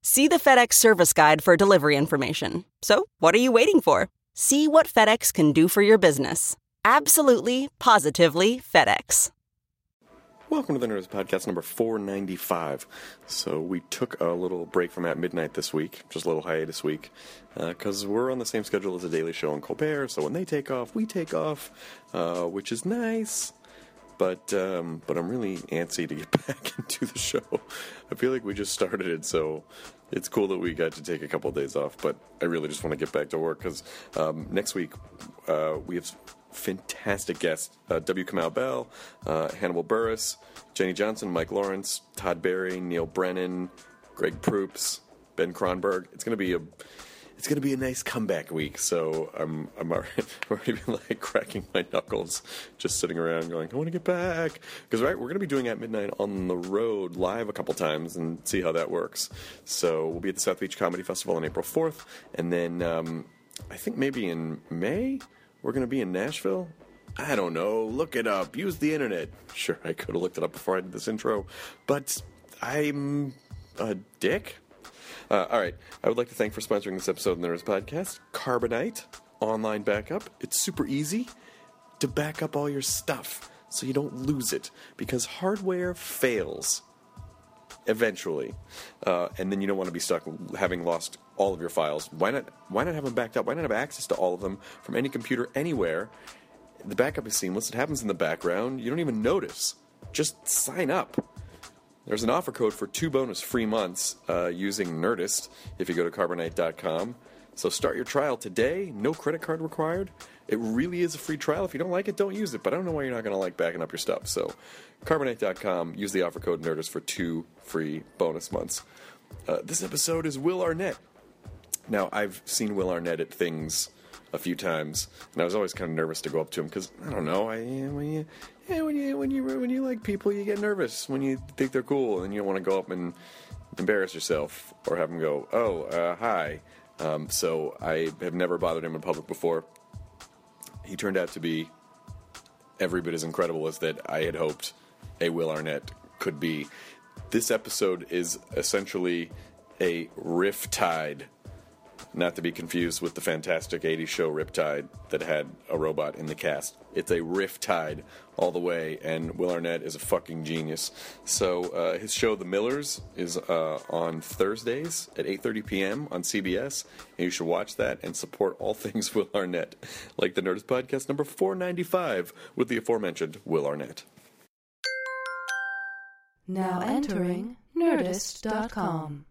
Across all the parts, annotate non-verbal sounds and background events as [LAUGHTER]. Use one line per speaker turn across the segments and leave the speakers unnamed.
See the FedEx service guide for delivery information. So, what are you waiting for? See what FedEx can do for your business. Absolutely, positively FedEx.
Welcome to the Nerds Podcast number 495. So, we took a little break from At Midnight this week, just a little hiatus week, because we're on the same schedule as the Daily Show and Colbert. So, when they take off, we take off, uh, which is nice. But um, but I'm really antsy to get [LAUGHS] back into the show. I feel like we just started it, so it's cool that we got to take a couple of days off. But I really just want to get back to work because um, next week uh, we have fantastic guests uh, W. Kamau Bell, uh, Hannibal Burris, Jenny Johnson, Mike Lawrence, Todd Berry, Neil Brennan, Greg Proops, Ben Kronberg. It's going to be a it's going to be a nice comeback week. So I'm [LAUGHS] I'm already, I've already been like cracking my knuckles just sitting around going I want to get back because right we're going to be doing at midnight on the road live a couple times and see how that works. So we'll be at the South Beach Comedy Festival on April 4th and then um, I think maybe in May we're going to be in Nashville. I don't know. Look it up. Use the internet. Sure, I could have looked it up before I did this intro, but I'm a dick. Uh, all right. I would like to thank for sponsoring this episode of the Nerds Podcast, Carbonite Online Backup. It's super easy to back up all your stuff so you don't lose it because hardware fails eventually, uh, and then you don't want to be stuck having lost all of your files. Why not? Why not have them backed up? Why not have access to all of them from any computer anywhere? The backup is seamless. It happens in the background. You don't even notice. Just sign up. There's an offer code for two bonus free months uh, using Nerdist if you go to carbonite.com. So start your trial today. No credit card required. It really is a free trial. If you don't like it, don't use it. But I don't know why you're not going to like backing up your stuff. So carbonite.com. Use the offer code Nerdist for two free bonus months. Uh, this episode is Will Arnett. Now, I've seen Will Arnett at things a few times, and I was always kind of nervous to go up to him because I don't know. I when you, yeah, when you when you when you like people, you get nervous when you think they're cool, and you don't want to go up and embarrass yourself or have them go, "Oh, uh, hi." Um, so I have never bothered him in public before. He turned out to be every bit as incredible as that I had hoped a Will Arnett could be. This episode is essentially a riff tide not to be confused with the fantastic 80s show Riptide that had a robot in the cast. It's a Riptide all the way, and Will Arnett is a fucking genius. So uh, his show The Millers is uh, on Thursdays at 8:30 p.m. on CBS, and you should watch that and support all [LAUGHS] things Will Arnett, like the Nerdist podcast number 495 with the aforementioned Will Arnett.
Now entering nerdist.com.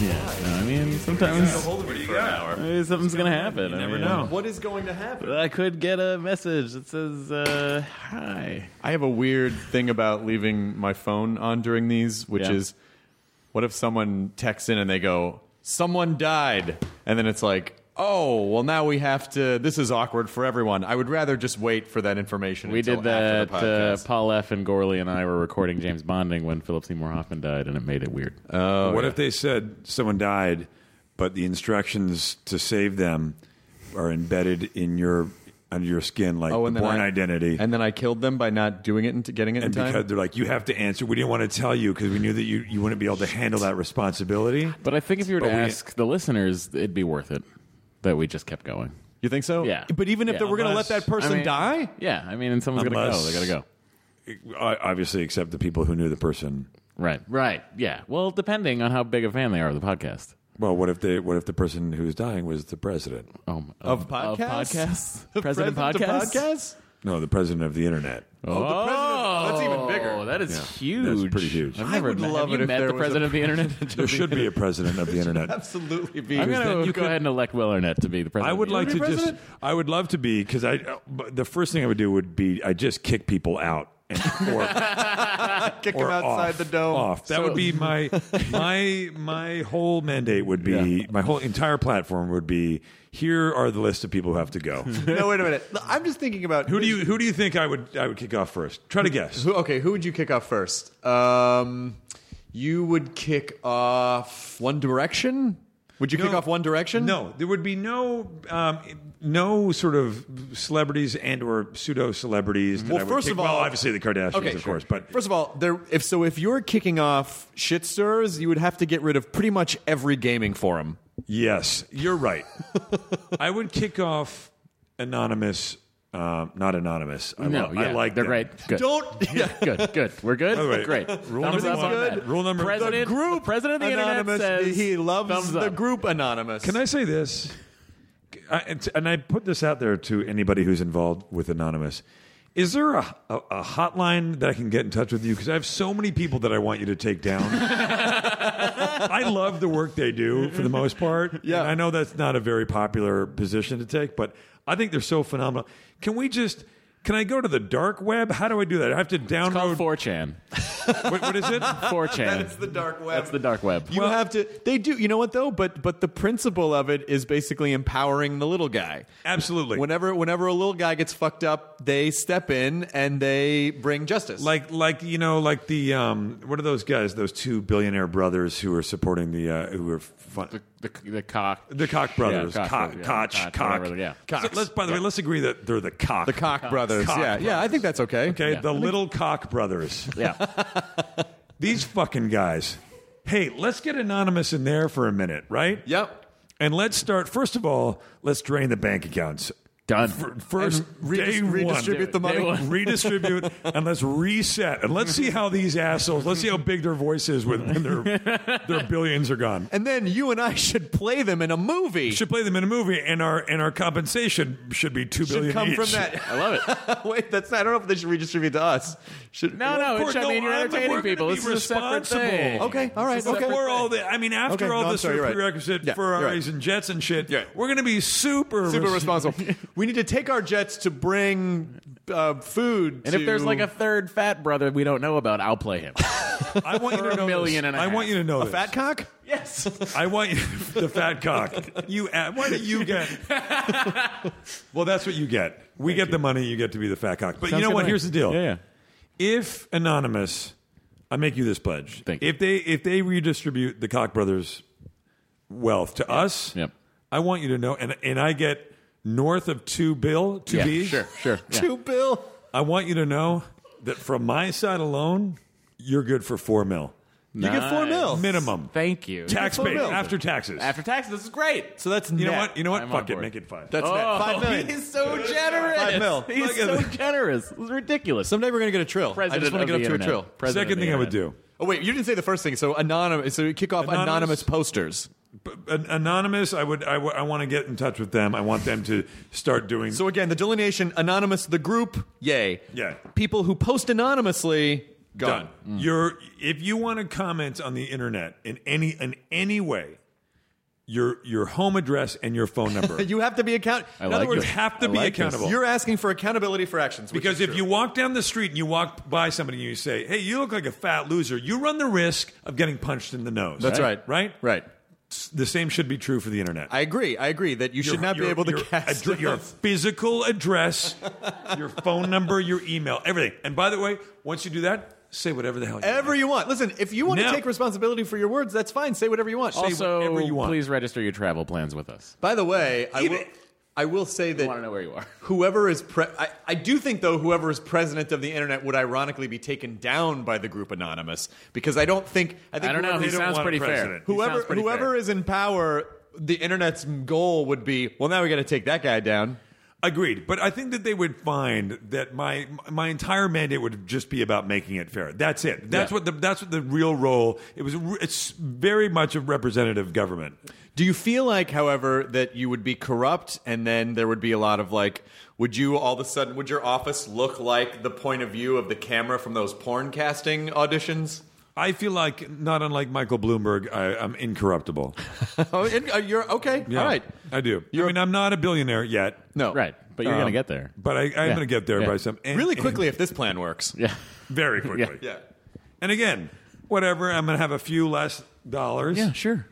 Yeah, no, I mean, sometimes maybe something's gonna happen. I mean,
What is going to happen?
I could get a message that says uh, "Hi."
I have a weird thing about leaving my phone on during these, which
Yeah.
is what if someone texts in and they go, Someone died. And then it's like, Oh, well, now we have to. This is awkward for everyone. I would rather just wait for that information.
We
until
did that.
After the
Uh,
podcast.
Paul F. and Gorley and I were recording James Bonding when Philip Seymour Hoffman died, and it made it weird.
Uh, Oh,
what if they said someone died, but the instructions to save them are embedded in your under your skin, like
Oh, and
the
then
born
I,
identity.
and then I killed them by not doing it and getting it
and
in time.
because they're like, you have to answer. We didn't want to tell you because we knew that you, you wouldn't be able to handle that responsibility.
But I think if you were to
But we-
ask the listeners, it'd be worth it that we just kept going.
you think so?
Yeah.
But even if
Yeah,
they we're going to let
unless-
that person
I mean-
die,
Yeah, I mean, and someone's
Unless-
gonna go. They gotta go.
I- Obviously, except the people who knew the person.
Right, right, yeah. Well, depending on how big a fan they are of the podcast.
Well, what if they? What if the person who's dying was the president?
Oh, m-
Of podcasts?
podcasts?
[LAUGHS] The
president,
of
podcasts?
podcasts?
No, the president of the internet.
Oh,
the president of- that's even bigger.
That is huge.
that's pretty huge.
I've
I
never
would
met,
love
have
it
you
if
met
there
the
was
president
a [LAUGHS]
of the internet.
There should be a president of the internet.
Absolutely be.
I'm
Then
going
you
to
could-
go ahead and elect Will Arnett to be the president.
I would
of the
like to
internet.
just. I would love to be because I. uh, but the first thing I would do would be I just kick people out.
[LAUGHS]
And, or,
kick
or
him outside
off,
the dome.
Off. That would
[LAUGHS]
be my my my whole mandate would be my whole entire platform would be here are the list of people who have
[LAUGHS]
to go.
No, wait a minute. I'm just thinking about
who do you who do you think I would I would kick off first? Try to guess.
Who, okay, who would you kick off first? Um, you would kick off One Direction. Would you kick
No.
off One Direction?
No, there would be no um, no sort of celebrities and or pseudo celebrities.
Well, first of
well,
all-
obviously the Kardashians,
Okay,
of
sure.
course, but
first of all, there. If so, if you're kicking off shitsters, you would have to get rid of pretty much every gaming forum.
Yes,
[LAUGHS]
you're right. I would kick off anonymous, um, not anonymous. I,
No,
lo-
yeah,
I like
they're
them.
great. Good.
[LAUGHS] Don't. Yeah.
good, good. We're good.
All right.
Great.
Rule
thumbs
number
up
one.
on that.
Rule number-
president,
The
Group
the president of the
anonymous.
internet says
he loves
thumbs
the
up.
group anonymous.
Can I say this? I, and, and I put this out there to anybody who's involved with anonymous. Is there a, a, a hotline that I can get in touch with you? Because I have so many people that I want you to take down. I love the work they do for the most part.
Yeah.
And I know that's not a very popular position to take, but I think they're so phenomenal. Can we just. Can I go to the dark web? How do I do that? I have to
It's called
download.
4chan.
what-
[LAUGHS]
what is it?
4chan.
That's the dark web.
That's the dark web.
You have to. They do. You know what though? But but the principle of it is basically empowering the little guy.
Absolutely.
Whenever whenever a little guy gets fucked up, they step in and they bring justice.
like like you know like the um what are those guys those two billionaire brothers who are supporting the uh who are fun
the, the cock.
the cock brothers
Koch
cock
brothers, yeah, Koch,
Koch, cock
whatever, yeah.
So
Kochs.
let's by the way let's agree that they're the cock
the Koch brothers.
Koch
yeah, yeah. I think that's okay.
okay the little cock brothers
Yeah.
these fucking guys hey let's get anonymous in there for a minute right
Yep.
and let's start first of all let's drain the bank accounts
Done.
Fir- first
redis-
day one.
redistribute the
Day
money.
one.
redistribute and let's reset and let's see how these assholes let's see how big their voice is when when their their billions are gone
And then you and I should play them in a movie.
should play them in a movie and our and our compensation should be two billion
should come
each.
from
[LAUGHS]
that. [LAUGHS]
I love it.
Wait, that's not, I don't know if they should redistribute to us. Should
No, no,
Of course,
it's, I mean, you're
I'm- we're
entertaining
gonna
people.
be
This is a separate
responsible.
thing.
Okay, all right,
This is a
okay.
separate
Before all
thing.
the, I mean, after
Okay,
all
no, I'm
this
sorry,
sort of
you're right.
prerequisite
Yeah,
for our
you're right.
A's and Jets and shit,
Yeah.
we're going to be
[LAUGHS]
super,
Super
res-
responsible. we need to take our jets to bring uh, food.
And if there's
to-
like a third fat brother we don't know about, I'll play him.
I want you to know
million
this.
and a
I
half.
want you to know
a
this.
fat cock.
yes.
I want you, [LAUGHS] the fat cock. You, a- why do
[LAUGHS]
you get? well, that's what you get. We get the money. You get to be the fat cock. But you know what? Here's the deal.
Yeah, yeah.
If anonymous, I make you this pledge.
Thank you.
if they if they redistribute the Koch brothers' wealth to us,
Yep.
I want you to know, and and I get north of two bill, two
Yeah,
B.
sure, sure. Yeah.
Two bill.
I want you to know that from my side alone, you're good for four mil
You get four
Nice.
mil.
minimum.
Thank you.
Taxpayer
mil.
after taxes.
After taxes, this is great.
So that's
you know
net.
what? You know what?
I'm on
Fuck it.
board.
Make it five.
That's net.
Oh,
Five million.
he's so generous.
Five mil.
[LAUGHS] He's
Look at
so
that.
generous. This is ridiculous.
Someday we're gonna get a trill. I
President
just want
of
to get
the
up to a
internet.
trill.
President
Second
of the
thing I would
internet.
do.
Oh wait, you didn't say the first thing. So anonymous. So we kick off anonymous,
Anonymous-
posters.
B- an- anonymous i would i, w- I want to get in touch with them i want them to start doing
So again, the delineation: anonymous, the group, yay.
Yeah.
People who post anonymously,
done
gone.
you're if you want to comment on the internet in any in any way your your home address and your phone number
[LAUGHS] You have to be account.
I
in
like
other words,
this.
have to
I
be
like this.
accountable
you're asking for accountability for actions. which
because
is
if
true.
you walk down the street and you walk by somebody and you say hey you look like a fat loser you run the risk of getting punched in the nose
that's right,
right
right.
S- the same should be true for the internet
I agree. I agree that you should
Your-
not be [LAUGHS]
your-
able to
your
cast
addre- your
[LAUGHS]
physical address, your phone number, your email, everything. And by the way, once you do that, say whatever the hell you
ever
want.
you want. Listen, if you want
Now-
to take responsibility for your words, that's fine. Say whatever you want. Say-
Also,
whatever you want.
please register your travel plans with us.
by the way, I
Even-
will. I will say that
want to know where you are.
whoever is pre- I, I do think though whoever is president of the internet would ironically be taken down by the group anonymous because I don't think I think
I don't know.
whoever-
He
don't
sounds
want a
pretty fair.
president.
He
whoever
sounds pretty
whoever
fair.
is in power the internet's goal would be well now we got to take that guy down
Agreed, but I think that they would find that my my entire mandate would just be about making it fair. That's it. That's
Yeah.
what the that's what the real role. It was. re- It's very much of representative government.
do you feel like however that you would be corrupt and then there would be a lot of like would you all of a sudden would your office look like the point of view of the camera from those porn casting auditions
I feel like not unlike Michael Bloomberg, I, I'm
[LAUGHS]
incorruptible.
[LAUGHS] oh and, uh, you're okay
Yeah,
all right
I do.
You're-
I mean, I'm not a billionaire yet,
no
Right, but you're
Um,
gonna get there.
but I, I'm
Yeah.
going to get there
Yeah.
by some and-
really [LAUGHS]
and-
quickly if this plan works
Yeah.
very quickly.
[LAUGHS] yeah
And again, whatever. I'm going to have a few less dollars.
Yeah, sure.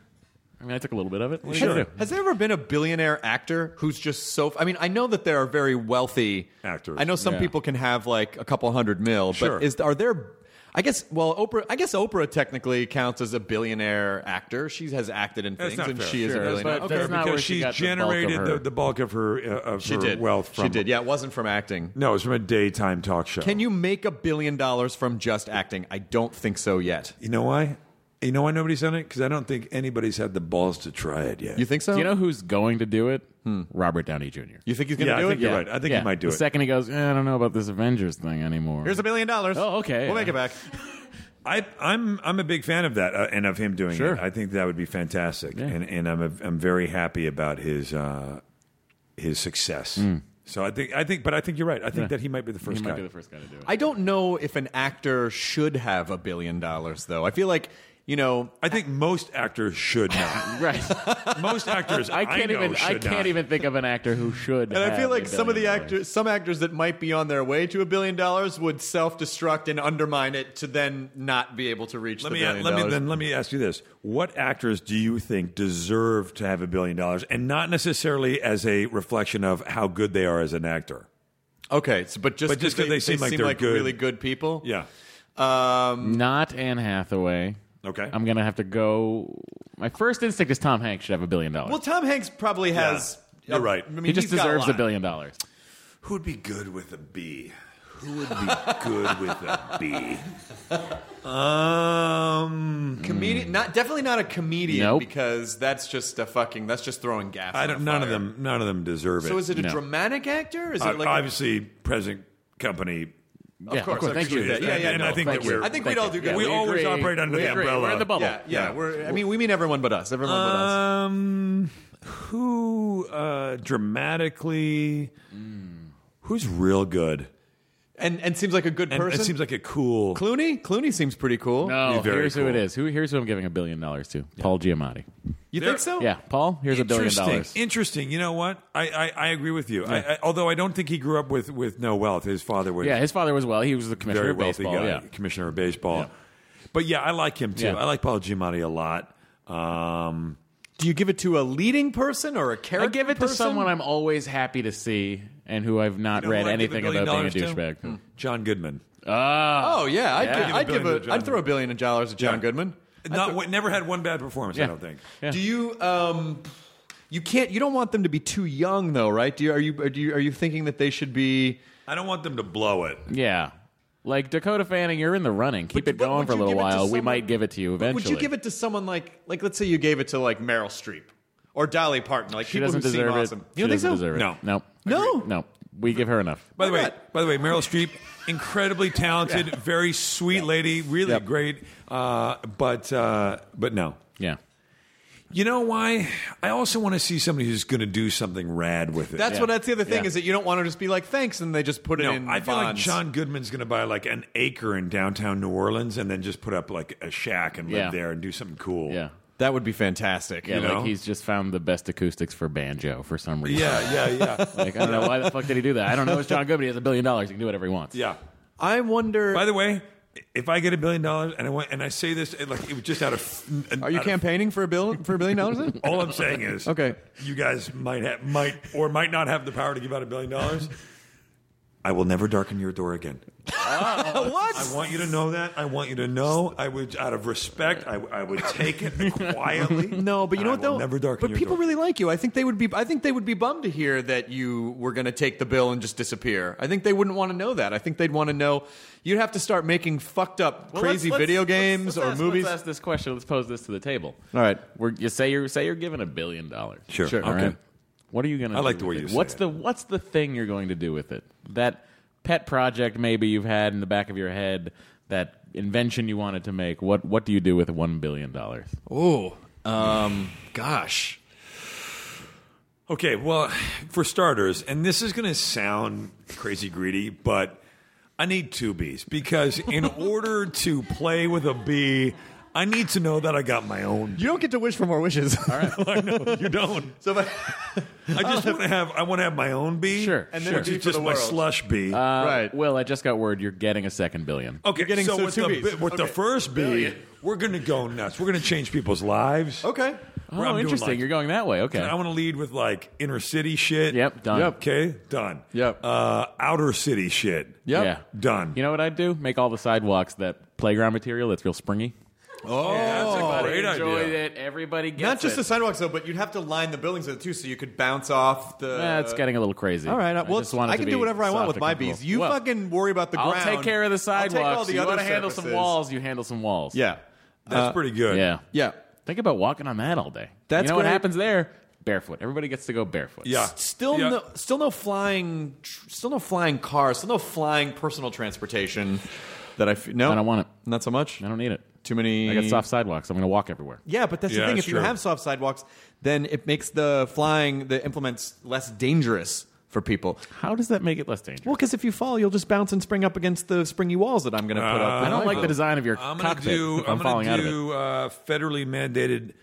I mean, I took a little bit of it. What are you
Sure.
gonna do?
Has there ever been a billionaire actor who's just so? I mean, I know that there are very wealthy
Actors.
I know some
Yeah.
people can have like a couple hundred mil,
Sure.
but is are there? I guess well, Oprah. I guess Oprah technically counts as a billionaire actor. She has acted in
That's
things,
not
and
fair.
she is a
Sure, that's
billionaire.
what- that's not where
because
she
she's
got the bulk of
generated
her-
the, the bulk of her uh, of
she
her
did
wealth. From
she did. Yeah, it wasn't from acting.
No, it was from a daytime talk show.
Can you make a billion dollars from just acting? I don't think so yet.
You know why? You know why nobody's done it? Because I don't think anybody's had the balls to try it yet.
You think so?
Do you know who's going to do it? Robert Downey Jr.
You think he's gonna
yeah, I
do
think
it?
you're
Yeah.
right. I think
Yeah.
he might do
the
it.
second he goes, eh, I don't know about this Avengers thing anymore.
Here's a billion dollars.
Oh, okay.
We'll make it back.
I, I'm I'm a big fan of that uh, and of him doing
Sure.
it. I think that would be fantastic, and and I'm a, I'm very happy about his uh, his success.
Mm.
So I think I think, but I think you're right. I think that he might be the first
he
guy.
might be the first guy to
[LAUGHS]
do it.
I don't know if an actor should have a billion dollars, though. I feel like, you know,
I think most actors should
[LAUGHS]
not.
right.
most actors
I can't
know
even. I
should
can't
not.
even think of an actor who should.
and I
have
feel
a
like some of the
billion dollars.
actors, some actors that might be on their way to a billion dollars would self destruct and undermine it to then not be able to reach
Let
the
me
billion
let me
dollars.
then let me ask you this: What actors do you think deserve to have a billion dollars, and not necessarily as a reflection of how good they are as an actor?
okay, so, but just
But just 'cause
because
they seem like they're good.
really good people.
Yeah.
Um,
Not Anne Hathaway.
Okay.
I'm gonna have to go. My first instinct is Tom Hanks should have a billion dollars.
well, Tom Hanks probably has.
You're right.
I mean,
he just
he's got
deserves a
lot.
billion dollars.
Who would be good with a B? Who would be good with a B? Um,
Comedian, not definitely not a comedian
Nope.
because that's just a fucking. That's just throwing gas.
I
on
don't.
a
None of
fire.
them. None of them deserve it.
So is it a
No.
dramatic actor? Is
Uh,
it like a-
obviously present company?
Of yeah,
course,
of course. Thank you.
Yeah, yeah, yeah,
and
no,
I think
thank
that
you.
we're.
I think
Thank
we'd all
you.
do good.
Yeah,
we,
we
always
agree.
operate under
We
the
agree.
umbrella.
We're in the bubble.
Yeah, yeah.
Yeah.
We're, I mean, we mean everyone but us. Everyone but
Uh,
us.
Um, who uh, dramatically? Who's real good?
And and seems like a good
And
person.
it seems like a cool.
Clooney. Clooney seems pretty cool.
No,
Be very
Oh, here's who it
cool.
is. Who here's who I'm giving a billion dollars to? Paul Giamatti.
You
There-
think so?
Yeah, Paul. Here's a billion
Interesting.
dollars.
Interesting. You know what? I I, I agree with you. I, I, although I don't think he grew up with with no wealth. His father was
Yeah, his father was well. He was the commissioner
very
of
wealthy
baseball.
guy,
Yeah.
commissioner of baseball. But yeah, I like him too.
Yeah.
I like Paul Giamatti a lot. Um,
Do you give it to a leading person or a
I
character?
give it to
person?
someone I'm always happy to see and who I've not
You know
read
who I'd give a
anything
billion
about being a
dollars to?
douchebag.
Hmm.
John Goodman.
Ah,
Oh yeah, I'd,
Yeah.
Give, I'd
Give a
give
billion
a.
to John
I'd throw a billion dollars to John Goodman.
Not what, never had one bad performance.
Hmm.
I
Yeah.
don't think.
Yeah.
Do you? Um, you can't. You don't want them to be too young, though, right? Do you? Are you? Are you? Are you thinking that they should be?
I don't want them to blow it.
yeah. Like Dakota Fanning, you're in the running. Keep
But-
it
but
going
would
for a
you
little
give it to
while. We
someone-
might give it to you eventually.
Would you give it to someone like like let's say you gave it to like Meryl Streep or Dolly Parton, like
She
people who
doesn't
seem
deserve it.
awesome? You
she
don't think
doesn't
so?
deserve it.
No.
no,
No? Agreed.
no. We give her enough.
By the
Why
way,
not?
by the way, Meryl Streep, incredibly talented, very sweet lady, really
Yep.
great. Uh, but uh, but no,
Yeah,
you know why? I also want to see somebody who's going to do something rad with it.
That's what. That's the other thing
Yeah.
is that you don't want to just be like thanks and they just put it
no,
in.
I feel like
bonds.
John Goodman's going to buy like an acre in downtown New Orleans and then just put up like a shack and live
Yeah.
there and do something cool.
yeah,
That would be fantastic.
yeah.
you
like
know?
he's just found the best acoustics for banjo for some reason.
yeah, yeah, yeah, [LAUGHS]
Like I don't know why the fuck did he do that. I don't know. It's John Goodman. He has a billion dollars. He can do whatever he wants.
yeah.
I wonder.
By the way, if I get a billion dollars and I want, and I say this it, like it was just out of
are you
out of-
campaigning for a bill for a billion dollars? then?
[LAUGHS] all I'm saying is,
Okay.
you guys might have might or might not have the power to give out a billion dollars. I will never darken your door again.
what?
I want you to know that. I want you to know. I would, out of respect, I, I would take it quietly.
[LAUGHS] No, but you
and
know
I
what
will
though?
Never darken
but
your
people
door.
really like you. I think they would be I think they would be bummed to hear that you were going to take the bill and just disappear. I think they wouldn't want to know that. I think they'd want to know you'd have to start making fucked up
Well,
crazy
let's- let's-
video
let's-
games
let's
or
ask-
movies.
Let's ask this question. Let's pose this to the table.
All right.
We're, you say you're say you're given a billion dollars.
Sure. Sure.
All
Okay.
right. What are you going to?
I like the way you say
What's
it.
the What's the thing you're going to do with it? That pet project maybe you've had in the back of your head. That invention you wanted to make. What What do you do with one billion dollars?
Oh, um, gosh.
Okay, well, for starters, and this is going to sound crazy greedy, but I need two bees because
[LAUGHS]
in order to play with a bee, I need to know that I got my own.
you don't get to wish for more wishes. All right.
I know you don't.
so if
[LAUGHS]
I just want to have. I want to have my own bee.
Sure, And then
sure.
which
a bee
is
for
just
the
my
world.
slush bee.
[LAUGHS]
Uh,
Right.
Will, I just got word you're getting a second billion.
okay,
getting-
so,
so
with,
two
the,
bees.
bi- with the
Okay.
first bee, we're going to go nuts. We're going to change people's lives.
I, okay.
Where I'm
Oh,
doing,
interesting.
like-
you're going that way. Okay.
I want to lead with like inner city shit.
Yep, done. Yep.
Okay, done.
Yep.
Uh, outer city shit.
Yep.
Yeah.
Done.
You know what I'd do? Make all the sidewalks that playground material that's real springy.
Oh.
Great
enjoyed
idea.
it. Everybody gets
Not just
it.
the sidewalks though, but you'd have to line the buildings with it too, so you could bounce off the.
That's getting a little crazy.
All right.
I
I, well,
just want it
I
to
can
be
do whatever I want
soft
with
and
my
comfortable.
bees. You
Well,
fucking worry about the
I'll
ground.
take care of the
I'll
sidewalks.
take all the
you
other
want to handle some
surfaces.
walls? You handle some walls.
Yeah. Uh,
That's pretty good.
uh, Yeah.
Yeah.
Think about walking on that all day.
That's
you know what
great.
happens there? Barefoot. Everybody gets to go barefoot.
Yeah.
Still
Yeah.
no, still no flying, tr- still no flying cars, still no flying personal transportation. That I f- no,
I don't want it.
Not so much.
I don't need it.
Too many.
I got soft sidewalks. I'm going to walk everywhere.
Yeah, but that's
Yeah,
the thing.
that's
If you
true.
have soft sidewalks, then it makes the flying the implements less dangerous for people.
How does that make it less dangerous?
Well, because if you fall, you'll just bounce and spring up against the springy walls that I'm going to put up.
I don't like the
design.
design of your
I'm gonna
cockpit.
do.
if I'm,
I'm,
falling
gonna
out of it.
do uh, federally mandated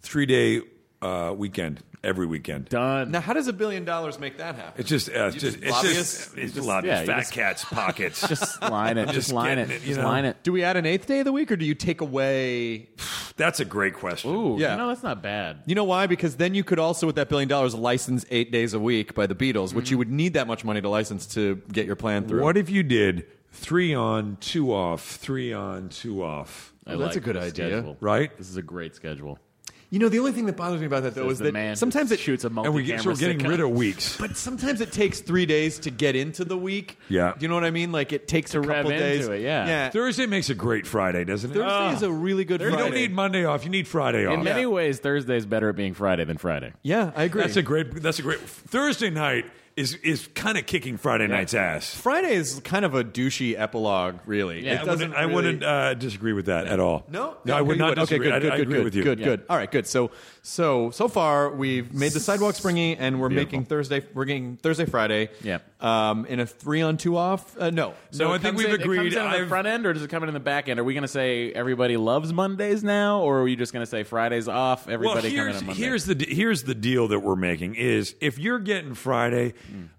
three day uh, weekend every weekend.
Done.
Now, how does a billion dollars make that happen?
It's just, uh, it's just,
just
it's
lobbyists?
just, it's just, lobbyists,
yeah, you
fat
just- [LAUGHS]
cats pockets.
Just line
[LAUGHS]
it. Just line it.
getting it, you
Just
know.
line it.
do we add an eighth day of the week, or do you take away?
That's a great question.
Ooh,
Yeah.
you know that's not bad.
You know why? Because then you could also, with that billion dollars, license eight days a week by the Beatles, which you would need that much money to license to get your plan through.
What if you did three on, two off, three on, two off?
I
Well, that's a
like
good
this
idea.
schedule.
Right?
This is a great schedule.
You know, the only thing that bothers me about that though
Says
is
the
that
man
sometimes
who
it
shoots a multi-camera
And we get, so we're getting
sitcom.
rid
[LAUGHS]
of weeks.
But sometimes it takes three days to get into the week.
Yeah.
Do you know what I mean? Like it takes a
rev
couple
into
days.
it, yeah.
Yeah.
Thursday makes a great Friday, doesn't it?
Thursday
Ah.
is a really good
You
Friday.
don't need Monday off. You need Friday
In
off.
many ways, Thursday's better at being Friday than Friday.
Yeah, I agree.
That's a great. That's a great. Thursday night is is kind of kicking Friday night's ass.
Friday is kind of a douchey epilogue, really.
Yeah.
It
I
doesn't
wouldn't, I
really-
wouldn't uh, disagree with that at all.
No,
I would
you
not.
Okay,
disagree.
good, good,
I, I
good,
agree
good,
with you.
good, good. All right, good. So, so so far we've made the sidewalk springy, and we're
Beautiful.
making Thursday. We're getting Thursday, Friday.
Yeah.
Um, in a three on two off. Uh, no.
So I
it
think
comes
we've
in-
agreed.
It comes in on the
I've-
front end, or does it come in in the back end? Are we going to say everybody loves Mondays now, or are you just going to say Fridays off?
Well,
Everybody coming
here's
on Monday.
here's the de- here's the deal that we're making is if you're getting Friday,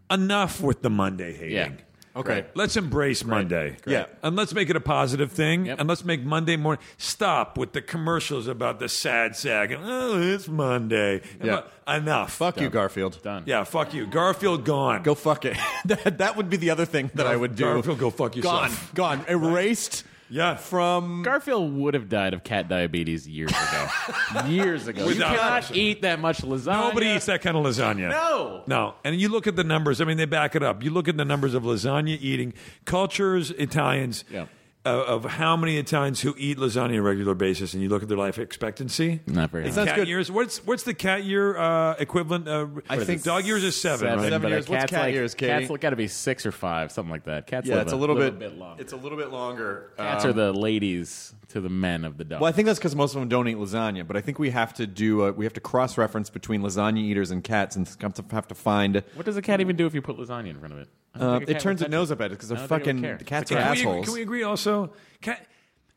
enough with the Monday hating.
yeah.
Okay.
Let's embrace Monday.
Yeah.
And let's make it a positive thing.
Yep.
And let's make Monday morning. Stop with the commercials about the sad sag. And, oh, it's Monday.
Yeah.
Enough.
Fuck you, Garfield.
Done.
Yeah, fuck you. Garfield gone.
Go fuck it. [LAUGHS] that, that would be the other thing that I would do.
Garfield, go fuck yourself.
Gone. Gone. Erased
Yeah.
from.
Garfield would have died of cat diabetes years ago. years ago.
Without
you cannot
question.
eat that much lasagna.
Nobody eats that kind of lasagna.
No.
No. And you look at the numbers. I mean, they back it up. You look at the numbers of lasagna eating cultures, Italians,
Yeah.
uh, of how many Italians who eat lasagna on a regular basis, and you look at their life expectancy.
Not very.
Sounds
cat
good.
years. What's what's the cat year uh, equivalent? Uh,
I think
dog years is seven.
seven,
right?
Seven
but a
years. What's
cat's
cat
like,
years, Katie?
Cats got to be six or five, something like that. Cats
Yeah,
live
it's a little, bit,
longer.
It's a little bit longer.
Cats are the ladies to the men of the dog.
Well, I think that's because most of them don't eat lasagna, but I think we have to do a, we have to cross reference between lasagna eaters and cats, and have to, have to find.
What does a cat even do if you put lasagna in front of it? I don't
Uh,
think a
it
cat
turns
would
its
touch
nose up at it because
I
they're
don't think it
fucking
would care.
the cats are
And can, we,
assholes.
can we agree also? Can,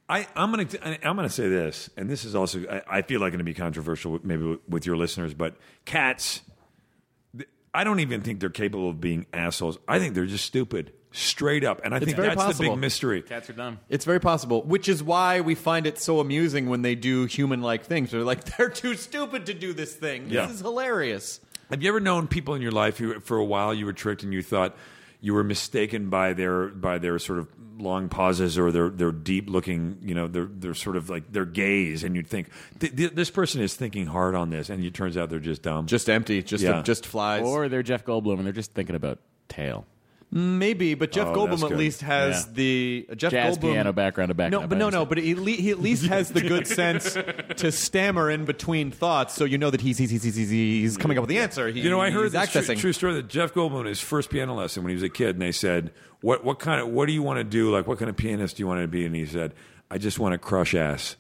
I, I'm gonna I'm gonna say this, and this is also I, I feel like going to be controversial with, maybe with your listeners, but cats, th- I don't even think they're capable of being assholes. I think they're just stupid, straight up, and I think
very
that's the
possible.
big mystery.
Cats are dumb.
It's very possible, which is why we find it so amusing when they do human-like things. They're like, [LAUGHS] they're too stupid to do this thing. This
Yeah.
is hilarious.
Have you ever known people in your life who, for a while, you were tricked and you thought you were mistaken by their by their sort of long pauses or their their deep looking, you know, their their sort of like their gaze, and you'd think "Th- th- this person is thinking hard on this, and it turns out they're just dumb,
just empty, just
Yeah.
just flies.
Or they're Jeff Goldblum and they're just thinking about tail.
Maybe, but Jeff
Oh, that's
Goldblum at
good.
least has
Yeah.
the uh, Jeff
Jazz
Goldblum
piano background to back it
No,
up,
but
I
no, no, but he, le- he at least has the
[LAUGHS]
good sense to stammer in between thoughts, so you know that he's he's he's he's, he's coming up with the answer. He,
Mm, you know, I heard
he's
this tru-
accessing.
true story that Jeff Goldblum, his first piano lesson when he was a kid, and they said, "What what kind of what do you want to do? Like, what kind of pianist do you want to be?" And he said, "I just want to crush ass."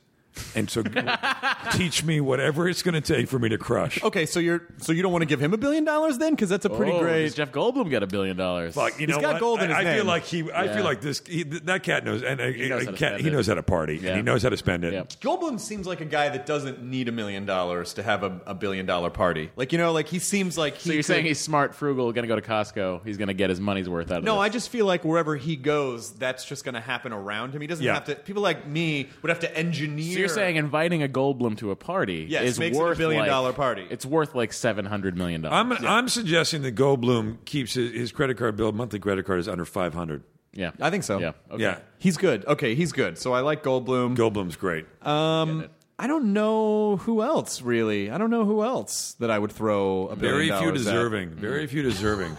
And so, [LAUGHS] teach me whatever it's going to take for me to crush.
Okay, so you're so you don't want to give him a billion dollars then, because that's a pretty
Oh,
great.
does Jeff Goldblum got a billion dollars.
Fuck, you
He's
know
got
what?
gold in his
I, I feel
name.
like he. I
Yeah.
feel like this. He, th- that cat knows, and
knows
he knows,
how to
cat,
spend
he
it.
knows how to party,
Yeah.
and he knows how to spend it.
Yeah.
Goldblum seems like a guy that doesn't need a million dollars to have a, a billion dollar party. Like you know, like he seems like he
so you're
could-
saying he's smart, frugal, going to go to Costco. He's going to get his money's worth out of
No,
this.
I just feel like wherever he goes, that's just going to happen around him. He doesn't
Yeah.
have to. People like me would have to engineer.
So you're saying inviting a Goldblum to a party
Yes,
is
makes it a
worth
billion
like,
dollar party.
It's worth like seven hundred million dollars.
I'm I'm suggesting that Goldblum keeps his, his credit card bill, monthly credit card is under five hundred.
yeah,
I think so.
Yeah, okay.
Yeah,
He's good. Okay, he's good. So I like Goldblum.
Goldblum's great.
um, I don't know who else really. I don't know who else that I would throw a billion
Very few
dollars at.
deserving.
Mm-hmm.
Very
[LAUGHS]
few deserving.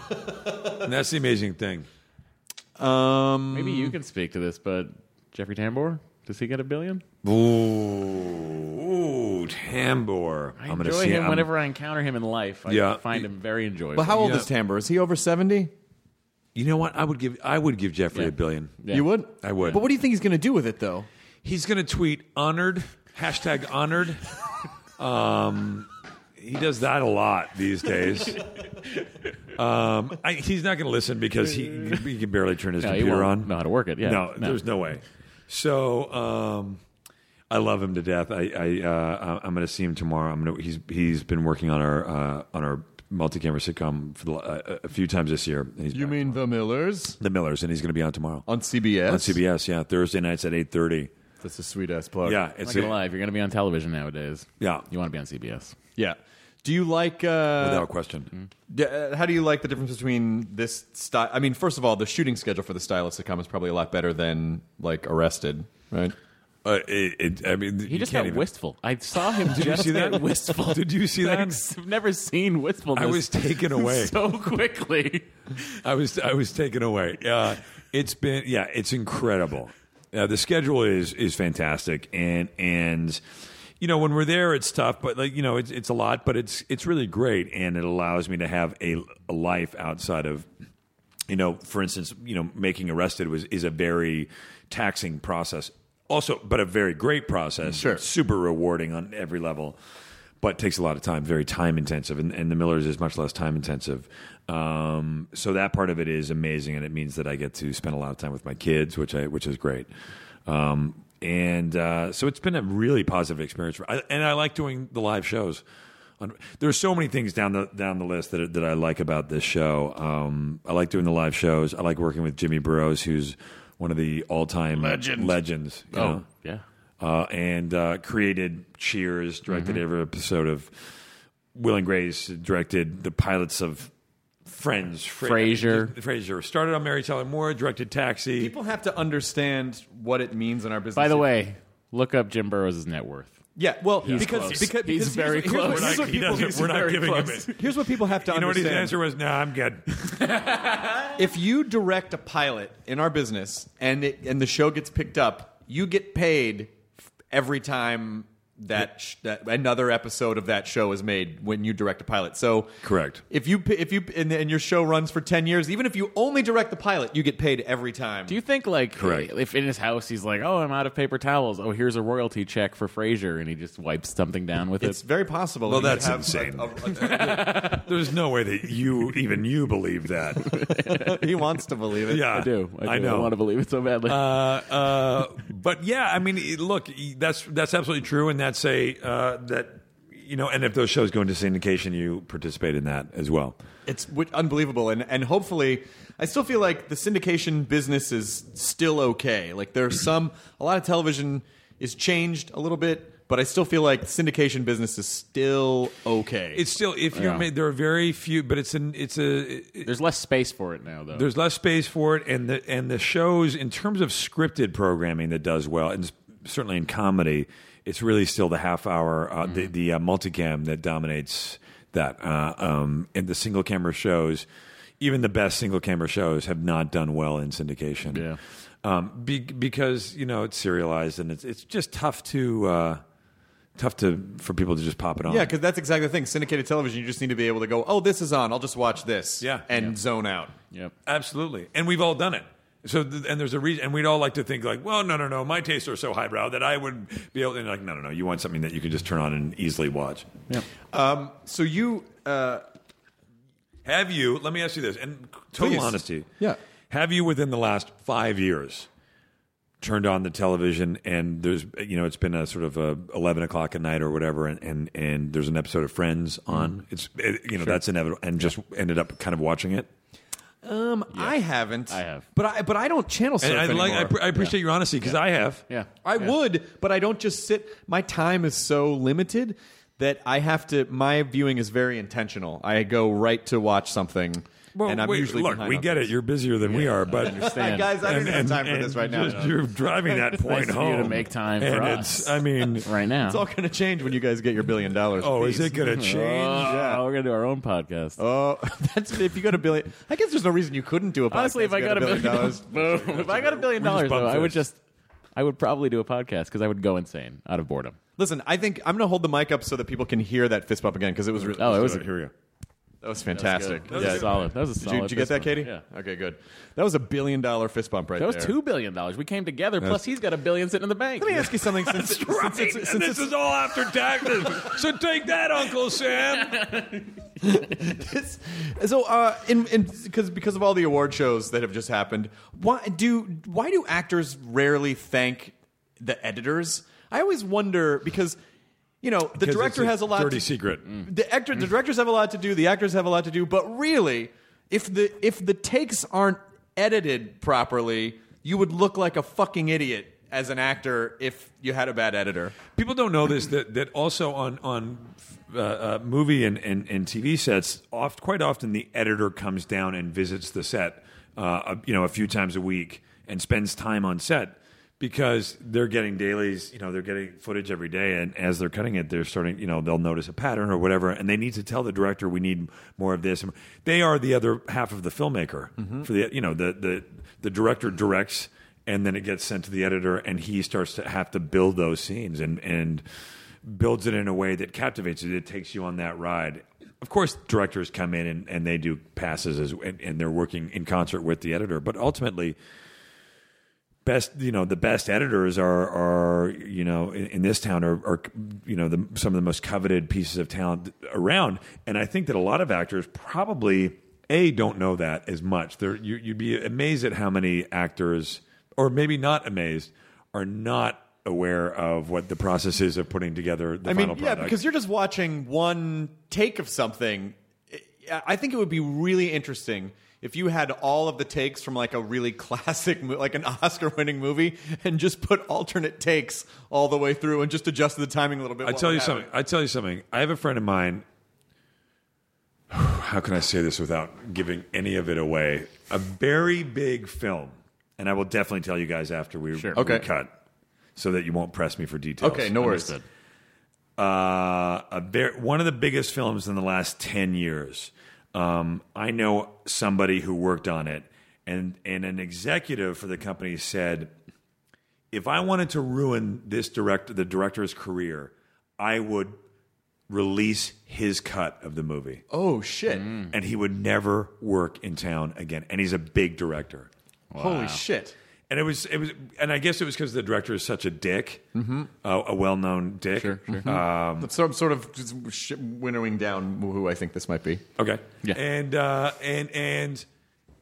and that's the amazing thing.
Um,
Maybe you can speak to this, but Jeffrey Tambor does he get a billion?
Ooh, ooh Tambor.
I
am gonna
enjoy
see
him
I'm-
whenever I encounter him in life. I
Yeah.
find him very enjoyable.
Well, how old
Yeah.
is Tambor? Is he over seventy?
You know what? I would give. I would give Jeffrey
Yeah.
a billion.
Yeah.
You would.
I would.
But what do you think he's going to do with it though?
He's going to tweet honored, hashtag honored. Um, he does that a lot these days. Um, I, he's not going to listen because he, he can barely turn his
No, he
computer
won't
on.
know how to work it, yeah.
No,
No.
there's no way. So um, I love him to death. I, I uh, I'm going to see him tomorrow. I'm going to. He's he's been working on our uh, on our multi-camera sitcom for the, uh, a few times this year. And he's back.
the Millers
the Millers? And he's going to be on tomorrow
on CBS?
on CBS. Yeah, Thursday nights at eight thirty.
That's a sweet ass plug.
Yeah,
I'm
it's
not gonna lie, if you're gonna be on television nowadays,
Yeah.
you want to be on CBS.
Yeah. Do you like? Uh,
without question.
Mm.
D- uh, how do you like the difference between this style? I mean, first of all, the shooting schedule for the style of sitcom is probably a lot better than like Arrested, right?
Uh, it, it, I mean,
He just got wistful. I saw
[LAUGHS]
him. Did
you see that?
wistful?
Did you see that?
Thanks. I've never seen wistfulness.
I
[LAUGHS]
was taken away.
so
[LAUGHS]
quickly.
I was I was taken away. Uh, it's been yeah, it's incredible. Uh, the schedule is is fantastic, and and you know when we're there, it's tough, but like you know, it's it's a lot, but it's it's really great, and it allows me to have a, a life outside of you know, for instance, you know, making arrested was is a very taxing process. Also, but a very great process. Sure. Super rewarding on every level, but takes a lot of time, very time intensive. And, and the Millers is much less time intensive. Um, so that part of it is amazing, and it means that I get to spend a lot of time with my kids, which I which is great. Um, and uh, so it's been a really positive experience. For, I, and I like doing the live shows. On- There's so many things down the down the list that that I like about this show. Um, I like doing the live shows. I like working with Jimmy Burrows, who's one of the all time legends. you know?
Oh, yeah.
uh, and uh, created Cheers, directed every episode of Will and Grace, directed the pilots of Friends, Fra-
Frasier.
Frasier started on Mary Tyler Moore, directed Taxi.
People have to understand what it means in our business.
By the way, look up Jim Burrows' net worth.
yeah. Well,
He's
because,
close.
because
He's
because
very
here's, what-
close.
Here's what,
He
people,
doesn't-
he's
we're not
very
giving him
close.
it.
Here's what people have to
you know what his
understand.
answer was? No, I'm good.
if you direct a pilot in our business and it, and the show gets picked up, you get paid f- every time that, sh- that another episode of that show is made when you direct a pilot. So
Correct.
If you pi- if you and, and your show runs for ten years, even if you only direct the pilot, you get paid every time.
Do you think like
Correct.
if in his house he's like, "Oh, I'm out of paper towels. Oh, here's a royalty check for Frasier," and he just wipes something down with
it's
it?
very possible.
Well,
that you
that's
have
insane.
a-
[LAUGHS] There's no way that you, even you, believe [LAUGHS] that.
a- [LAUGHS] a- he wants to believe it.
Yeah,
I do. I, do.
I know.
want to believe it so badly.
uh, uh, but yeah, I mean, it- look, e- that's that's absolutely true, and that's a uh, that you know, and if those shows go into syndication, you participate in that as well.
It's w- unbelievable, and and hopefully, I still feel like the syndication business [CLEARS THROAT] is still okay. Like there's some, a lot of television is changed a little bit, but I still feel like syndication business is still okay.
It's still if you're
Yeah.
made. There are very few, but it's an it's a.
There's less space for it now, though.
There's less space for it, and the and the shows in terms of scripted programming that does well, and s- certainly in comedy, it's really still the half hour, uh, the the uh, multicam that dominates that, uh, um, and the single camera shows. Even the best single camera shows have not done well in syndication. Yeah, um, be, because you know it's serialized and it's it's just tough to uh, tough to for people to just pop it on.
Yeah, because that's exactly the thing. Syndicated television, you just need to be able to go, oh, this is on. I'll just watch this. Yeah. And zone out.
Yep.
Absolutely. And we've all done it. So th- and there's a reason, and we'd all like to think like, well, no, no, no, my tastes are so highbrow that I would be able. And like, no, no, no, you want something that you can just turn on and easily watch.
Yeah.
Um, so you uh,
have you? Let me ask you this, and total
Please.
honesty,
Yeah.
have you within the last five years turned on the television and there's you know it's been a sort of a eleven o'clock at night or whatever, and and, and there's an episode of Friends on. It's it, you know
Sure.
that's inevitable, and just ended up kind of watching it.
Um, I haven't. I
have,
but I but I don't channel surf
And I like- I
anymore.
pr- I appreciate your honesty, 'cause I have. Yeah.
I
Yeah.
would, but I don't just sit. My time is so limited that I have to. My viewing is very intentional. I go right to watch something, and I'm
wait,
usually
look,
behind
we
on
get
things.
it. You're busier than we are, but [LAUGHS]
understand. Guys, I don't have time for this right now.
just-
[LAUGHS]
You're driving that
It's
point
nice of
home
you to make time for
and
us.
It's, I mean,
[LAUGHS]
right now.
It's all going to change when you guys get your billion dollars.
Oh, is
piece.
it
[LAUGHS]
gonna change?
Oh, we're gonna do our own podcast.
Oh, [LAUGHS] that's if you got a billion. I guess there's no reason you couldn't do a podcast.
Honestly, if I
and
got
get
a billion dollars,
dollars,
[LAUGHS] boom. If I got a billion
We just
dollars, though,
bumped
I would
this.
just, I would probably do a podcast because I would go insane out of boredom.
Listen, I think I'm going to hold the mic up so that people can hear that fist bump again because it was really.
Oh, it was a-
here we go. That was
That was
fantastic.
good. That was a solid- that was a
Did you-
solid
Did you, get
fist
that,
bump.
Katie?
Yeah.
Okay, good. That was a billion dollar fist bump right
that was
there.
two billion dollars. We came together.
That's-
plus, he's got a billion sitting in the bank.
Let me ask you something. Since,
[LAUGHS]
since,
Right,
it's-
and
since
this
it's-
is all
[LAUGHS]
after taxes. so take that, Uncle Sam.
so uh, in, in because because of all the award shows that have just happened, why do why do actors rarely thank the editors? I always wonder because you know the
Because
director
it's
has a lot
dirty
to,
secret.
The actor, the directors have a lot to do. The actors have a lot to do. But really, if the if the takes aren't edited properly, you would look like a fucking idiot as an actor if you had a bad editor.
People don't know this that that also on on uh, uh, movie and, and, and TV sets, oft quite often the editor comes down and visits the set, uh, uh, you know, a few times a week and spends time on set because they're getting dailies, you know, they're getting footage every day, and as they're cutting it, they're starting, you know, they'll notice a pattern or whatever, and they need to tell the director we need more of this. They are the other half of the filmmaker
Mhm.
for the you know the the the director directs and then it gets sent to the editor and he starts to have to build those scenes and and builds it in a way that captivates you that takes you on that ride of course directors come in and, and they do passes as and, and they're working in concert with the editor but ultimately best you know the best editors are are you know in, in this town are, are you know the, some of the most coveted pieces of talent around and i think that a lot of actors probably a don't know that as much They're, you, you'd be amazed at how many actors or maybe not amazed are not aware of what the process is of putting together the
I mean,
final
yeah,
product
because you're just watching one take of something. I- I think it would be really interesting if you had all of the takes from like a really [LAUGHS] classic, mo- like an Oscar-winning movie, and just put alternate takes all the way through, and just adjust the timing a little bit.
I
while
tell
it
you
happened.
something. I tell you something. I have a friend of mine. [SIGHS] How can I say this without giving any of it away? A very big film, and I will definitely tell you guys after we, we
Okay.
cut, so that you won't press me for details.
Okay, no worries. Understood.
Uh, a ver- one of the biggest films in the last ten years. Um, I know somebody who worked on it, and and an executive for the company said, if I wanted to ruin this director, the director's career, I would release his cut of the movie.
Oh shit!
And he would never work in town again. And he's a big director.
Holy shit!
And it was it was and I guess it was because the director is such a dick,
Mhm.
uh, a well known dick. Um,
so I'm sort of just sh- winnowing down who I think this might be.
Okay. and uh, and and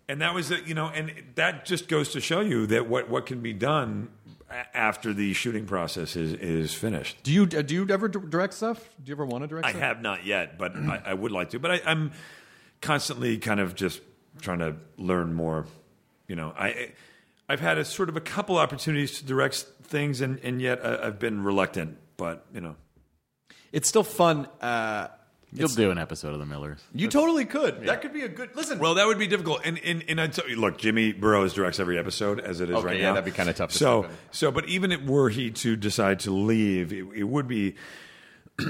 and that was it, you know, and that just goes to show you that what what can be done a- after the shooting process is is finished.
Do you uh, do you ever d- direct stuff? Do you ever want to direct?
I
stuff?
have not yet, but I, I would like to. But I, I'm constantly kind of just trying to learn more. You know, I uh, I've had a sort of a couple opportunities to direct s- things, and and yet I, I've been reluctant But you know,
it's still fun. Uh,
You'll do an episode of The Millers.
You totally could. That could be a good listen.
Well, that would be difficult. And and, and I tell you, look, Jimmy Burrows directs every episode as it is
Okay,
right
yeah,
now.
that'd be kinda tough to
so
step in.
so, but even if were he to decide to leave, it, it would be. [CLEARS THROAT]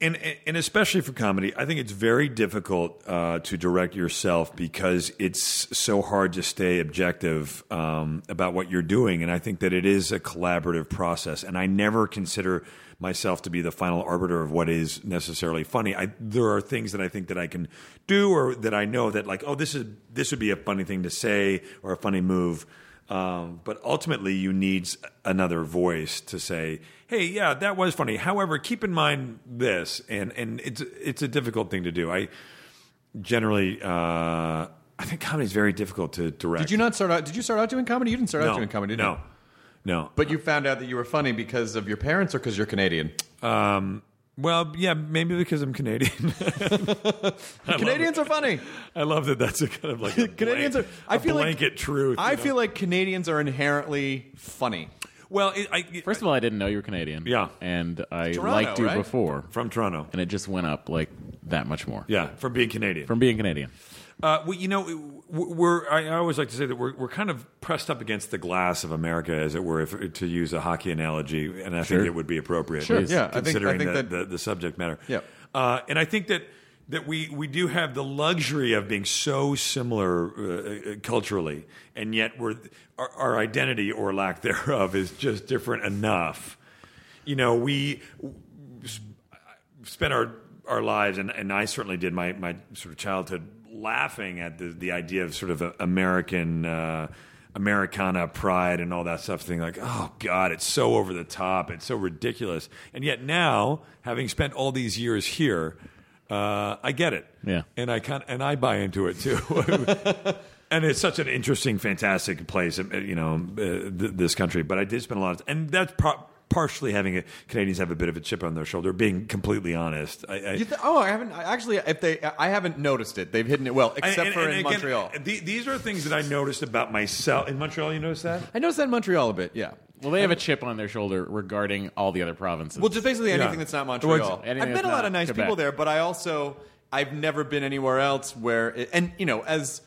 And, and especially for comedy, I think it's very difficult uh, to direct yourself because it's so hard to stay objective um, about what you're doing. And I think that it is a collaborative process. And I never consider myself to be the final arbiter of what is necessarily funny. I, there are things that I think that I can do or that I know that like, oh, this is this would be a funny thing to say or a funny move. Um, but ultimately, you need s- another voice to say, "Hey, yeah, that was funny." However, keep in mind this, and and it's it's a difficult thing to do. I generally, uh, I think comedy is very difficult to direct.
Did you not start out? Did you start out doing comedy? You didn't start
No,
out doing comedy, did
no,
you?
no.
But you found out that you were funny because of your parents or because you're
[LAUGHS]
Canadian.
Um, well, yeah, maybe because I'm Canadian. [LAUGHS]
Canadians are funny.
I love that. That's a kind of like a
[LAUGHS] Canadians
blank-
are. I
a
feel like
blanket truth.
I
you know?
feel like Canadians are inherently funny.
well, it, I,
First of all, I didn't know you were Canadian.
Yeah.
And I
Toronto,
liked you
right?
before.
from Toronto.
And it just went up like that much more.
Yeah, from being Canadian.
From being Canadian.
Uh, we, you know, w- we're. I I always like to say that we're we're kind of pressed up against the glass of America, as it were, if, to use a hockey analogy, and I think it would be appropriate.
Sure, yeah, I
think- I
considering
think
the,
that-
the, the subject matter.
Yeah.
uh, and I think that that we we do have the luxury of being so similar uh, uh, culturally, and yet we're our, our identity or lack thereof is just different enough. You know, we spent our our lives, and, and I certainly did my, my sort of childhood laughing at the, the idea of sort of a American uh, Americana pride and all that stuff. Thing like, oh God, it's so over the top, it's so ridiculous. And yet now, having spent all these years here, uh, I get it.
Yeah.
and I kind and I buy into it too. [LAUGHS] And it's such an interesting, fantastic place, uh, you know, uh, th- this country. But I did spend a lot of, and that's par- partially having a, Canadians have a bit of a chip on their shoulder. Being completely honest, I, I,
You th- oh, I haven't I actually. If they, I haven't noticed it. They've hidden it well, except
and-
for
and
in
again,
Montreal.
the- these are things that I noticed about myself in Montreal. You noticed that?
I noticed that in Montreal a bit. Yeah.
Well, they have a chip on their shoulder regarding all the other provinces.
Well, just basically anything
Yeah.
that's not
Well, it's-
Montreal. I've
anything
met
that's
a lot
not
of nice
Quebec.
people there, but I also I've never been anywhere else where. It, and you know, as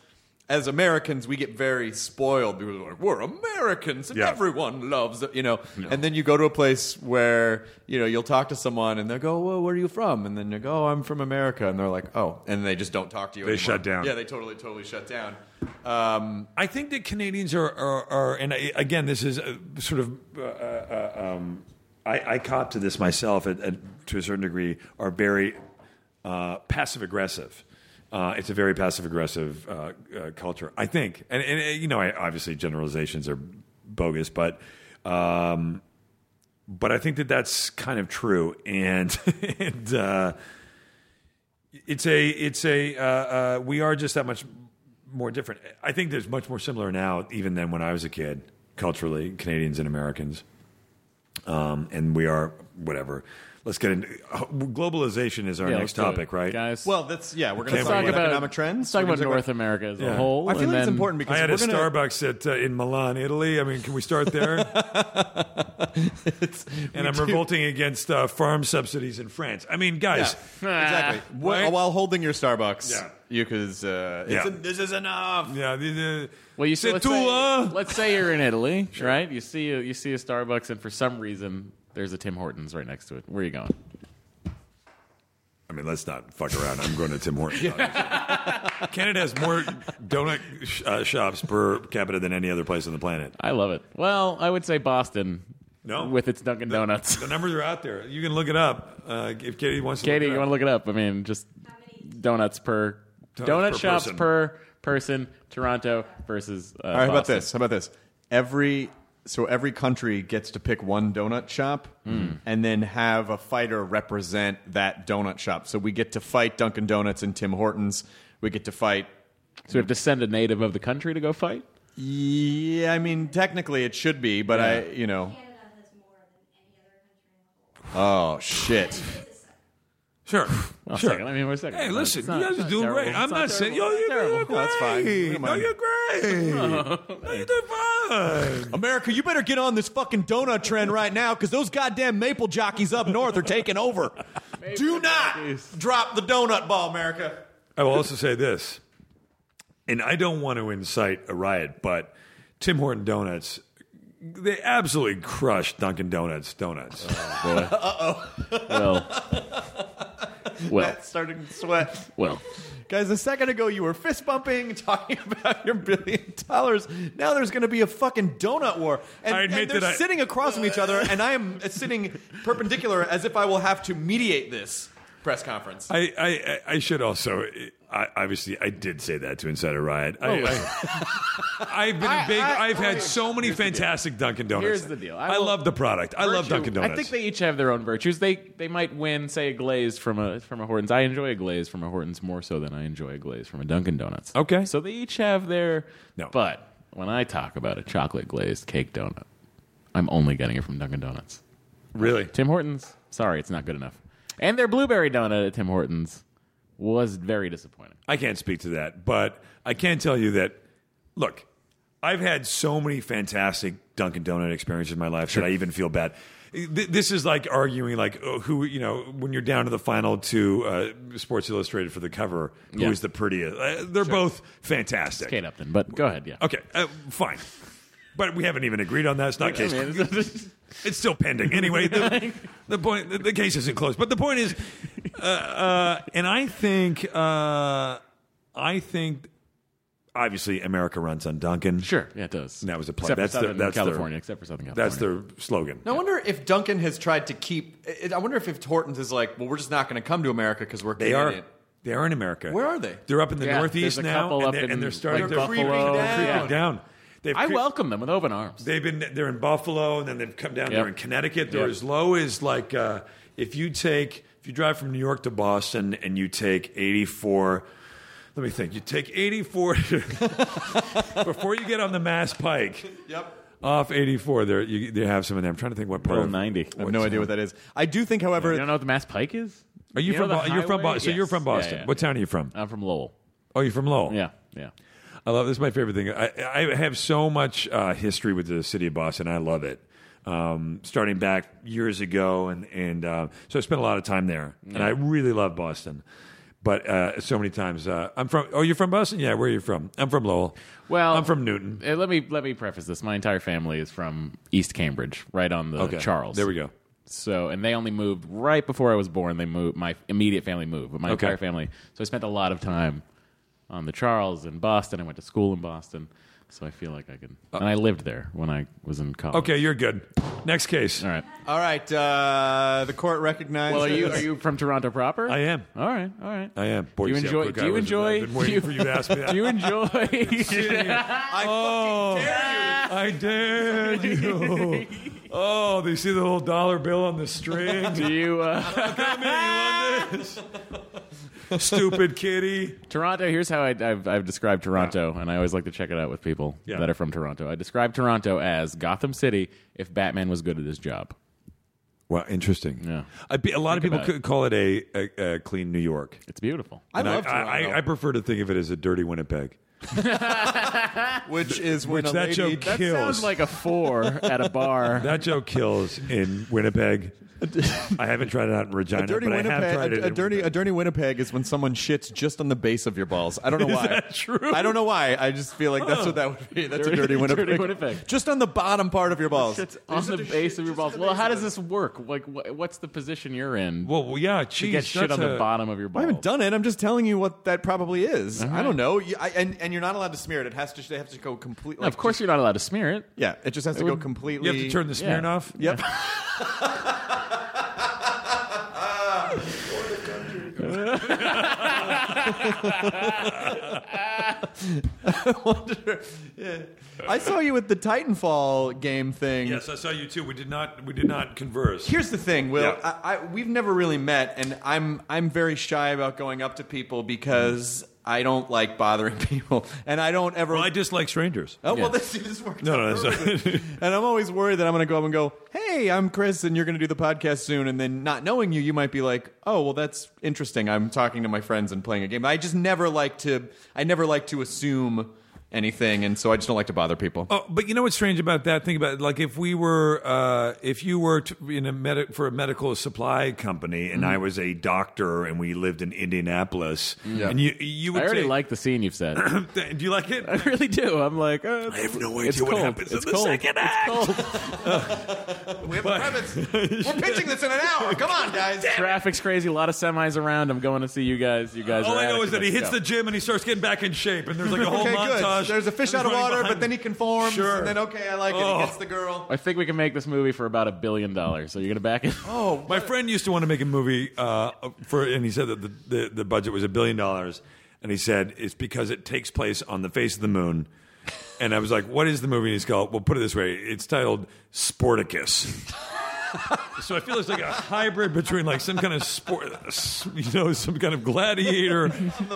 as Americans, we get very spoiled because we're, like, we're Americans and
Yeah.
everyone loves it, you know. And then you go to a place where you know you'll talk to someone and they'll go, "Well, where are you from?" And then you go, oh, "I'm from America," and they're like, "Oh," and they just don't talk to you.
They
anymore.
shut down.
Yeah, they totally totally shut down. Um,
I think that Canadians are, are, are and I, again, this is uh sort of, uh, uh, um, I, I cop to this myself at, at, to a certain degree, are very uh, passive aggressive. Uh, it's a very passive aggressive uh, uh, culture, I think. And, and, uh, you know, I, obviously generalizations are bogus, but. Um, but I think that that's kind of true, and [LAUGHS] and uh, it's a it's a uh, uh, we are just that much more different. I think there's much more similar now, even than when I was a kid, culturally, Canadians and Americans, um, and we are whatever. Let's get into globalization is our
Yeah, let's
next
do it.
topic, right?
Guys,
well, that's yeah. We're going to
Can't
let's
talk
wait.
talk
about
about
economic trends.
Let's talk
We're
about
gonna
North America as
Yeah.
a whole.
I feel
and
like it's
then-
important because
I had a
we're gonna,
Starbucks at uh, in Milan, Italy. I mean, can we
[LAUGHS]
start there?
[LAUGHS]
and I'm revolting against uh, farm subsidies in France. I mean, guys,
exactly. Wh-
Right?
While holding your Starbucks,
Yeah.
you could. Uh, it's
Yeah.
en- this is enough.
yeah, the, the,
Well, you
c'est
see, let's,
tout,
say,
hein?
let's say you're in Italy, right? You see a, you see a Starbucks, and for some reason, there's a Tim Hortons right next to it. Where are you going?
I mean, let's not fuck around. I'm going to Tim Hortons. obviously. Canada has more donut sh- uh, shops per capita than any other place on the planet.
I love it. Well, I would say Boston.
No.
with its Dunkin' Donuts.
The numbers are out there. You can look it up uh, if Katie wants
[LAUGHS]
to.
Katie,
look it
you
up.
want to look it up? I mean, just donuts per donut
Donuts per
shops
person.
per person. Toronto versus. Uh,
All right, how about this? How about this? Every so every country gets to pick one donut shop, and then have a fighter represent that donut shop. So we get to fight Dunkin' Donuts and Tim Hortons. We get to fight.
So we have to send a native of the country to go fight.
Yeah, I mean, technically it should be, but I, you know. Oh shit!
Sure.
Well,
sure.
second, I mean, wait a second.
Hey,
It's
listen,
not-
you
it's
guys
not
are doing
terrible.
great.
It's
I'm
not
not saying, yo,
terrible.
you're,
It's
you're
terrible.
great.
No, that's fine. We don't mind.
No,
[LAUGHS]
you're great. no, you're doing good.
America, you better get on this fucking donut trend right now because those goddamn maple jockeys up north are taking over. Do not drop the donut ball, America.
I will also say this, and I don't want to incite a riot, but Tim Horton Donuts, they absolutely crushed Dunkin' Donuts donuts.
Uh-huh.
Uh-oh. [LAUGHS]
Well.
Well.
Matt started to sweat.
Well.
Guys, a second ago you were fist bumping, [LAUGHS] talking about your billion dollars. Now there's going to be a fucking donut war, and,
I admit
and they're
that I-
sitting across from each other, and I am sitting perpendicular as if I will have to mediate this press conference.
I, I, I- I should also, I, obviously, I did say that to Insider Riot. I,
Oh,
[LAUGHS] I, have been a big, I, have had so many fantastic Dunkin' Donuts.
Here's the deal.
I,
will-
love the product. I love
virtue-
Dunkin' Donuts.
I think they each have their own virtues. They they might win, say, a glaze from a from a Hortons. I enjoy a glaze from a Hortons more so than I enjoy a glaze from a Dunkin' Donuts. Okay. So they each have their no. But when I talk about a chocolate glazed cake donut, I'm only getting it from Dunkin' Donuts.
Really?
Tim Hortons. Sorry, it's not good enough. And their blueberry donut at Tim Hortons was very disappointing.
I can't speak to that, but I can tell you that look, I've had so many fantastic Dunkin' Donut experiences in my life that I even feel bad. Th- This is like arguing, like oh, who you know when you're down to the final two uh, Sports Illustrated for the cover, who is
Yeah.
the prettiest? Uh, they're both fantastic.
Kate Upton, but go ahead, yeah.
Okay, uh, fine. But we haven't even agreed on
[LAUGHS]
that. It's not case.
I
it's still pending. Anyway, the, the point the, the case isn't closed. But the point is, uh, uh, and I think uh, I think obviously America runs on Duncan.
Sure, yeah, it does.
And that was a play.
Except for
that's their,
Southern
that's
California,
Their,
except for Southern
That's their slogan.
Now, I wonder if Duncan has tried to keep. It, I wonder if, if Hortons is like, well, we're just not going to come to America because we're
They are.
Canadian.
They are in America.
Where are they?
They're up in the
Yeah, there's
northeast
a
now,
couple
and
up
they're,
in,
and they're starting
like,
to
Buffalo.
Creeping
Yeah.
down. They've
I
cre-
welcome them with open arms.
They've been they're in Buffalo, and then they've come
Yep.
down. They're in Connecticut. They're
Yep.
as low as like uh, if you take if you drive from New York to Boston and you take eighty four. Let me think. You take eighty four [LAUGHS] before you get on the Mass Pike.
Yep.
Off eighty four, there you they have some in there. I'm trying to think what part.
Route
of
90. I have no idea what that
is. I do think, however,
you don't know what the Mass Pike is?
Are you, from?
know
Bo-
the
you're from
highway?
Boston. So you're
Yes.
from
Yeah,
Boston.
yeah.
What town are you from?
I'm from Lowell.
Oh, you're from Lowell.
Yeah, yeah.
I love this. Is my favorite thing. I, I have so much uh, history with the city of Boston. I love it. Um, starting back years ago, and and uh, so I spent a lot of time there, and I really love Boston. But uh, so many times, uh, I'm from. Oh, you're from Boston? Yeah, where are you from? I'm from Lowell.
Well,
I'm from Newton.
Uh, let me let me preface this. My entire family is from East Cambridge, right on the
Okay.
uh, Charles.
There we go.
So, and they only moved right before I was born. They moved my immediate family moved, but my
Okay.
entire family. So I spent a lot of time on the Charles in Boston. I went to school in Boston, so I feel like I can. and I lived there when I was in college.
Okay, you're good. Next case.
All right.
All right. Uh, the court recognizes.
Well, are you are you from Toronto proper?
I am.
All right. All right.
I am.
Do you
Boise,
enjoy? Do
Albuquerque.
[LAUGHS]
I
you
was-
enjoy?
I've been waiting for you to ask me that.
Do you [LAUGHS] enjoy?
I fucking
Oh. I dare you. Oh, they see the little dollar bill on the
[LAUGHS]
string.
do you? Uh,
Stupid kitty.
Toronto. Here's how I, I've, I've described Toronto, and I always like to check it out with people
Yeah.
that are from Toronto. I describe Toronto as Gotham City if Batman was good at his job.
Wow, interesting.
Yeah,
I be, a lot
Think
of
about
people could call it a, a, a clean New York.
it's beautiful.
I
And
love Toronto,
I, I, I prefer to think of it as a dirty Winnipeg.
which is when
Which
a
that
lady-
joke
That
kills.
sounds like a
[LAUGHS]
four at a bar.
that joke kills in
[LAUGHS]
Winnipeg. I haven't tried it out in Regina,
A dirty
but I have
Winnipeg.
tried
A,
it.
a
in
dirty, a
Winnipeg.
dirty Winnipeg is when someone shits just on the base of your balls. I don't know
[LAUGHS] Is
why.
that true?
I don't know why. I just feel like that's what that would be. That's
Dirty-
a
[LAUGHS]
dirty Winnipeg.
dirty Winnipeg.
Just on the bottom part of your balls.
It's on the base of your balls. Well, how does this work? Like, wh- what's the position you're in?
Well, well, yeah,
to
cheese.
get shit on the bottom of your
I
balls.
haven't done it. I'm just telling you what that probably is. I don't know. You, I, and and you're not allowed to smear it. It has to. They have to go completely.
Of course, you're not allowed to smear it.
Yeah. It just has to go
would-
completely.
You have to turn the smear
Yeah.
off.
Yep. Wonder- yeah. I saw you at the Titanfall game thing.
Yes, I saw you too. We did not. We did not converse.
Here's the thing, Will.
Yeah.
I, I, we've never really met, and I'm I'm very shy about going up to people because I don't like bothering [LAUGHS] people, and I don't ever.
well, I dislike strangers.
oh well,
Yeah.
this, this works.
No, no,
out
that's
perfectly.
[LAUGHS]
and I'm always worried that I'm going to go up and go, "Hey, I'm Chris, and you're going to do the podcast soon." And then not knowing you, you might be like, "Oh, well, that's interesting. I'm talking to my friends and playing a game." I just never like to. I never like to assume anything, and so I just don't like to bother people.
Oh, but you know what's strange about that? Think about it. Like if we were, uh, if you worked in a med- for a medical supply company, and
Mhm.
Mm-hmm.
I was a doctor, and we lived in Indianapolis,
Yeah.
and you you would
I already
say, [LAUGHS]
like the scene you've
[CLEARS THROAT]
said. I
do you like it? I
really do. I'm like, uh,
I have no
it's
idea what
cold.
happens
it's
in the
cold.
second
It's
act.
cold. [LAUGHS]
We have a premise. We're pitching this in an
[LAUGHS]
hour. Come on, guys.
Traffic's crazy. A lot of semis around. I'm going to see you guys. You guys.
All
are
I know
at it.
is that he
Let's
hits
go.
the gym and he starts getting back in shape, and there's like a whole
okay, good.
montage.
There's a fish out of
running
water,
behind
but then he conforms,
Sure.
and then okay, I like it.
Oh.
He gets the girl.
I think we can make this movie for about a billion dollars. So you're gonna back it. [LAUGHS]
Oh, my friend used to want to make a movie uh, for, and he said that the, the, the budget was a billion dollars, and he said it's because it takes place on the face of the moon. And I was like, "What is the movie?" And he's called. Well, put it this way: it's titled Sporticus. so I feel it's like a hybrid between like some kind of sport, you know, some kind of gladiator,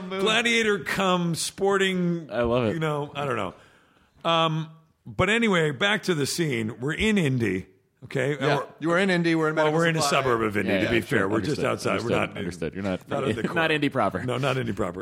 gladiator come sporting. I love it. You know, I don't know. Um, but anyway, back to the scene. We're in Indy. Okay, And
Yeah.
we're-
You were in Indy. We're in.
well,
medical
we're in a
supply.
suburb of Indy,
Yeah,
to be
yeah,
fair.
sure.
We're just
Understood.
outside. We're
Understood.
not
Understood. You're [LAUGHS] not
not, in the
not
core.
indie proper.
No, not indie proper.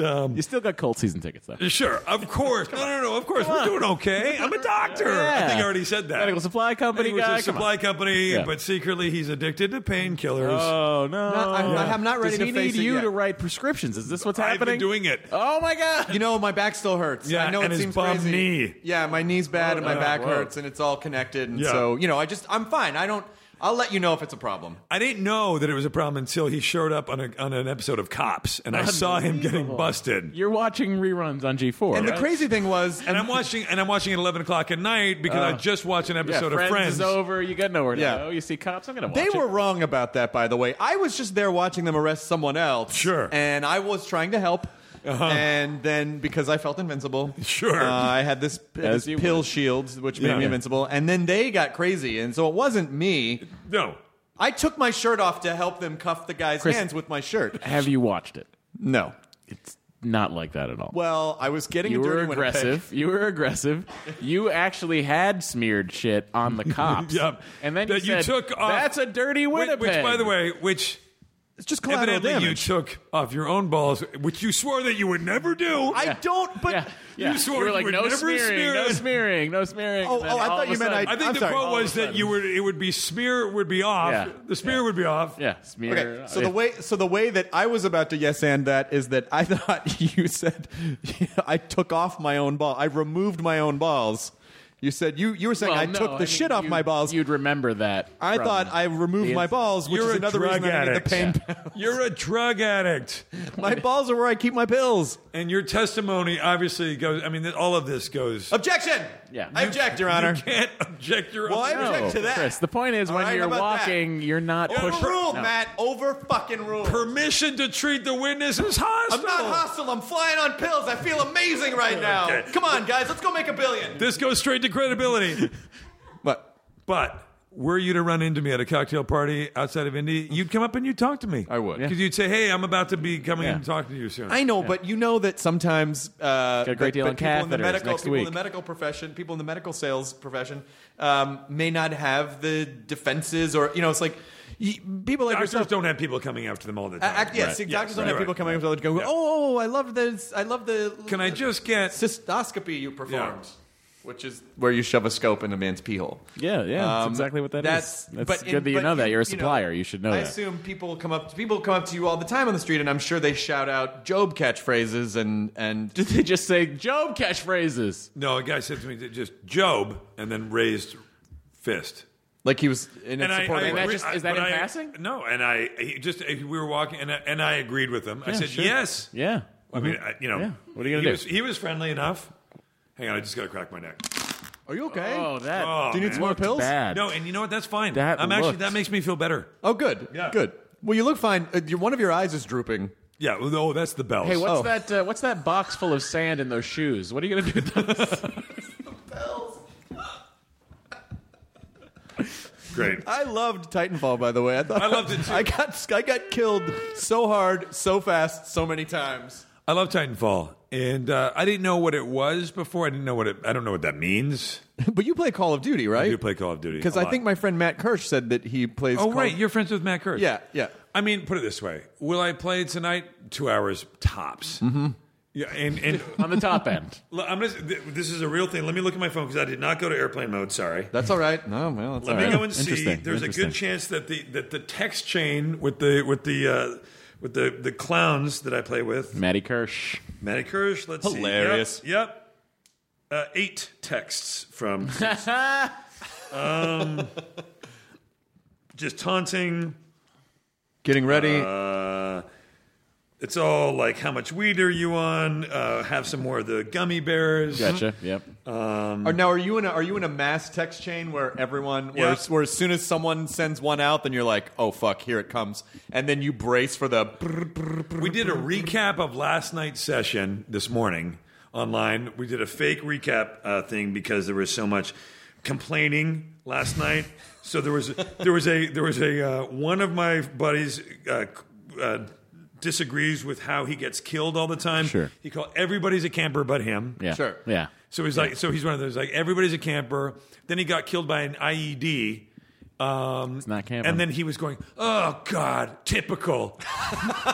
[LAUGHS]
um,
you still got cold season tickets though.
Sure,
[LAUGHS]
of course. No, no, no. Of course,
Come
we're
on.
doing okay.
[LAUGHS]
I'm a doctor. I think I already said that.
Medical supply company
He was
guy.
a
come on.
supply company,
Yeah.
but secretly he's addicted to painkillers.
Oh no!
No, I'm- I am not ready
Does
to
he
face
need
it
you
yet.
to write prescriptions? Is this what's happening?
I've been doing it.
Oh my god!
You know, my back still hurts.
Yeah,
I know
and
it
his
seems
bum
crazy.
knee.
Yeah, my knee's bad and my
Yeah,
back
whoa.
hurts, and it's all connected. And
Yeah.
so, you know, I just I'm fine. I don't. I'll let you know if it's a problem.
I didn't know that it was a problem until he showed up on, a, on an episode of Cops, and I saw him getting
Unbelievable.
busted.
You're watching reruns on G4.
And the
right?
crazy thing was,
And I'm watching, and I'm watching at 11 o'clock at night because I
Oh.
just watched an
yeah,
episode
Friends
of Friends.
is over. You got nowhere to
Yeah.
go. You see cops. I'm gonna watch
They
it.
were wrong about that, by the way. I was just there watching them arrest someone else.
Sure. Uh-huh.
And I was trying to help. And then because I felt invincible,
Sure.
uh, I had this,
As
this
you
pill
would.
shield, which made
Yeah.
me invincible. And then they got crazy, and so it wasn't me.
No.
I took my shirt off to help them cuff the guy's
Chris-
hands with my shirt.
Have you watched it?
No.
It's not like that at all.
Well, I was getting
you
a
were
dirty Winnipeg.
aggressive. You were aggressive. You actually had smeared shit on
[LAUGHS]
the cops.
Yep.
And then
That
you,
you
said,
took off-
That's a dirty
Which-
Winnipeg.
Which, by the way, which
It's just collateral
evidently
damage.
you took off your own balls, which you swore that you would never do.
I don't, but
yeah, yeah.
You swore
were
you
like
would
no
never
smearing,
smear
no
it."
smearing, no smearing.
Oh,
And then
oh, I
all
thought
of
you
a
meant
sudden-
I think
I'm
the
sorry.
quote
All of
was
a
that you
sudden.
would it would be smear would be off.
Yeah.
The smear would be off.
yeah, smear.
Okay, so
Yeah. [LAUGHS]
the way so the way that I was about to yes and that is that I [LAUGHS] thought you said [LAUGHS] I took off my own ball. I removed my own balls. You said you you were saying
Well,
I
no,
took the
mean,
shit off
you-
my balls.
You'd remember that.
I
from-
thought I removed
the
my
ins-
balls, which
You're
is
a
another
drug
reason I needed the
addict.
pain.
[LAUGHS]
You're a drug addict,
my balls are where I keep my pills.
and your testimony obviously goes. I mean, all of this goes.
Objection.
Yeah.
I
You-
object, Your Honor.
You can't object your.
Well,
own-
I
No,
object to that.
Oh, Chris, the point is
All
when
right,
you're
how about
walking,
that?
you're not pushing.
Overruled,
no.
Matt. Over fucking rule.
permission to treat the witness as hostile.
I'm not hostile. I'm flying on pills. I feel amazing right now.
Okay.
Come on, guys. Let's go make a billion.
This goes straight
[LAUGHS]
to credibility.
But
But were you to run into me at a cocktail party outside of Indy, you'd come up and you'd talk to me. I
would. Yeah.
Because you'd say, hey, I'm about to be coming
Yeah.
and talking to you soon.
I know, but you know that sometimes uh,
a great
that-
deal
that
on
people in the
catheters
medical
next
people in the
week.
medical profession, people in the medical sales profession, um, may not have the defenses, or you know, it's like y- people like
Doctors
yourself.
don't have people coming after them all the
Uh,
time.
act- yes,
Right.
doctors
Yes,
don't have
right,
people
right,
coming up
right.
to them going,
Yeah.
"Oh, I love this. I love the."
Can I just get-
cystoscopy you performed?
Yeah.
Which is where you shove a scope in a man's pee hole.
Yeah, yeah, that's
Um,
exactly what that is.
that's,
That's
but
good that you
but
know that. You're a
know,
supplier. You should know
I
that.
assume people come up to people come up to you all the time on the street, and I'm sure they shout out job catchphrases and and
[LAUGHS] Did they just say Job catchphrases?
No, a guy said to me, just Job, and then raised fist.
like he was in a
And I,
supportive
And
I
that
way.
agree-
just- is that
but
in
I-
passing?
No, and I he just we were walking, and I, and I agreed with him. I said
sure.
yes.
Yeah.
I mean, I, you know,
Yeah. What are you gonna
he
do?
Was, he was friendly enough. Hang on, I just got to crack my neck.
Are you okay?
Oh, that.
Oh,
Do you need some
man.
more pills?
Bad.
No, and you know what? That's fine.
That
I'm actually
looked-
that makes me feel better.
Oh, good.
Yeah.
Good. Well, you look fine. Uh, your, one of your eyes is drooping.
Yeah. well, Oh, that's the bells.
Hey, what's
Oh.
that? Uh, what's that box full of sand in those shoes? What are you gonna do? [LAUGHS] With those?
Great.
I loved Titanfall, by the way. I thought
I loved it,
[LAUGHS]
too.
I got I got killed so hard, so fast, so many times.
I love Titanfall, and uh, I didn't know what it was before. I didn't know what it. I don't know what that means.
[LAUGHS] But you play Call of Duty, right?
I do play Call of Duty
Because
a
I
lot.
think my friend Matt Kirsch said that he plays.
Oh
Call-
right, you're friends with Matt Kurtz.
Yeah, yeah.
I mean, put it this way: Will I play tonight? Two hours tops. Mm-hmm. Yeah, and, and [LAUGHS]
on the top end.
L- I'm gonna, s- th- this is a real thing. Let me look at my phone because I did not go to airplane mode. Sorry.
That's all right. No, well, that's
Let
all
me
right.
go and see. There's a good chance that the that the text chain with the with the uh, with the the clowns that I play with,
Matty [LAUGHS] Kirsch.
Matty Kirsch. Let's
Hilarious.
see. Yep. yep. Uh, eight texts from. [LAUGHS] um, just taunting.
Getting ready.
Uh, it's all like, how much weed are you on? Uh, have some more of the gummy bears.
Gotcha. Yep.
Um,
Are, now, are you in a are you in a mass text chain where everyone where,
Yeah.
where as soon as someone sends one out, then you're like, oh fuck, here it comes, and then you brace for the
we did a recap of last night's session this morning online. We did a fake recap uh, thing because there was so much complaining last night. So there was there was a there was a uh, one of my buddies. Uh, uh, disagrees with how he gets killed all the time.
Sure.
He called everybody's a camper but him.
Yeah. Yeah.
So he's like, so he's one of those like everybody's a camper. Then he got killed by an IED. Um, it's
not camping.
And then he was going, oh god, typical. [LAUGHS]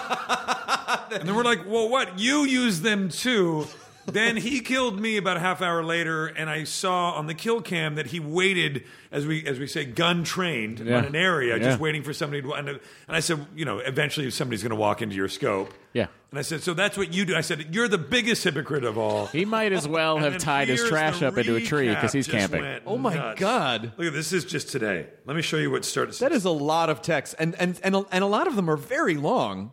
and then we're like, well, what? You use them too. then he killed me about a half hour later, and I saw on the kill cam that he waited, as we as we say, gun trained
Yeah.
on an area,
Yeah.
just waiting for somebody. To, and, and I said, you know, eventually somebody's going to walk into your scope.
Yeah.
And I said, so that's what you do. I said, you're the biggest hypocrite of all.
He might as well
And
have
then
tied his
here's
trash
the
up into a tree because he's
recap. Just
camping.
went
Oh my
nuts.
God.
Look at this is just today. Let me show you what starts.
That is a lot of text, and and and a, and a lot of them are very long.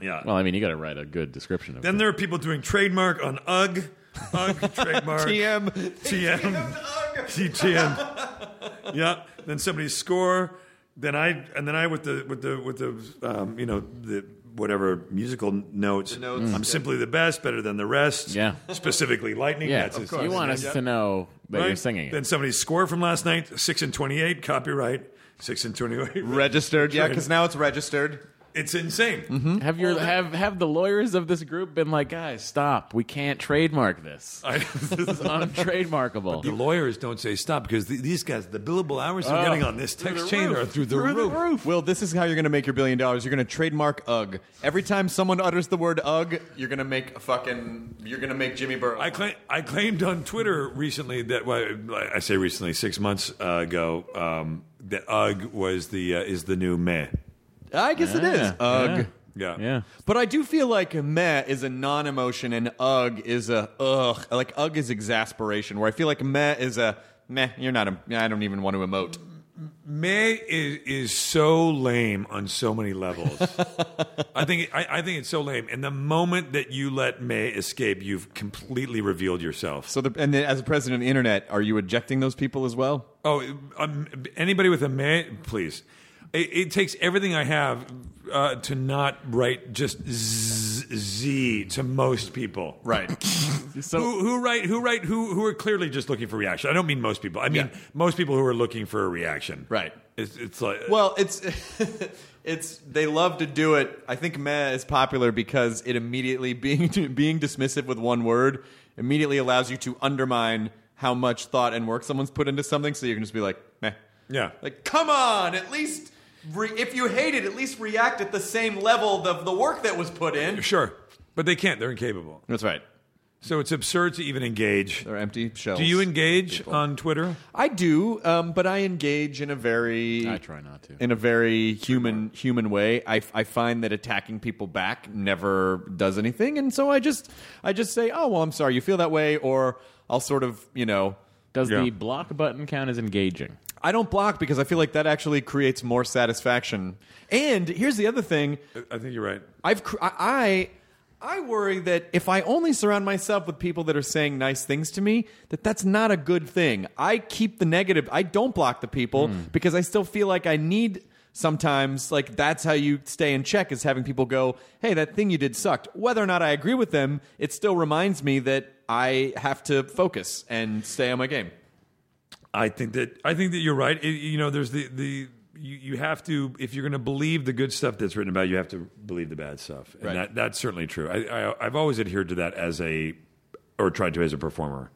Yeah.
Well, I mean, you got to write a good description of
then there are people doing trademark on UGG,
[LAUGHS]
UGG trademark
TM.
TM, TM. Yep. Then somebody score. Then I and then I with the with the with the um, you know the whatever musical notes.
notes,
I'm simply the best, better than the rest.
Yeah.
Specifically, lightning.
Yeah,
That's
of
his-
course. You want us
Yep.
to know that you're
Right?
singing
Then
it.
somebody's score from last night, six and twenty-eight, copyright, six and twenty-eight.
registered, yeah, because now it's registered.
It's insane.
Have your have have the lawyers of this group been like, guys, stop. We can't trademark
[LAUGHS]
this.
Mm-hmm.
This is untrademarkable.
The lawyers don't say stop because th- these guys, the billable hours they're getting on this text chain are Oh. through the roof.
Will, this is how you're going to make your billion dollars. You're going to trademark UGG. Every time someone utters the word UGG, you're going to make a fucking. You're going to make Jimmy Burrow.
I, claim, I claimed on Twitter recently that well, I say recently six months uh, ago um, that UGG was the uh, is the new meh.
I guess it is
Yeah,
UGG.
Yeah,
Yeah.
But I do feel like meh is a non-emotion and ugh is a ugh. Like ugh is exasperation. Where I feel like meh is a meh. You're not a. I don't even want to emote.
Meh is is so lame on so
[LAUGHS]
many levels. I think I, I think it's so lame. And the moment that you let Meh escape, you've completely revealed yourself.
So the, and then as a president of the internet, are you ejecting those people as well?
Oh, um, anybody with a man, please. It, it takes everything I have uh, to not write just z, z to most people.
Right. [LAUGHS]
who, who write who write who who are clearly just looking for reaction. I don't mean most people. I mean
Yeah.
most people who are looking for a reaction.
Right.
It's, it's like
well, it's [LAUGHS] it's they love to do it. I think meh is popular because it immediately being [LAUGHS] being dismissive with one word immediately allows you to undermine how much thought and work someone's put into something. So you can just be like meh.
yeah.
Like, come on, at least re- if you hate it, at least react at the same level of the work that was put in.
sure, but they can't. They're incapable.
That's right.
So it's absurd to even engage.
They're empty shells.
Do you engage on Twitter?
I do, um, but I engage in a very
I try not to.
in a very human human way. I, I find that attacking people back never does anything, and so I just I just say, oh well, I'm sorry you feel that way, or I'll sort of you know
Does
Yeah.
the block button count as engaging?
I don't block because I feel like that actually creates more satisfaction. And here's the other thing.
I think you're right.
I've cr- I I I worry that if I only surround myself with people that are saying nice things to me, that that's not a good thing. I keep the negative. I don't block the people because I still feel like I need sometimes like that's how you stay in check is having people go, "Hey, that thing you did sucked." Whether or not I agree with them, it still reminds me that I have to focus and stay on my game.
I think that I think that you're right. It- you know, there's the the you, you have to if you're going to believe the good stuff that's written about, you you have to believe the bad stuff, and
Right.
that that's certainly true. I, I I've always adhered to that as a or tried to as a performer.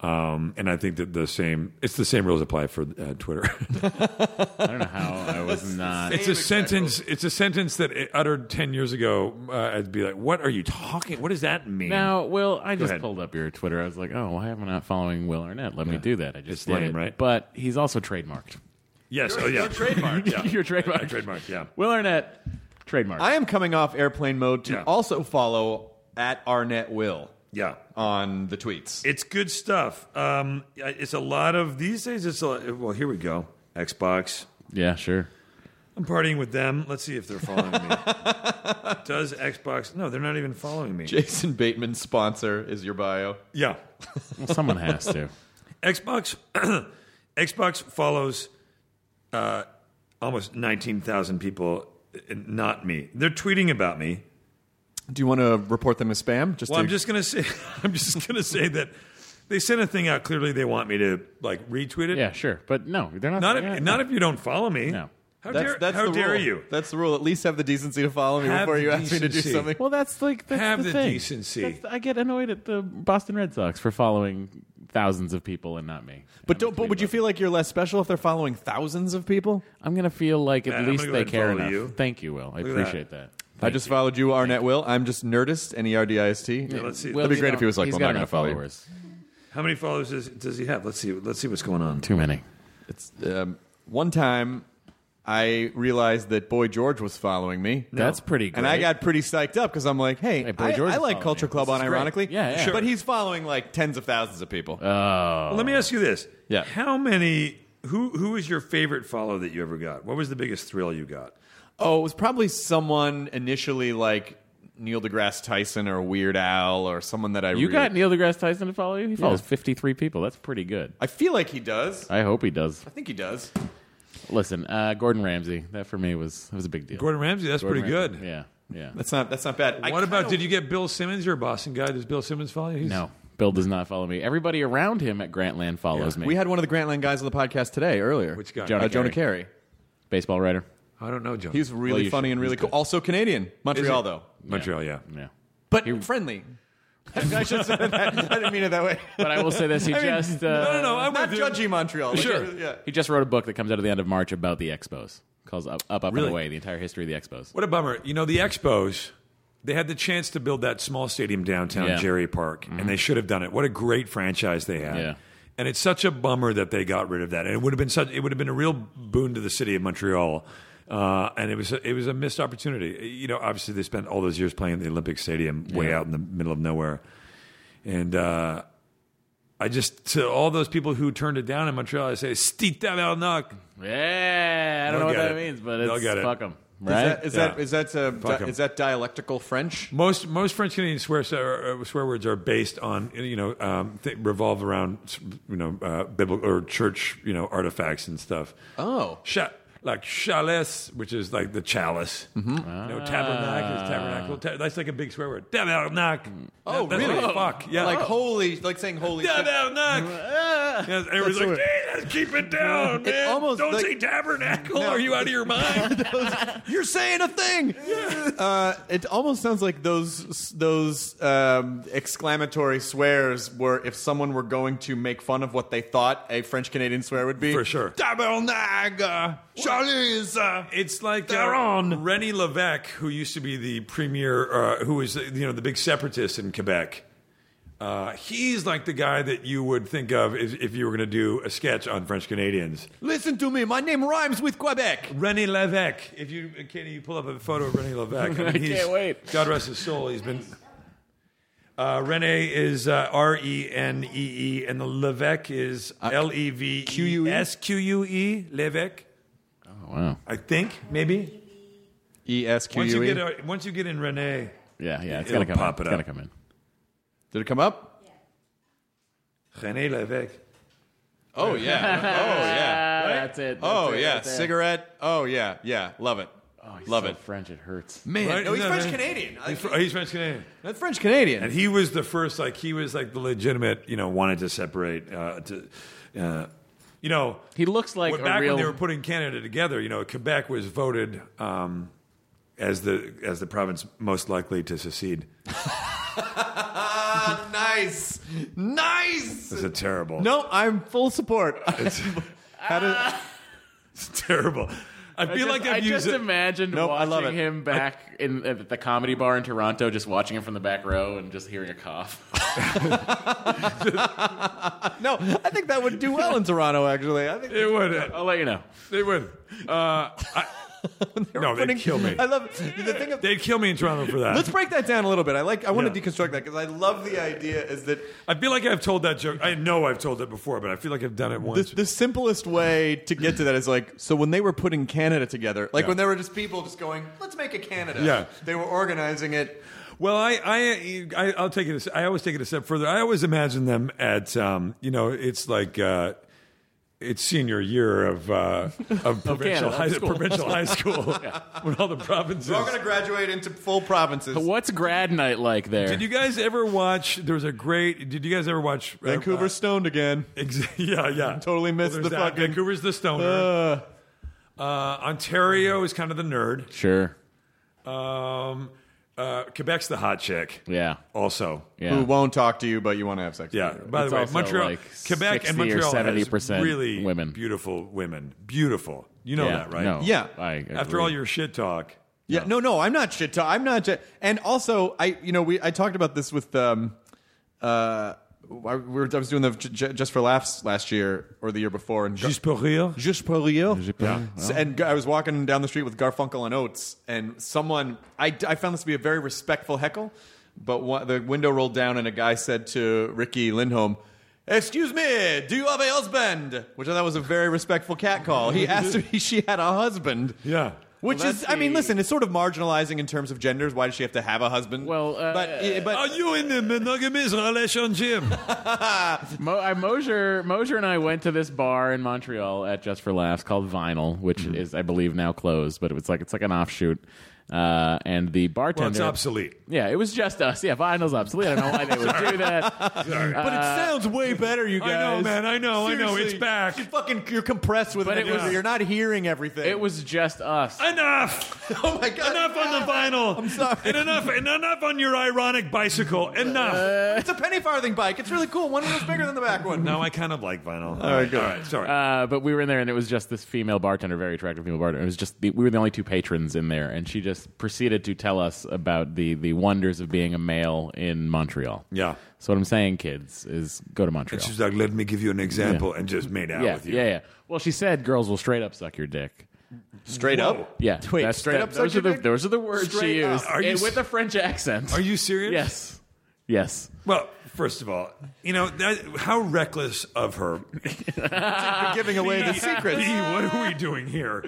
Um, and I think that the same it's the same rules apply for uh, Twitter.
I don't know how I was not.
[LAUGHS] it's a sentence. It's a sentence that it uttered ten years ago. Uh, I'd be like, "What are you talking? What does that mean?"
Now, Will, I
Go
just
ahead.
pulled up your Twitter. I was like, oh, why am I not following Will Arnett? Let me do that. I just
It's
did
lame,
it.
right?
But he's also trademarked.
Yes. oh yeah.
trademarked.
[LAUGHS] yeah.
[LAUGHS] You're trademarked.
I trademarked. Yeah.
Will Arnett, trademarked.
I am coming off airplane mode to
Yeah.
also follow at Arnett Will.
Yeah.
On the tweets.
It's good stuff. Um, it's a lot of these days. It's a lot, well. Here we go. Xbox.
Yeah, sure.
I'm partying with them. Let's see if they're following me. Does Xbox? No, they're not even following me.
Jason Bateman sponsor is your bio.
Yeah.
Well, someone has to. [LAUGHS]
Xbox. [CLEARS THROAT] Xbox follows uh, almost 19,000 people. uh, Not me. They're tweeting about me.
Do you want to report them as spam? Just
well,
to-
I'm just gonna say. [LAUGHS] I'm just gonna say that they sent a thing out. Clearly, they want me to like retweet it.
Yeah, sure. But no, they're not.
[LAUGHS] Not if,
yeah,
not if you don't follow me.
No.
How
that's,
dare,
that's
how
the
dare
rule.
you?
That's the rule. At least have the decency to follow me
Have
before
the
you ask me to do
decency.
something.
Well, that's like that's
Have
the,
the
thing.
decency.
That's- I get annoyed at the Boston Red Sox for following thousands of people and not me.
But don't. But would you feel like you're less special if they're following thousands of people?
I'm gonna feel like at
Matt, I'm
least
gonna go
they
ahead and
care
follow
enough.
you.
Thank you, Will. I
Look at
appreciate that.
I just followed you, Arnett Will. I'm just Nerdist, N E R D I S T.
Yeah, let's see.
Will,
That'd be
you
great
know,
if he was like,
he's
"Well, I'm
got
not gonna
enough
follow you."
followers.
How many followers does, does he have? Let's see. Let's see what's going on.
Too many.
It's um, one time I realized that Boy George was following me.
That's pretty. Great.
And I got pretty psyched up because I'm like, hey,
Boy
I,
George
I
is
like
following
Culture
me.
Club
This is great.
unironically.
Yeah, yeah. Sure.
But he's following like tens of thousands of people.
Oh,
Well, let me ask you this.
Yeah.
How many? Who who was your favorite follow that you ever got? What was the biggest thrill you got?
oh, it was probably someone initially like Neil deGrasse Tyson or Weird Al or someone that I
you
really-
got Neil deGrasse Tyson to follow you. He follows 53 people. That's pretty good.
I feel like he does.
I hope he does.
I think he does.
Listen, uh, Gordon Ramsay. That for me was that was a big deal.
Gordon Ramsay. That's pretty good.
Yeah, yeah.
That's not that's not bad. I
What about?
kinda-
Did you get Bill Simmons? You're a Boston guy. Does Bill Simmons follow you? He's-
No, Bill does not follow me. Everybody around him at Grantland follows me.
We had one of the Grantland guys on the podcast today earlier.
Which guy?
Jonah,
Jonah
uh, Jonah
Carey.
Carey.
baseball writer.
I don't know, John.
He's really
you
funny
should.
and really
He's
cool.
good.
Also Canadian, Montreal though,
Montreal. Yeah.
Yeah.
but
[LAUGHS]
friendly. [LAUGHS] I should say that. I didn't mean it that way.
But I will say
[LAUGHS]
this: he
I mean,
just uh,
No, no, no. I'm
Not
with you.
judgy Montreal. Like,
Sure.
Yeah.
he just wrote a book that comes out at the end of March about the Expos. Calls up, up, up
Really?
and away the entire history of the Expos.
What a bummer. You know, the Expos, they had the chance to build that small stadium downtown
Yeah. Mm-hmm.
Jerry Park, and they should have done it. What a great franchise they had.
Yeah.
And it's such a bummer that they got rid of that. And it would have been such it would have been a real boon to the city of Montreal. Uh, and it was a, it was a missed opportunity. You know, obviously they spent all those years playing at the Olympic Stadium way out in the middle of nowhere. And uh, I just to all those people who turned it down in Montreal, I say, "Stita el knock."
Yeah, I don't know
They'll
what
get
that
it.
means, but
They'll
it's
get it.
fuck them,
Is
right?
that is
Yeah.
that is that uh,
Fuck
di-
'em.
is that dialectical French?
Most most French Canadian swear uh, swear words are based on you know um, th- revolve around you know uh, biblical or church you know artifacts and stuff.
Oh.
Cha- like chalice, which is like the chalice.
Mm-hmm.
You know, tabernacle is
Ah.
tabernacle. Ta- that's like a big swear word. Tabernacle.
Oh,
That- that's
really?
like fuck. Yeah.
Like
Oh.
holy, like saying holy. shit.
Tabernacle.
Mm.
Yeah, everybody's like, Jesus, keep it down,
It
man.
almost
Don't
like-
say tabernacle.
No.
Are you out of
[LAUGHS]
your mind?
You're saying a thing. Uh, it almost sounds like those those um, exclamatory swears were if someone were going to make fun of what they thought a French Canadian swear would be.
For sure.
Tabernacle, Charlize.
It's like
They're
on Rennie Levesque, who used to be the premier, uh, who was uh, you know the big separatist in Quebec. Uh, he's like the guy that you would think of if, if you were going to do a sketch on French Canadians.
Listen to me. My name rhymes with Quebec.
Rennie Levesque. If you can, you pull up a photo of Rennie Levesque. I, mean, he's,
can't wait.
God rest his soul. He's been. Uh, Rene is uh, R E N E E, and the Levesque is L E V E S Q U E. Levesque,
oh, wow.
I think, maybe.
E S Q
Once you
U E.
get uh, once you get in Renee,
Yeah, yeah. It's
It'll
gonna come.
pop
in.
it
it's gonna
up.
come in.
Did it come up?
Renee Levesque.
[LAUGHS] Oh yeah. Oh yeah.
That's it.
Oh yeah. Cigarette. Oh yeah. Yeah. Love it. Love it.
French. It hurts.
Man.
Right?
No, he's
No,
French
no.
Canadian.
He's, fr- he's French Canadian,
That's French [LAUGHS]
and
Canadian.
he was the first. Like he was like the legitimate. You know, wanted to separate. Uh, to, uh, you know,
He looks like
when-
a
back
real-
when they were putting Canada together. You know, Quebec was voted um, as the as the province most likely to secede.
Ah, nice. Nice.
This is terrible.
No, I'm full
[LAUGHS]
support.
How did? It's [LAUGHS] terrible. I feel
just,
like I've
I
used
just
it.
imagined
Nope, I
watching
love it.
him back in at the comedy bar in Toronto, just watching him from the back row and just hearing a cough. [LAUGHS]
no, I think that would do well in Toronto. Actually, I think
It would.
I'll let you know.
They would. Uh, I, no, Oh, they'd kill me.
I love the thing
[LAUGHS]
of.
They'd kill me in Toronto for that.
Let's break that down a little bit. I like. I want to
Yeah.
deconstruct that because I love the idea is that
I feel like I've told that joke. I know I've told it before, but I feel like I've done it
the,
once.
the simplest way to get to that is like so when they were putting Canada together, like
Yeah.
when there were just people just going, "Let's make a Canada."
Yeah.
they were organizing it.
Well, I, I, I, I'll take it. a s- I always take it a step further. I always imagine them at, um, you know, it's like uh, it's senior year of uh, of provincial high
school.
provincial high school when all the provinces.
We're all going to graduate into full provinces.
What's grad night like there?
Did you guys ever watch? There was a great. Did you guys ever watch uh,
Vancouver
uh,
stoned again.
ex- [LAUGHS] yeah,
[LAUGHS]
yeah.
Totally missed
there's
the
that.
fucking-
Vancouver's the stoner.
Uh,
Uh, Ontario is kind of the nerd.
Sure.
Um, uh, Quebec's the hot chick.
Yeah.
Also,
Yeah.
Who won't talk to you, but you want to have sex?
Yeah.
With them.
By
It's
the way,
also
Montreal,
like
Quebec,
60
and
or
Montreal has
70%
really
women.
beautiful women. Beautiful. You know
Yeah,
that, right?
no,
Yeah.
I agree.
After all your shit talk,
Yeah, no, no, I'm not shit. Ta- I'm not. Shit. And also, I, you know, we I talked about this with, um, uh, I, we were, I was doing the J- J- just for laughs last year or the year before, and
just pour rire.
Just pour rire.
Yeah.
S- And I was walking down the street with Garfunkel and Oates, and someone I, I found this to be a very respectful heckle, but one, the window rolled down, and a guy said to Ricky Lindholm. Excuse me, do you have a husband? Which I thought was a very respectful cat call. He [LAUGHS] asked if she had a husband.
Yeah.
Which
Well,
is,
that's
I mean,
the-
listen, it's sort of marginalizing in terms of genders. Why does she have to have a husband?
Well, uh,
but i- but
Are you in a monogamous relationship?
[LAUGHS] Mo- I, Mosher, Mosher and I went to this bar in Montreal at Just for Laughs called Vinyl, which is, I believe, now closed, but it was like it's like an offshoot. Uh, and the
well,
bartender,
Oh, it's obsolete.
yeah, it was just us. Yeah, Vinyl's obsolete. I don't know why they would do that.
but it sounds way better, you
uh, [LAUGHS] I
guys.
know, man. I know. I know. It's
Seriously.
back.
You fucking, you're compressed with
But
it.
it was-
You're not hearing everything.
It was just us. [LAUGHS]
[LAUGHS]
Enough.
oh my god,
Enough
[LAUGHS]
on the vinyl. I'm
sorry.
And enough. And enough on your ironic bicycle. Enough.
It's a penny farthing bike. It's really cool. One of them's bigger than the back one.
now I kind of like vinyl. All
right, go.
All right. Sorry.
Uh, but we were in there, and it was just this female bartender, very attractive female bartender. It was just the, we were the only two patrons in there, and she just proceeded to tell us about the the wonders of being a male in Montreal.
yeah.
So what I'm saying, kids, is go to Montreal.
She's like, let me give you an example, and just made out
yeah,
with you.
yeah, yeah. Well, she said girls will straight up suck your dick.
Straight up.
[LAUGHS]
Yeah,
Wait,
that's-
straight
that-
up.
Those
suck
are the
your dick?
those are the words
Straight
she
up.
used
Are you
and
s-
with a French accent.
Are you serious?
Yes, yes.
Well, first of all, you know that, how reckless of
[LAUGHS]
her. Ah,
You're giving away
[LAUGHS]
the
B,
secrets.
B, what are we doing here?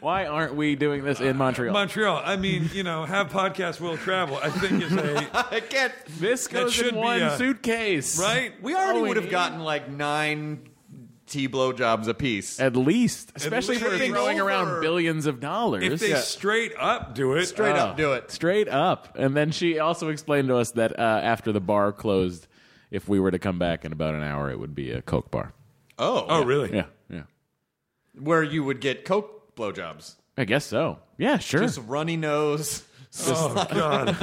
Why aren't we doing this in Montreal?
Montreal. I mean, you know, have podcasts will travel. I think is
[LAUGHS]
a
I can't.
this goes
should
in
be
one
a-
suitcase,
right.
We already
Oh,
would have
indeed.
gotten like nine T blowjobs apiece.
At least, especially if we're
least.
throwing
Over.
around billions of dollars.
If they straight up do it, uh,
Straight up, do it.
Straight up. And then she also explained to us that uh, after the bar closed, if we were to come back in about an hour, it would be a Coke bar.
Oh,
Oh, really?
Yeah, yeah.
where you would get coke blowjobs.
I guess so. Yeah, sure.
Just runny nose. [LAUGHS]
Oh God.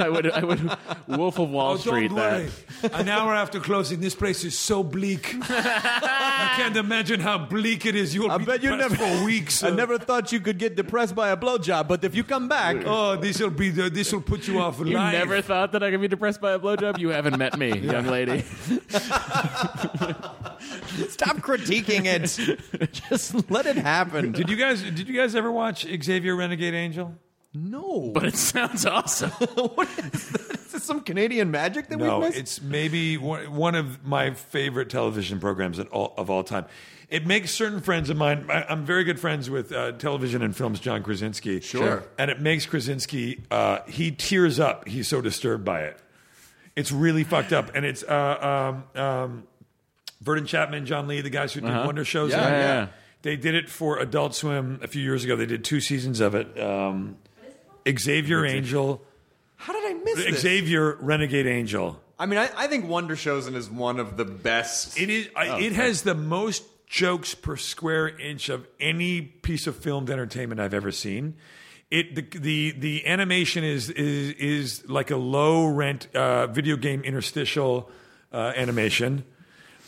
[LAUGHS] I would, I would Wolf of Wall
Oh,
Street
don't
that.
worry. An hour after closing, this place is
[LAUGHS]
so bleak. I can't imagine how bleak it is. You'll
I
be
bet you
depressed
never-
for
[LAUGHS]
weeks. uh,
I never thought you could get depressed by a blowjob, but if you come back,
Oh, this will be. The, this will put you off
You
life.
never thought that I could be depressed by a blowjob? You haven't met
[LAUGHS]
me, young lady.
stop critiquing it. [LAUGHS] Just let it happen.
Did you guys? Did you guys ever watch Xavier Renegade Angel?
no.
But it sounds awesome.
[LAUGHS] what is that? Is this some Canadian magic that
No,
we missed?
it's maybe one one of my favorite television programs at all, of all time. It makes certain friends of mine. I, I'm very good friends with uh, television and films John Krasinski.
Sure.
and it makes Krasinski. Uh, he tears up. He's so disturbed by it. It's really fucked up, and it's uh, um, um, Vernon Chapman, John Lee, the guys who did Wonder Shows.
Uh-huh. Yeah,
yeah.
They did it for Adult Swim a few years ago. They did two seasons of it. Um, Xavier Angel,
How did I miss this?
Xavier Renegade Angel.
I mean, I, I think Wonder Chosen is one of the best.
It is.
Oh,
I it has the most jokes per square inch of any piece of filmed entertainment I've ever seen. It the the, the animation is is is like a low rent uh, video game interstitial uh, animation.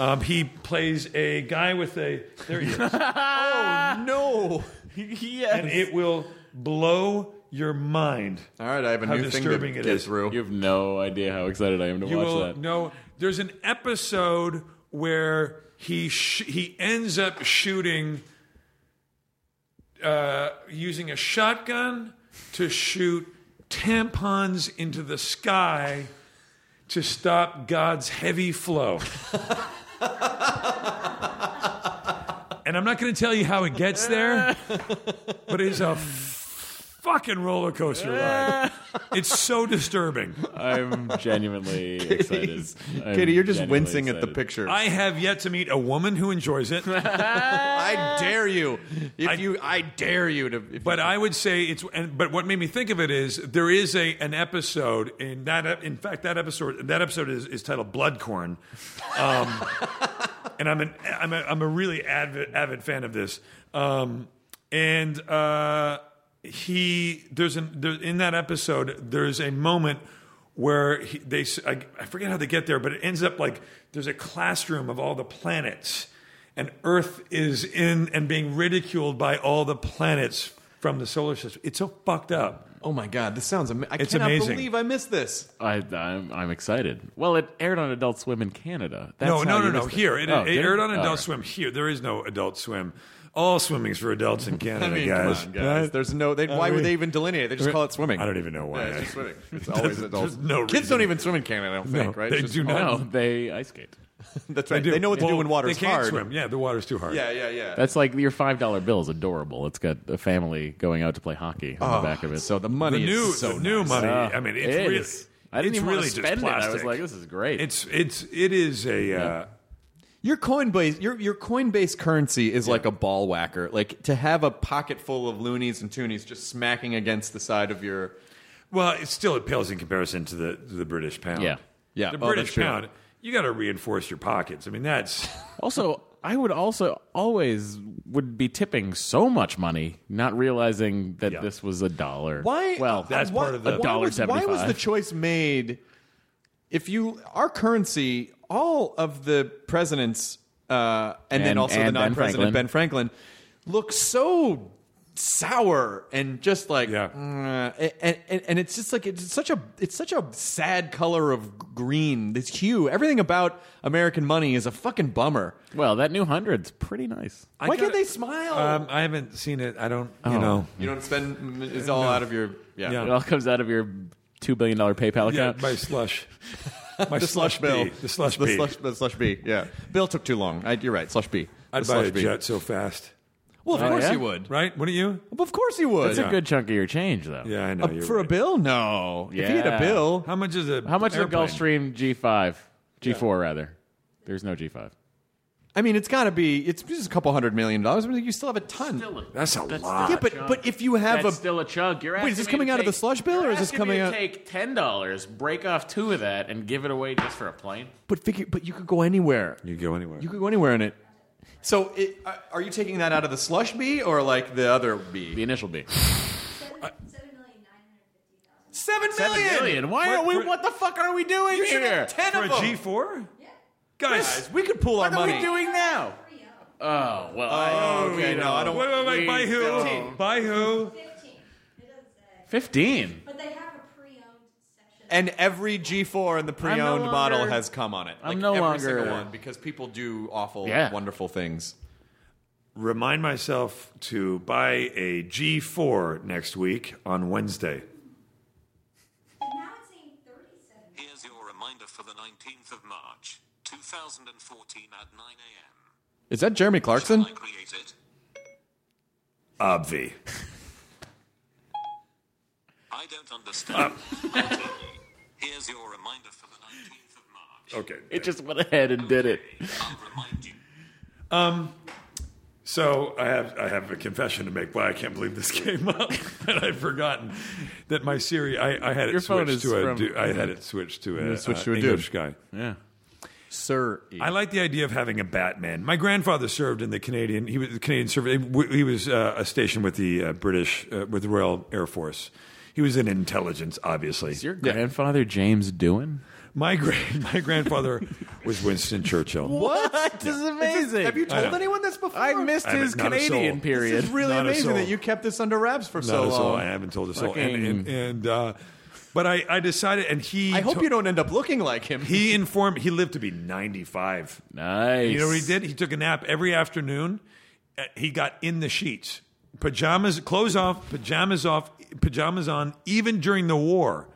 Um, he plays a guy with a there he is.
[LAUGHS] oh no! yes.
and it will blow your mind.
All right, I have a
how
new thing to
disturbing
get
it is.
through.
You
[LAUGHS]
have no idea how excited I am to
you
watch
will
that.
know there's an episode where he sh- he ends up shooting uh, using a shotgun to shoot tampons into the sky to stop God's
[LAUGHS]
heavy flow. and I'm not going to tell you how it gets there, but it's a fucking roller
[LAUGHS]
coaster ride. It's so disturbing.
I'm
[LAUGHS]
genuinely excited. I'm
Katie, you're just
genuinely
wincing at the
excited.
picture.
I have yet to meet a woman who enjoys it,
I dare you. If you, I dare you to. If
but I would say it's. And, but what made me think of it is there is a an episode in that. ep- In fact, that episode that episode is, is titled Bloodcorn, um, and I'm an I'm a, I'm a really avid avid fan of this. Um, and uh, he there's an there, in that episode there's a moment where he, they s- I, I forget how they get there, but it ends up like there's a classroom of all the planets, and Earth is in and being ridiculed by all the planets from the solar system. It's so fucked up.
Oh my god, this sounds amazing. I
It's
cannot
amazing.
believe I missed this.
I, I'm, I'm excited. Well, it aired on Adult Swim in Canada. That's
no,
how
no, no,
you
no.
missed
Here it,
Oh,
it
did
aired on
Oh,
Adult
right.
Swim. Here there is no Adult Swim. All swimming's for adults in Canada,
I mean,
guys.
come on, guys. There's no. They,
I
why
mean-
would they even delineate? it? They just call it swimming.
I don't even know why.
Yeah, it's just
I-
swimming. It's always
There's
adults.
no
Kids
reason.
don't even swim in Canada. I don't
No,
think. Right?
they
It's just-
do not.
No, they ice skate.
[LAUGHS] That's right. They, know what to do
Well,
when water's
they can't
hard.
Swim. Yeah, the water's too hard.
Yeah, yeah, yeah.
That's like your five dollar bill is adorable. It's got a family going out to play hockey on the back of it.
so the
the
money
new
is so
the new
nice.
money.
Uh,
I mean, Ah, it's
it
really,
is. I didn't
it's
even wanna
really
spend
just
it. I was
plastic.
like, this is great.
It's it's it is a uh,
Your Coinbase, your your Coinbase currency is like a ball whacker. Like to have a pocket full of loonies and toonies just smacking against the side of your.
well, it's still it pales in comparison to the to the British pound.
Yeah.
Yeah.
the
Oh,
British
that's true.
pound. You got to reinforce your pockets. I mean, that's
Also, I would also always would be tipping so much money, not realizing that
Yeah.
this was a dollar.
Why? uh,
Well,
That's
why-
part of the-
why
Dollar
was- Why was the
75.
choice made? If you our currency, all of the presidents, uh, and, then
And-
also
and
the
Ben
non-president
Franklin.
Ben Franklin, look so sour and just like
Yeah.
uh, and, and and it's just like it's such a it's such a sad color of green this hue everything about american money is a fucking bummer
well, that new hundred's pretty nice.
I
why can't
gotta-
they smile
Um, I haven't seen it. I don't. You know.
you don't spend it's all out of your yeah,
Yeah.
It all comes out of your two billion dollar PayPal
Yeah,
account.
my slush. My
the slush bill.
bee. The slush
the
bill.
Slush, the slush B. Yeah. Bill took too long. I, you're right. Slush B. The
I'd buy
slush
a
B.
jet so fast,
Well, of
Oh,
course
yeah?
you would.
right? Wouldn't you?
Well, of course you would.
It's a good chunk of your change, though.
Yeah, I know.
Uh,
you're
for a
right.
bill? No. If he had a
Yeah.
bill,
How much is a
How much is a
airplane?
Gulfstream G5, G4 rather? There's no G5.
I mean, it's got to be. It's just a couple hundred million dollars. but you still have a ton.
That's a lot.
yeah, but but if you have a
still a chunk. You're
Wait, is this
asking
coming
me to
out of the
take-
slush bill, or
you're
is this
asking
coming
me to
out-
Take ten dollars, break off two of that, and give it away just for a plane.
but figure but you could go anywhere.
you go anywhere.
You could go anywhere in it. So, it, uh, are you taking that out of the slush B or like the other
The
B?
initial B.
Seven
Seven million. Why
We're-
are we?
we're-
What the fuck are we doing
You should
here?
have ten
for
of
a
them.
G four?
Guys, we could pool
what
our
are
money.
we doing now? Oh well.
Oh,
I,
okay,
you
no,
know,
I don't.
Wait, wait, wait.
We-
By who?
fifteen.
By who?
Fifteen.
And every G4 in the
I'm
pre-owned
no longer-
model has come on it.
I'm
Like,
no
every
longer-
single one because people do awful,
Yeah.
wonderful things.
Remind myself to buy a G four next week on Wednesday.
Here's your reminder for the 19th of March, 2014 at 9 a.m.
Is that Jeremy Clarkson?
I create it.
Obvi.
I don't understand.
Uh, [LAUGHS]
Continue. Here's your reminder for the 19th of March.
Okay.
It just went ahead and did it.
I'll remind you.
So I have I have a confession to make. Why I can't believe this [LAUGHS] came up, and I've forgotten that my Siri. I, I had it
Your phone
switched
is
to a.
from- Mhm.
du- I had it switched to a,
switched
uh,
to a dude.
English guy.
Yeah.
Sir.
I like the idea of having a Batman. My grandfather served in the Canadian. He was the Canadian service. He was uh, a station with the uh, British, uh, with the Royal Air Force. He was in intelligence, obviously.
Is your grandfather James doing?
My grand, [LAUGHS] my grandfather was Winston
[LAUGHS]
Churchill.
What? This is amazing. Have you
I
told
know.
anyone this before? I
missed
I haven't- his not a Canadian soul. period.
This is really
Not a
amazing
soul.
that you kept this under wraps for
Not
so
a soul.
long.
I haven't told a soul. And, and, and, uh, but I, I decided, and he.
I hope
to-
you don't end up looking like him.
He informed. He lived to be ninety-five.
Nice.
You know what he did? He took a nap every afternoon. Uh, He got in the sheets, pajamas, clothes off, pajamas off, pajamas on, even during the war,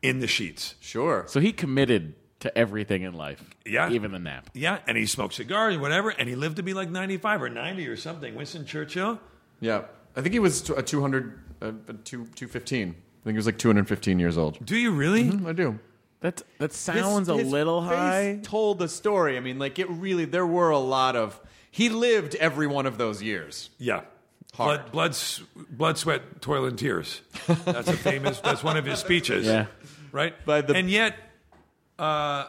in the sheets.
Sure.
So he committed to everything in life.
Yeah.
Even the nap.
Yeah, and he smoked cigars and whatever, and he lived to be like ninety-five or ninety or something. Winston Churchill.
Yeah, I think he was t- a two hundred, uh, two two fifteen. I think he was like two hundred fifteen years old.
Do you really?
I do.
That's that sounds a little high.
Told the story. I mean, like it really. There were a lot of. He lived every one of those years.
Yeah.
Hard.
Blood, blood, s- blood, sweat, toil, and tears. That's a famous. that's one of his speeches.
Yeah.
Right. and yet, uh,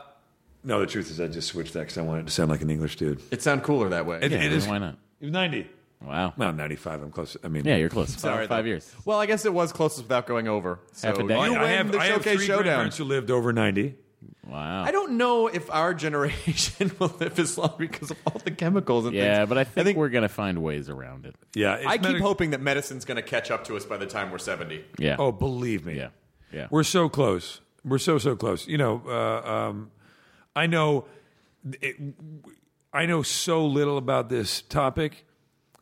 no. The truth is, I just switched that because I wanted to sound like an English dude.
It sounded cooler that way.
It-
Yeah,
it is.
why not?
It was ninety.
Wow.
Well, ninety-five. I'm close. I mean,
Yeah, you're close.
Sorry,
Five, five
though.
years.
Well, I guess it was closest without going over. So
Half a day.
You
I- I
win
I have,
the
I have
showcase
three
showdown.
grandparents who lived over ninety.
Wow.
I don't know if our [LAUGHS] generation will live as long because of all the chemicals and
yeah,
things.
but I think, we're gonna find ways around it.
Yeah,
I
it's
keep
medic-
hoping that medicine's going to catch up to us by the time we're 70.
Yeah.
Oh, believe me.
Yeah. Yeah.
We're so close. We're so so close. You know, uh, um, I know, it, I know so little about this topic,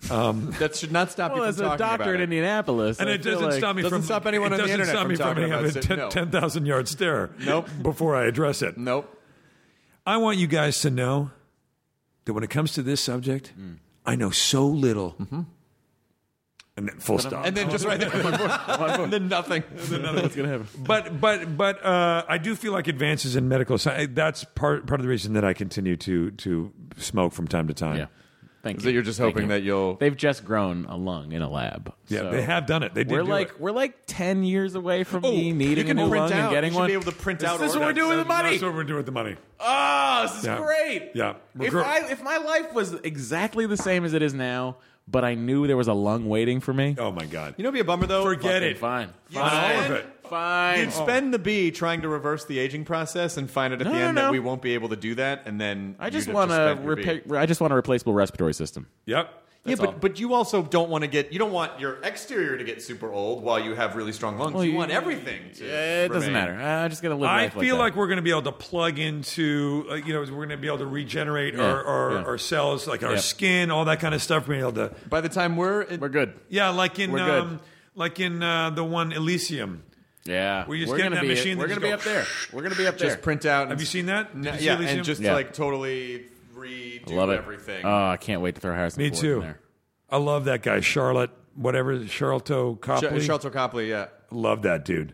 um,
That should not stop
well,
you
as
from
a
talking
doctor in
about it.
Indianapolis,
and
I
it
feel
doesn't
like-
stop me
doesn't
from
stop anyone
it
on the
doesn't
internet
stop
from
me from
talking about
having
it. No.
a ten thousand yard stare.
Nope.
Before I address it,
Nope.
I want you guys to know that when it comes to this subject,
Hmm.
I know so little.
Mm-hmm.
And then full stop.
And then just right there. [LAUGHS] and then nothing.
What's gonna happen?
but but but uh, I do feel like advances in medical science. That's part part of the reason that I continue to to smoke from time to time.
Yeah. Thank you.
So you're just
Thank
hoping
you.
that you'll-
They've just grown a lung in a lab.
Yeah,
So
they have done it. They did
We're
do
like
it.
we're like ten years away from
Oh,
me needing
you can
a new
print
lung
out.
and getting
You should
one.
be able to print out Ah,
This is what we're
orders.
doing with the money.
That's what we're doing with the money.
Uh,
Oh, this is
Yeah.
great.
Yeah. We're
If
gro-
I if my life was exactly the same as it is now, but I knew there was a lung waiting for me.
Oh my god!
You know, what'd be a bummer though.
Forget
fucking
it.
Fine.
You
Fine.
All of it.
Fine.
You'd spend the B trying to reverse the aging process and find out at
No,
the
no,
end
no.
that we won't be able to do that, and then
Oh, I just
you'd have
want to
spent your B.
repa- I just want a replaceable respiratory system.
Yep.
Yeah, but but you also don't want to get you don't want your exterior to get super old while you have really strong lungs. you,
you-
want everything. To
Yeah, it doesn't
remain.
matter. I just gotta live.
I
life
feel
like,
like, we're going to be able to plug into, uh, you know, we're going to be able to regenerate our, our,
yeah.
our cells, like our
Yeah.
skin, all that kind of stuff. We're going to be able to,
By the time we're
that. we're good.
yeah, like in,
We're good.
um, like in uh, the one Elysium.
Yeah,
We just
are
get in
gonna be,
that machine
We're
that
gonna
just
be
go-
up there. We're gonna be up there.
just print out. And
Have you seen that?
No,
Did you see
yeah, Uh,
Elysium?
and just
Yeah.
like totally redo
Love it.
everything.
Oh, I can't wait to throw Harrison.
Me
Ford
too.
In there.
I love that guy, Charlotte, whatever, Charlotte
Sh-
Copley.
Shelter Copley, yeah,
love that dude.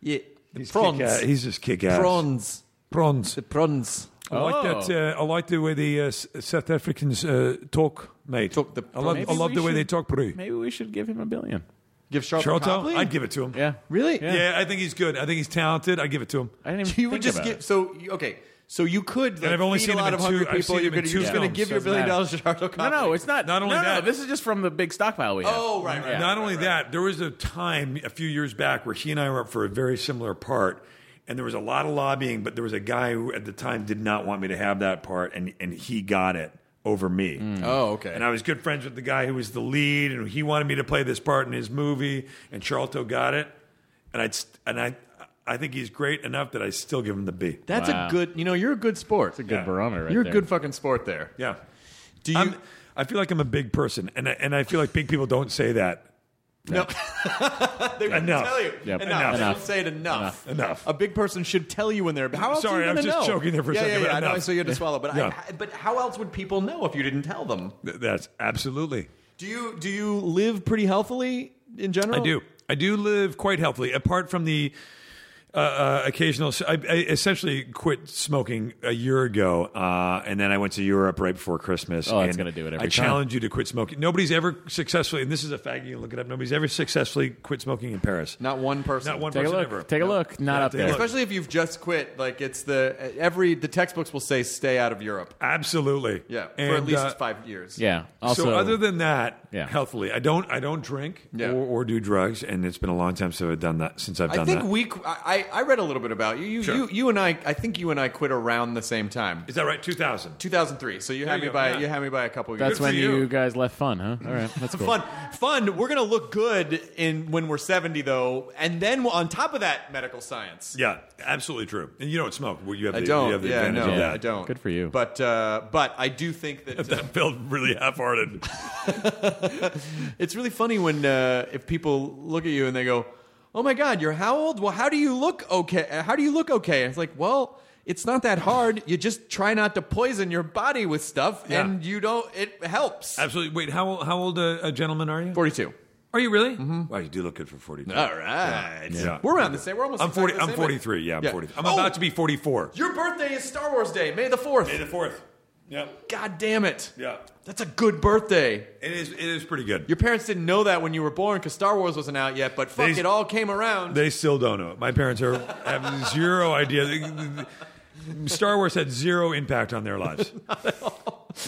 yeah. The
Kick-ass. He's just kick ass.
prawns,
Prawns.
prawns.
I like
Oh.
that. Uh, I like the way the uh, S- South Africans uh, talk, mate.
Talk the-
I love, I
Maybe
love
we
the way
should-
they talk, bro.
Maybe we should give him a billion.
Give Shelter
Charlotte,
Copley.
I'd give it to him.
Yeah,
Really?
Yeah.
Yeah, I think he's good. I think he's talented. I give it to him.
I didn't even.
You would
think
just
about
give.
it.
So you, okay, so you could. Like,
I've only
feed
seen
a
him
lot
in
of
two-
hungry
I've
people.
seen him
You're
in
gonna,
two
you're just going to
films,
give your
doesn't
billion
matter.
dollars to Charlotte Copley.
No, no, it's not.
Not only
no, no,
that-
this is just from the big stockpile we have.
Oh, right, right.
Not only that, there was a time a few years back where he and I were up for a very similar part, and there was a lot of lobbying, but there was a guy who at the time did not want me to have that part, and, and he got it over me.
Oh, okay.
And I was good friends with the guy who was the lead, and he wanted me to play this part in his movie, and Charlton got it, and I and I I think he's great enough that I still give him the B.
That's
Wow.
a good. You know, you're a good sport. It's a
good barometer. Right
you're
there.
a good fucking sport there.
yeah,
Do you?
I'm, I feel like I'm a big person, and I, and I feel like big people don't say that.
no. they wouldn't
Enough.
tell you.
Yep.
Enough.
Enough.
They don't say it enough.
Enough.
A big person should tell you when they're. How else
Sorry,
are you
I was
gonna
just
know?
joking there for a
yeah,
second,
Yeah,
but
yeah, I know.
enough.
So you had to swallow, but
Yeah.
I, but how else would people know if you didn't tell them?
Th- That's absolutely.
Do you do you live pretty healthily in general?
I do. I do live quite healthily, apart from the uh, uh, occasional. I, I essentially quit smoking a year ago, uh, and then I went to Europe right before Christmas.
Oh, it's
and
gonna do it every
I
time.
challenge you to quit smoking. Nobody's ever successfully, and this is a fact you can look it up. Nobody's ever successfully quit smoking in Paris.
Not one person.
Not one person ever. No. Yeah, take a look.
Especially if you've just quit. Like it's the every the textbooks will say stay out of Europe.
Absolutely.
Yeah.
And,
for at least
uh,
five years.
so other than that,
Yeah.
healthily, I don't. I don't drink or, or do drugs, and it's been a long time since I've done that. Since I've done
I think
that.
we. qu- I, I I read a little bit about you. You,
Sure.
you. you and I. I think you and I quit around the same time.
Is that right? Two thousand.
Two thousand three. So you
There
had
you
me
go,
by.
yeah.
You had me by a couple.
That's
years.
when you. guys left fun, huh? All right, that's cool.
Fun, fun. We're gonna look good in when we're seventy, though, and then on top of that, medical science.
Yeah, absolutely true. And you don't smoke. Well, you have
I
the,
don't.
You have the
Yeah,
advantage
no,
of that.
I
[LAUGHS]
don't. Good
for you.
But uh, but I do think that that
felt
[LAUGHS]
really half-hearted.
it's really funny when uh, if people look at you and they go, "Oh my God, you're how old? Well, how do you look okay? How do you look okay?" And it's like, well. It's not that hard. You just try not to poison your body with stuff,
Yeah.
and you don't. It helps.
Absolutely. Wait, how how old a, a gentleman are you?
Forty-two.
Are you really? Mm-hmm. Wow, you do look good for forty-two.
All right.
Yeah.
We're around the same. We're almost.
I'm
exactly
forty.
the
I'm
same
forty-three. Yeah, I'm
Yeah.
forty. I'm
Oh!
about to be forty-four.
Your birthday is Star Wars Day, May the 4th. May
the 4th. Yeah.
God damn it.
Yeah.
That's a good birthday.
It is. It is pretty good.
Your parents didn't know that when you were born because Star Wars wasn't out yet, but fuck,
They-
it all came around.
They still don't know. it. My parents are have zero idea. Star Wars had zero impact on their
[LAUGHS]
lives.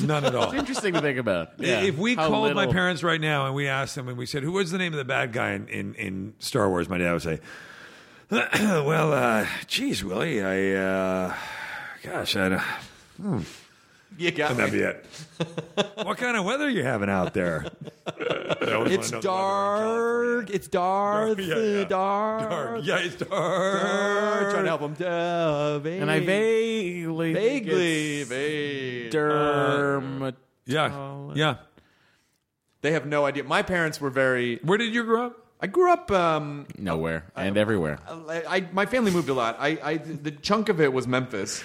None at all.
It's interesting to think about. [LAUGHS] Yeah.
If we
How
called my
little-
parents right now and we asked them and we said, "Who was the name of the bad guy in, in, in Star Wars?" My dad would say, [CLEARS THROAT] "Well, uh, geez, Willie, I, uh, gosh, I, don't- hmm.
You got
and that'd
me.
be
[LAUGHS]
it. what kind of weather are you having out there?
It's dark. It's dark.
[LAUGHS] Yeah, yeah.
Dark.
Dark. Yeah, it's dark.
Trying to help them.
And I vaguely, think
Vaguely,
it's
vaguely.
dermat-
Yeah. Yeah.
They have no idea. My parents were very.
Where did you grow up?
I grew up. Um,
nowhere and everywhere.
I, I my family moved a lot. I, I the chunk of it was Memphis.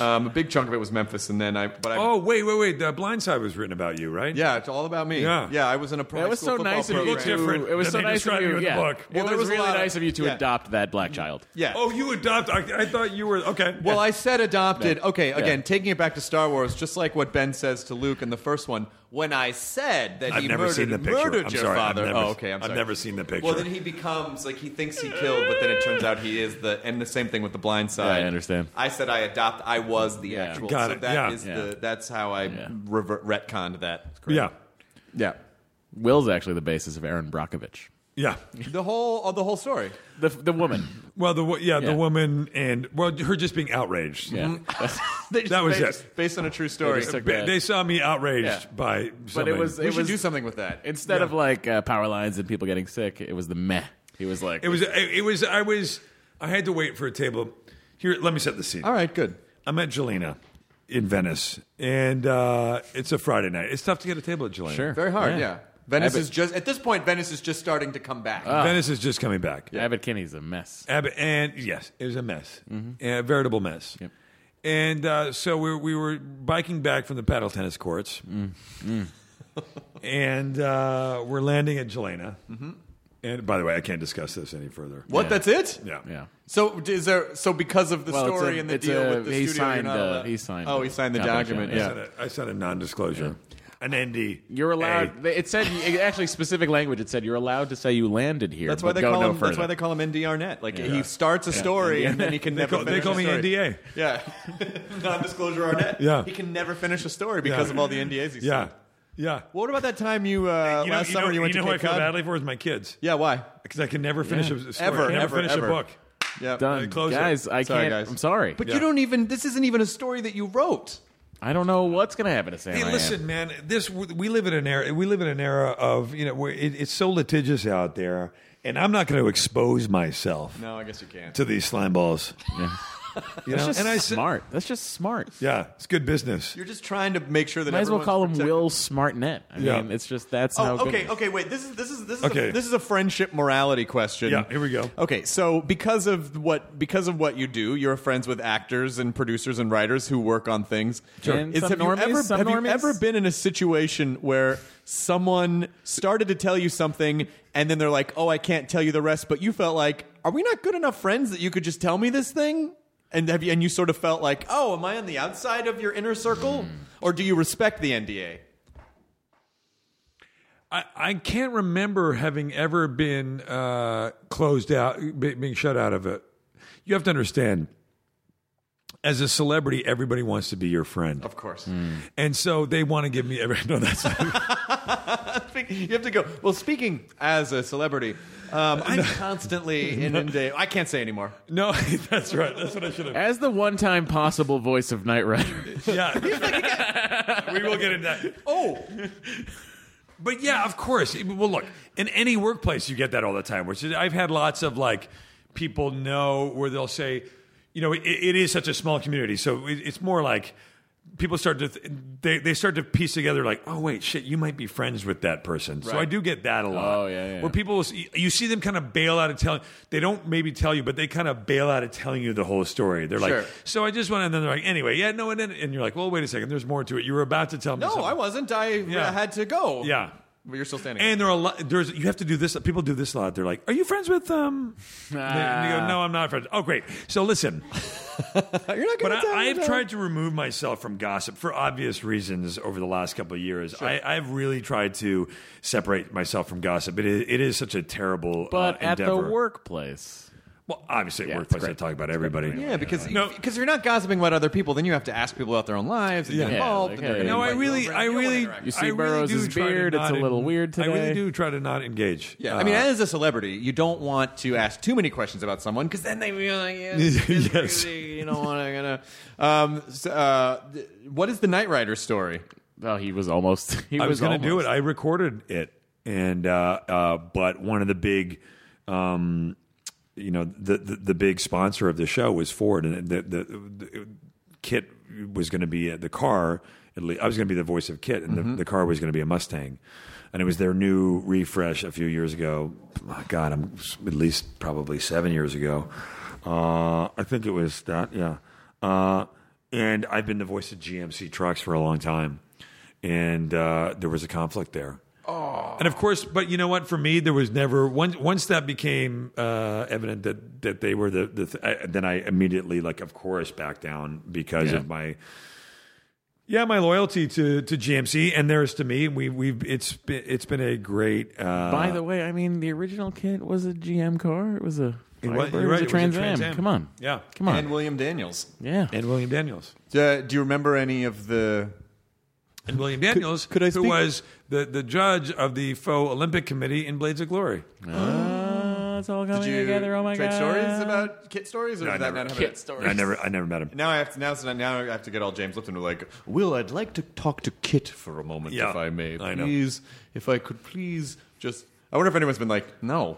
Um, a big chunk of it was Memphis, and then I. But I.
Oh, wait, wait, wait. The Blind Side was written about you, right?
Yeah, it's all about me.
Yeah.
yeah. I was in a. Pro
That was
school
so
football
nice of you.
program.
looked different
It was
than
so
they
nice of
describe
you.
you in the
yeah.
book.
Well,
Well,
it
there
was,
was a
really
lot of-
nice of you to
yeah.
adopt that black child.
Yeah.
Oh, you adopt. I, I thought you were okay.
Well, I said adopted. Okay, again,
Yeah.
taking it back to Star Wars, just like what Ben says to Luke in the first one. When I said that
I've
he
never
murdered,
seen the picture.
murdered
I'm
your
sorry, I've
father.
never-
oh, okay, I'm
I've
sorry.
never seen the picture.
Well, then he becomes like he thinks he killed, but then it turns out he is the. And the same thing with the Blind Side.
I understand.
I said I adopt. I was the actual.
Got
so
it,
that
yeah.
is
Yeah.
the. That's how I revert, retconned that.
yeah.
Yeah. Will's actually the basis of Aaron Brockovich.
Yeah.
The whole oh, the whole story.
The, the woman.
Well, the wo- yeah,
Yeah.
the woman and well, her just being outraged.
Yeah.
They just
That was
based,
it.
based on a true story.
just took
Ba-
that.
They saw me outraged
Yeah.
by.
But
Something.
it was,
we
it
should
was
do something with that.
[LAUGHS] instead of like uh, power lines and people getting sick, it was the meh. He was like,
It was. It, it was. I was. I had to wait for a table. Here, let me set the scene.
All right, good.
I'm at Gelina in Venice, and uh, it's a Friday night. It's tough to get a table at Gelina.
[LAUGHS] Sure.
Very hard, yeah. Venice
Abbott- Ah.
is just at this point. Venice is just starting to come back.
Venice is just coming back.
Abbott Kinney's a mess.
Ab- and yes, it was a mess, a veritable mess. And uh, so we were, we were biking back from the paddle tennis courts, and uh, we're landing at Jelena. And by the way, I can't discuss this any further.
Mm-hmm. what? That's it.
Yeah.
Yeah.
So is there? So because of the
Well, it's
story
a-
and the
it's
deal
a-
with the
he
studio, you're
signed,
not
uh,
allowed-
he signed
Oh,
the
he signed the
confidential-
document.
I
Yeah.
yeah.
said a- I said a non-disclosure, an ND.
You're allowed.
A.
they- It said it actually specific language. It said you're allowed to say you landed here.
That's why
but
they
go
call
no
him.
Further.
That's why they call him ND Arnett. Like he starts a story and then he can
They
never.
call, they
finish
call
a
me
story.
NDA.
Yeah, [LAUGHS] non-disclosure Arnett.
Yeah.
he can never finish a story because of all the NDAs. He
Yeah,
signed.
yeah.
Well, What about that time you, uh,
you know,
last
you
summer
know,
you went
you know
to
who I
Cape
feel
Cod?
badly for is my kids
Yeah, why?
because I can never finish
Yeah.
a story.
Ever,
I can never
ever,
finish
ever.
a book.
Yeah.
done.
Close it.
guys, I
Sorry,
can't.
guys.
I'm sorry.
But
Yeah.
you don't even. This isn't even a story that you wrote.
I don't know what's gonna happen to Sam.
Hey,
I am.
listen, man. This we live in an era. We live in an era of you know where it, it's so litigious out there, and I'm not going to expose myself
No, I guess you can't.
to these slime balls.
Yeah.
[LAUGHS] You
That's
know,
just
and I said,
smart. That's just smart.
yeah, it's good business.
You're just trying to make sure that
Might as well
everyone's
call him
protected.
Will Smartnet. I
Yeah.
mean, it's just that's how.
Oh,
good
okay,
it is.
okay. Wait, this is this is this is
Okay.
a, this is a friendship morality question.
Yeah, here we go.
Okay, so because of what because of what you do, you're friends with actors and producers and writers who work on things.
Sure. And
Is,
some
have
normies,
you ever
some
have
normies.
you ever been in a situation where someone started to tell you something and then they're like, "Oh, I can't tell you the rest," but you felt like. are we not good enough friends that you could just tell me this thing? And have you, and you sort of felt like, oh, am I on the outside of your inner circle,
Hmm.
or do you respect the NDA?
I, I can't remember having ever been uh, closed out, be- being shut out of it. You have to understand, as a celebrity, everybody wants to be your friend, of
course,
and so they want to give me every. [LAUGHS] No, that's
you have to go. Well, speaking as a celebrity, um, I'm
[LAUGHS]
constantly inundated. I can't say anymore.
no, [LAUGHS] that's right. That's what I should have.
As the one time possible voice of Knight Rider.
Yeah. [LAUGHS] we will get into that. Oh. But yeah, of course. Well, look, in any workplace, you get that all the time. Which is, I've had lots of like people know where they'll say, you know, it, it is such a small community, so it, it's more like people start to th- they they start to piece together like, oh wait, shit, you might be friends with that person. So
Right.
I do get that a lot.
Oh, yeah, yeah.
Where people will see, you see them kind of bail out of telling. They don't maybe tell you, but they kind of bail out of telling you the whole story. They're
Sure.
like, so I just want, and then they're like, anyway, yeah, no, and then and you're like, well, wait a second, there's more to it. You were about to tell me.
No,
something.
I wasn't. I
Yeah.
had to go.
Yeah.
But you're still standing.
And there are a lot. There's you have to do this. People do this a lot. They're like, "Are you friends
[LAUGHS]
with um?" They- and you go, "No, I'm not friends." Oh, great. So listen,
you're not.
But
gonna tell
I,
me
I've
that.
tried to remove myself from gossip for obvious reasons over the last couple of years. I, I've really tried to separate myself from gossip. It is, it is such a terrible,
But
uh,
at the
endeavor.
workplace.
Well, obviously, at workplace, I talk about everybody.
Yeah, because because you're not gossiping about other people, then you have to ask people about their own lives and get involved. and everything.
no, I
Like,
really, I really,
You see
I really
Burroughs'
do try to
beard, it's
not
a little
en-
weird
I really
today.
do try to not engage.
Yeah, I mean, as a celebrity, you don't want to ask too many questions about someone because then they be like, yeah,
[LAUGHS] Yes.
you don't want to. Gonna, um, so, uh, th- what is the Knight Rider story?
Oh, he was almost. [LAUGHS] He
I was, going
almost.
to do it. I recorded it, and uh, uh, but one of the big, um, you know, the, the the big sponsor of the show was Ford, and the the, the Kit was going to be the car. At least I was going to be the voice of Kit, and the, the car was going to be a Mustang, and it was their new refresh a few years ago. My God, I'm s- at least probably seven years ago. Uh, I think it was that. Yeah. Uh, and I've been the voice of GMC trucks for a long time and uh, there was a conflict there. Oh. And of course, but you know what? For me, there was never once. Once that became uh, evident that that they were the, the th- I, then I immediately like, of course, back down because
Yeah.
of my yeah, my loyalty to to GMC and theirs to me. We we've it's been it's been a great. Uh,
By the way, I mean the original kit was a GM car. It was a.
It was-
Firebird,
you're
it was
right,
a
it was a
Trans
Trans
Am.
Am.
Come on.
yeah,
Come on.
And William Daniels.
yeah.
and William Daniels.
Do, do you remember any of the?
And William Daniels,
could I
who
speak-
was the, the judge of the faux Olympic committee in Blades of Glory.
Ah, it's all coming
Did you
together. Oh my
trade
god.
stories about kit stories, or
No, I
did that
never-
not have
Kit
it?
stories.
I never I never met him.
Now I have to now, so now I have to get all James Lipton to like, Will, I'd like to talk to Kit for a moment,
Yeah,
if I may,
I know.
please. If I could, please, just. I wonder if anyone's been like, no.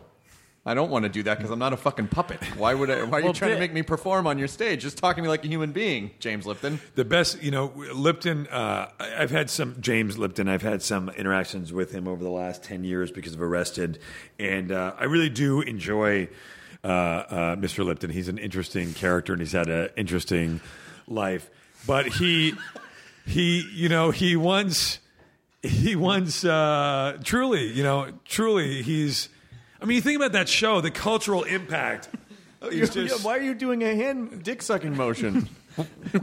I don't want to do that because I'm not a fucking puppet. Why would I? Why are you
Well,
trying
Dick-
to make me perform on your stage? Just talking to me like a human being, James Lipton.
the best you know lipton uh, I- i've had some james lipton i've had some interactions with him over the last 10 years because of arrested and uh, i really do enjoy uh, uh, mr lipton he's an interesting character and he's had an interesting life but he he you know he once he once uh, truly you know truly he's i mean you think about that show the cultural impact
Oh, [LAUGHS]
is just-
why are you doing a hand dick sucking motion?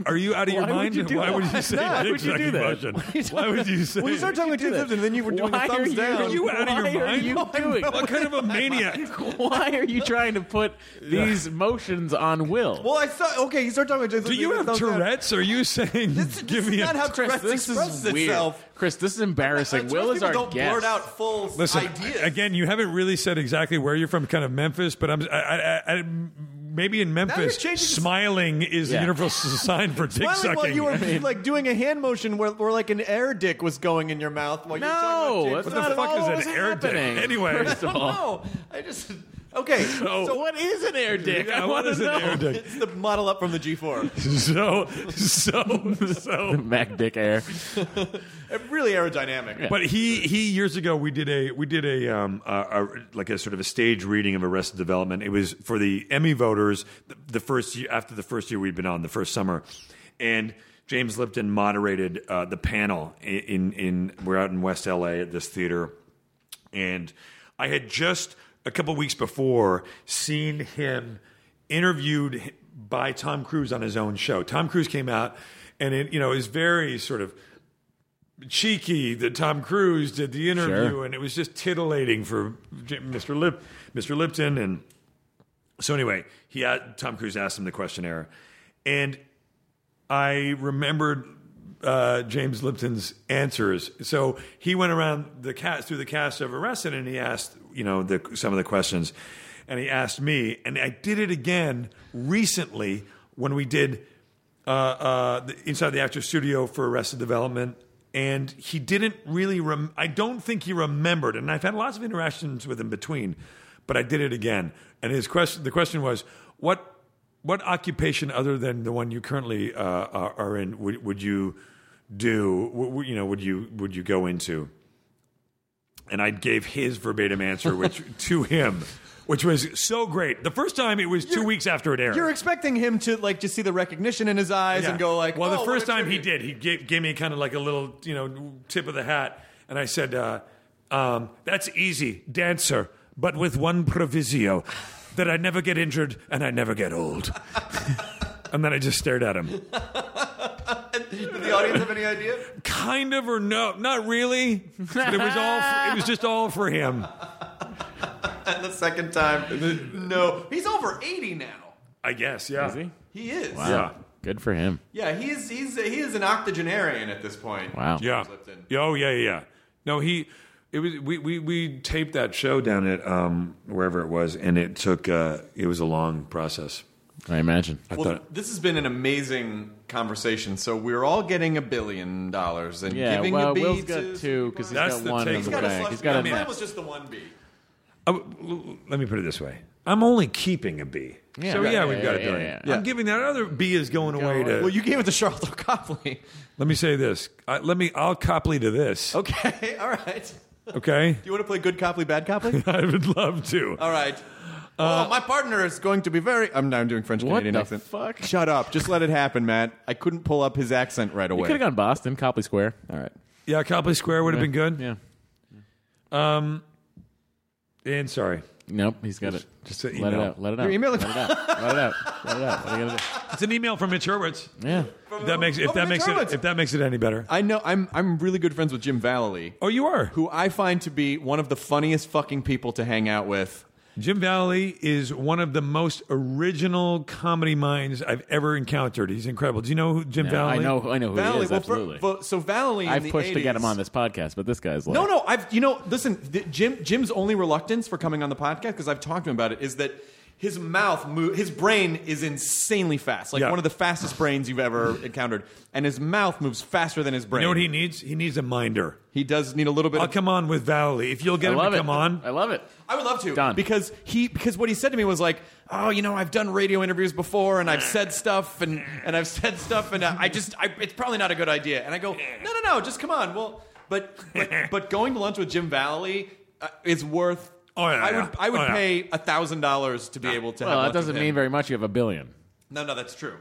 are you out of your
Why would
mind?
you do
why
that?
would you say
Why
dick
would you do
sucking
that?
motion? Why would you say?
Well, you started talking about James Lipton, and then you were doing
Why
a thumbs
are you-
down.
Are you out of
Why
your
are
mind?
you doing
what kind of a maniac?
[LAUGHS] Why are you trying to put these motions on Will?
[LAUGHS] Well, I saw. Okay, you started talking about James
Do
Lipton.
you
and
have
thumbs down.
Tourette's? Are you saying
This,
give
this
me
is not
a
how Tourette's
Chris,
expresses
this is weird.
itself.
Chris, this is
Like,
embarrassing. Will
most
is
people
our
don't
guest.
blurt out full s-
Listen
ideas.
again. You haven't really said exactly where you're from, kind of Memphis, but I'm I, I, I, maybe in Memphis,
changing-
smiling is
Yeah.
a universal sign for dick
Smiling
sucking.
while
[LAUGHS]
you were like doing a hand motion where, where like an air dick was going in your mouth while you were talking
No,
about
that's
James
the
not
Bond.
at
fuck
all
is
what
an
was
air dick?
happening,
[LAUGHS]
Anyway.
first of all.
No, I just
[LAUGHS]
okay. So,
So what is an air dick? I
Yeah,
want
what
to
is an
know.
air dick?
It's the model up from the
[LAUGHS]
G4.
So so so.
Mac
[LAUGHS]
Dick Air.
Uh, really aerodynamic.
But he he years ago we did a we did a um a, a- like a sort of a stage reading of Arrested Development. It was for the Emmy voters the, the first year after the first year we'd been on the first summer, and James Lipton moderated uh, the panel i- in in we're out in West LA at this theater, and I had just a couple weeks before seen him interviewed by Tom Cruise on his own show. Tom Cruise came out and it, you know, is very sort of cheeky that Tom Cruise did the interview
Sure.
and it was just titillating for J- Mr. Lip Mr. Lipton and so anyway, he a Tom Cruise asked him the questionnaire, and I remembered uh, James Lipton's answers. So he went around the cast through the cast of Arrested, and he asked you know the, some of the questions, and he asked me, and I did it again recently when we did uh, uh, the, inside the actor studio for Arrested Development. And he didn't really. Rem- I don't think he remembered. And I've had lots of interactions with him between, but I did it again. And his question, the question was, what what occupation other than the one you currently uh, are, are in would, would you do? W- w- you know, would you would you go into? And I gave his verbatim
[LAUGHS]
answer, which to him, which was so great. The first time it was 2 weeks after it aired.
You're expecting him to like just see the recognition in his eyes
Yeah.
and go like,
well,
"Oh,
the
what
first
a
time he
tribute."
did, he gave, gave me kind of like a little, you know, tip of the hat, and I said, uh, um, "That's easy, dancer, but with one proviso, that I never get injured and I never get old." [LAUGHS] and then I just stared at him.
Did the audience have any
[LAUGHS]
idea?
kind of or no not really but it was all for, it was just all for him
And the second time, no, he's over eighty now.
i guess yeah
Is he?
He is.
Wow. Good for him.
Yeah, he's he's he is an octogenarian at this point.
Wow.
yeah yeah oh yeah yeah yeah. no he it was we we, we taped that show down at um wherever it was and it took uh it was a long process
I imagine.
i
well,
thought
this has been an amazing conversation. So we're all getting a billion dollars and
Yeah,
giving
well,
a B
Will's
to
got two, 'cause he's
That's
got one
take-
in the
He's got a
bank.
select-
He's got
I
a
mean,
net.
that was just the one B.
I w- Uh, l- l- let me put it this way i'm only keeping a b
Yeah.
so yeah,
Yeah,
we've
yeah,
got a
yeah,
billion
yeah, yeah.
i'm giving that other b is going away to
Well, you gave it to Charlotte Copley.
let me say this I, let me i'll copley to this
Okay, all right.
okay
Do you want to play good Copley, bad Copley?
[LAUGHS] i would love to
[LAUGHS] all right. oh, my partner is going to be very. I'm now doing French Canadian
the
accent.
fuck?
Shut up. Just let it happen, Matt. I couldn't pull up his accent right
You
away.
could have gone Boston, Copley Square.
All right.
yeah copley square would have
Yeah.
been good
Yeah.
Um, and sorry,
Nope, he's got it.
just an
Let it
email.
out. Let it out.
Your email-
Let it out. Let it out. Let it out. What are you gonna
It's an email from Mitch Hurwitz.
[LAUGHS]
do? Yeah.
If that makes
Oh,
if that
Mitch
makes
Hurwitz.
it if that makes it any better.
I know. I'm I'm really good friends with Jim Vallely,
Oh, you are.
who I find to be one of the funniest fucking people to hang out with.
Jim Valley is one of the most original comedy minds I've ever encountered. He's incredible. Do you know who Jim
No, I
Valley?
know. I know who Oh, he
Valley,
is.
well, for-
absolutely.
well, so Valley, in
I've
the
pushed to get him
80s
on this podcast, but this guy's like,
No, no, I've you know, listen, th- Jim Jim's only reluctance for coming on the podcast because I've talked to him about it is that his mouth move, his brain is insanely fast, like
Yeah.
one of the fastest brains you've ever encountered, and his mouth moves faster than his
You
brain.
know what he needs? He needs a minder.
He does need a little bit.
I'll
Of,
come on with Valley if
I
you'll get him
love
to
it.
come on.
I love it.
I would love to
Done.
because he because what he said to me was like, oh, you know, I've done radio interviews before and I've said stuff and and I've said stuff and uh, I just I, it's probably not a good idea. And I go, no, no, no, just come on. Well, but
[LAUGHS]
but, but going to lunch with Jim Valley uh, is worth.
Oh, yeah,
I
yeah.
would I would
Oh, yeah.
pay a thousand dollars to be able to.
Well,
have
that doesn't mean very much. You have a billion.
no, no, that's true.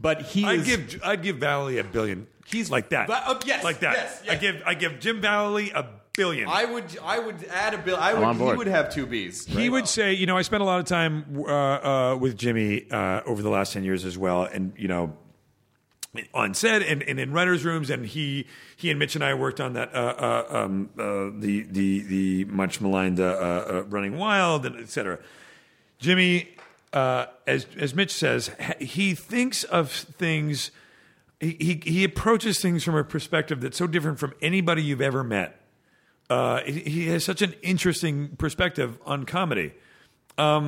But he
I'd
is,
give I'd give Valley a billion.
He's-
like that.
Va- oh, yes,
like that.
yes,
I
yes.
give I give Jim Valley a billion.
I would I would add a bill. I would
on board.
he would have two B's.
He would say, you know, I spent a lot of time uh, uh, with Jimmy uh, over the last ten years as well, and you know, on set and, and in writers' rooms, and he he and Mitch and I worked on that uh, uh, um, uh, the the the much maligned uh, uh, uh, Running Wild and et cetera. Jimmy, uh, as as Mitch says, ha- he thinks of things. He, he he approaches things from a perspective that's so different from anybody you've ever met. Uh, he, he has such an interesting perspective on comedy, um,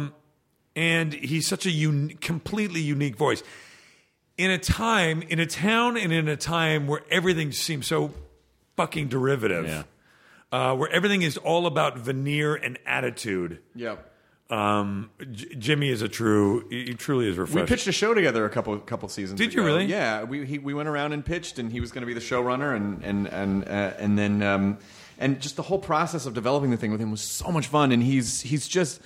and he's such a un- completely unique voice in a time, in a town, and in a time where everything seems so fucking derivative.
Yeah.
Uh, where everything is all about veneer and attitude.
Yeah.
Um, J- Jimmy is a true. He he truly is
We
refreshing.
pitched a show together a couple couple seasons.
Did you
ago.
really?
Yeah, we he, we went around and pitched, and he was going to be the showrunner, and and and uh, and then um, and just the whole process of developing the thing with him was so much fun, and he's he's just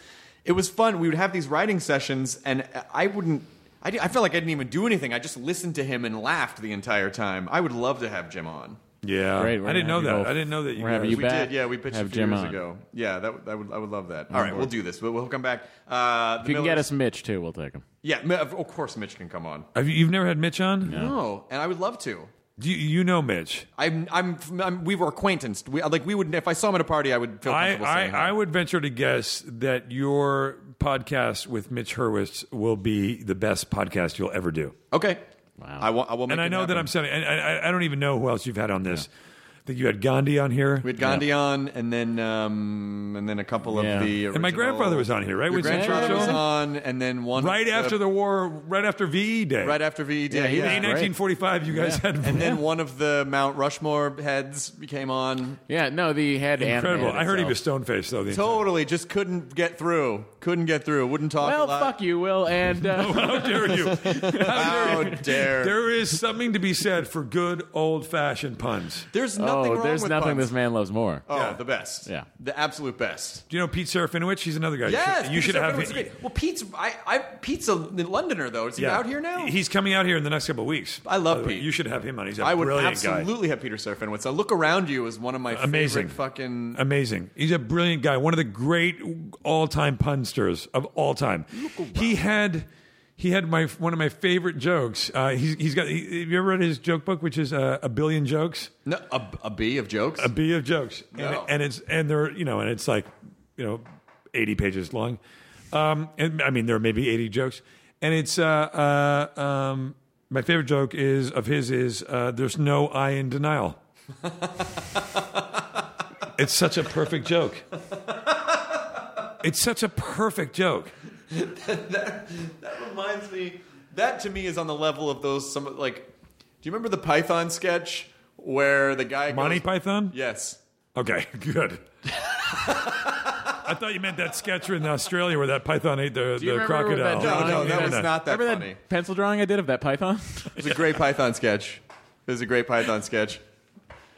it was fun. We would have these writing sessions, and I wouldn't. I, di- I felt like I didn't even do anything. I just listened to him and laughed the entire time. I would love to have Jim on.
Yeah.
Great, we're
I didn't
gonna
know
have
that.
both.
I didn't know that you
We're having
guys-
you
We
back.
did,
Did, yeah, we pitched
have
a few
Jim
years
on.
ago. Yeah, that would- I would I would love that.
On
All right, we'll
board.
do this. We'll, we'll come back. Uh, the
If you can
Millers-
get us Mitch too, we'll take him.
Yeah, Mi- of of course Mitch can come on.
Have you, you've never had Mitch on?
No, and I would love to.
Do you, you know Mitch?
I'm, I'm, I'm, we were acquaintanced. We, like we would, if I saw him at a party, I would feel
I,
comfortable
I,
saying hi.
I would venture to guess that your podcast with Mitch Hurwitz will be the best podcast you'll ever do.
Okay. Wow. I will, I will make
and I
it
know
happen.
that I'm sounding, and I, I- I don't even know who else you've had on this. I think you had Gandhi on here.
We had Gandhi on, and then um, and then a couple
Yeah.
of the.
And my
original-
grandfather was on here, right?
Your
Winston
grandfather
Churchill?
was on, and then one
Right
uh,
after the war, right after VE Day.
Right after VE Day,
Yeah, he was
yeah.
In 1945, you guys had.
and then one of the Mount Rushmore heads came on.
Yeah, no, the head
Incredible. I heard he was stone faced, though. The entire-
Totally, just couldn't get through. Couldn't get through. Wouldn't talk.
Well,
a lot.
fuck you,
[LAUGHS]
Will, and uh,
How dare you?
How dare?
There is something to be said for good old fashioned puns.
There's nothing
oh,
wrong
there's
with
nothing
puns.
this man loves more.
Oh, the best.
Yeah.
the absolute best.
Do you know Pete Serafinowicz? He's another guy. You
Yes,
should- you should
Peter
have
Serafinowicz is great. Well, Pete's I, I Pete's a Londoner though. Is he
Yeah.
out here now?
He's coming out here in the next couple of weeks.
I love
By the way,
Pete.
You should have him on. He's a
I would
brilliant guy.
absolutely have Peter Serafinowicz. A look around you is one of my
Amazing.
favorite fucking.
Amazing. He's a brilliant guy. One of the great all-time punsters of all time. He had he had my one of my favorite jokes. Uh, he's he's got. He, have you ever read his joke book, which is uh, a billion jokes?
No, a, a bee of jokes.
A bee of jokes,
No.
and, and it's and they're you know and it's like you know eighty pages long. Um, and I mean there are maybe eighty jokes, and it's uh, uh, um, my favorite joke is of his is uh, there's no I in denial. [LAUGHS] it's such a perfect joke. It's such a perfect joke.
that, that reminds me. That to me is on the level of those some like. Do you remember the Python sketch where the guy
Monty
goes-
Python.
Yes.
Okay, [LAUGHS] good. I thought you meant that sketch in Australia where that python ate the,
Do you remember
the
when
crocodile.
that drawing
No, that
I
was
did?
not that
Remember
funny.
that pencil drawing I did of that python? [LAUGHS]
It was a great Python sketch. It was a great Python sketch.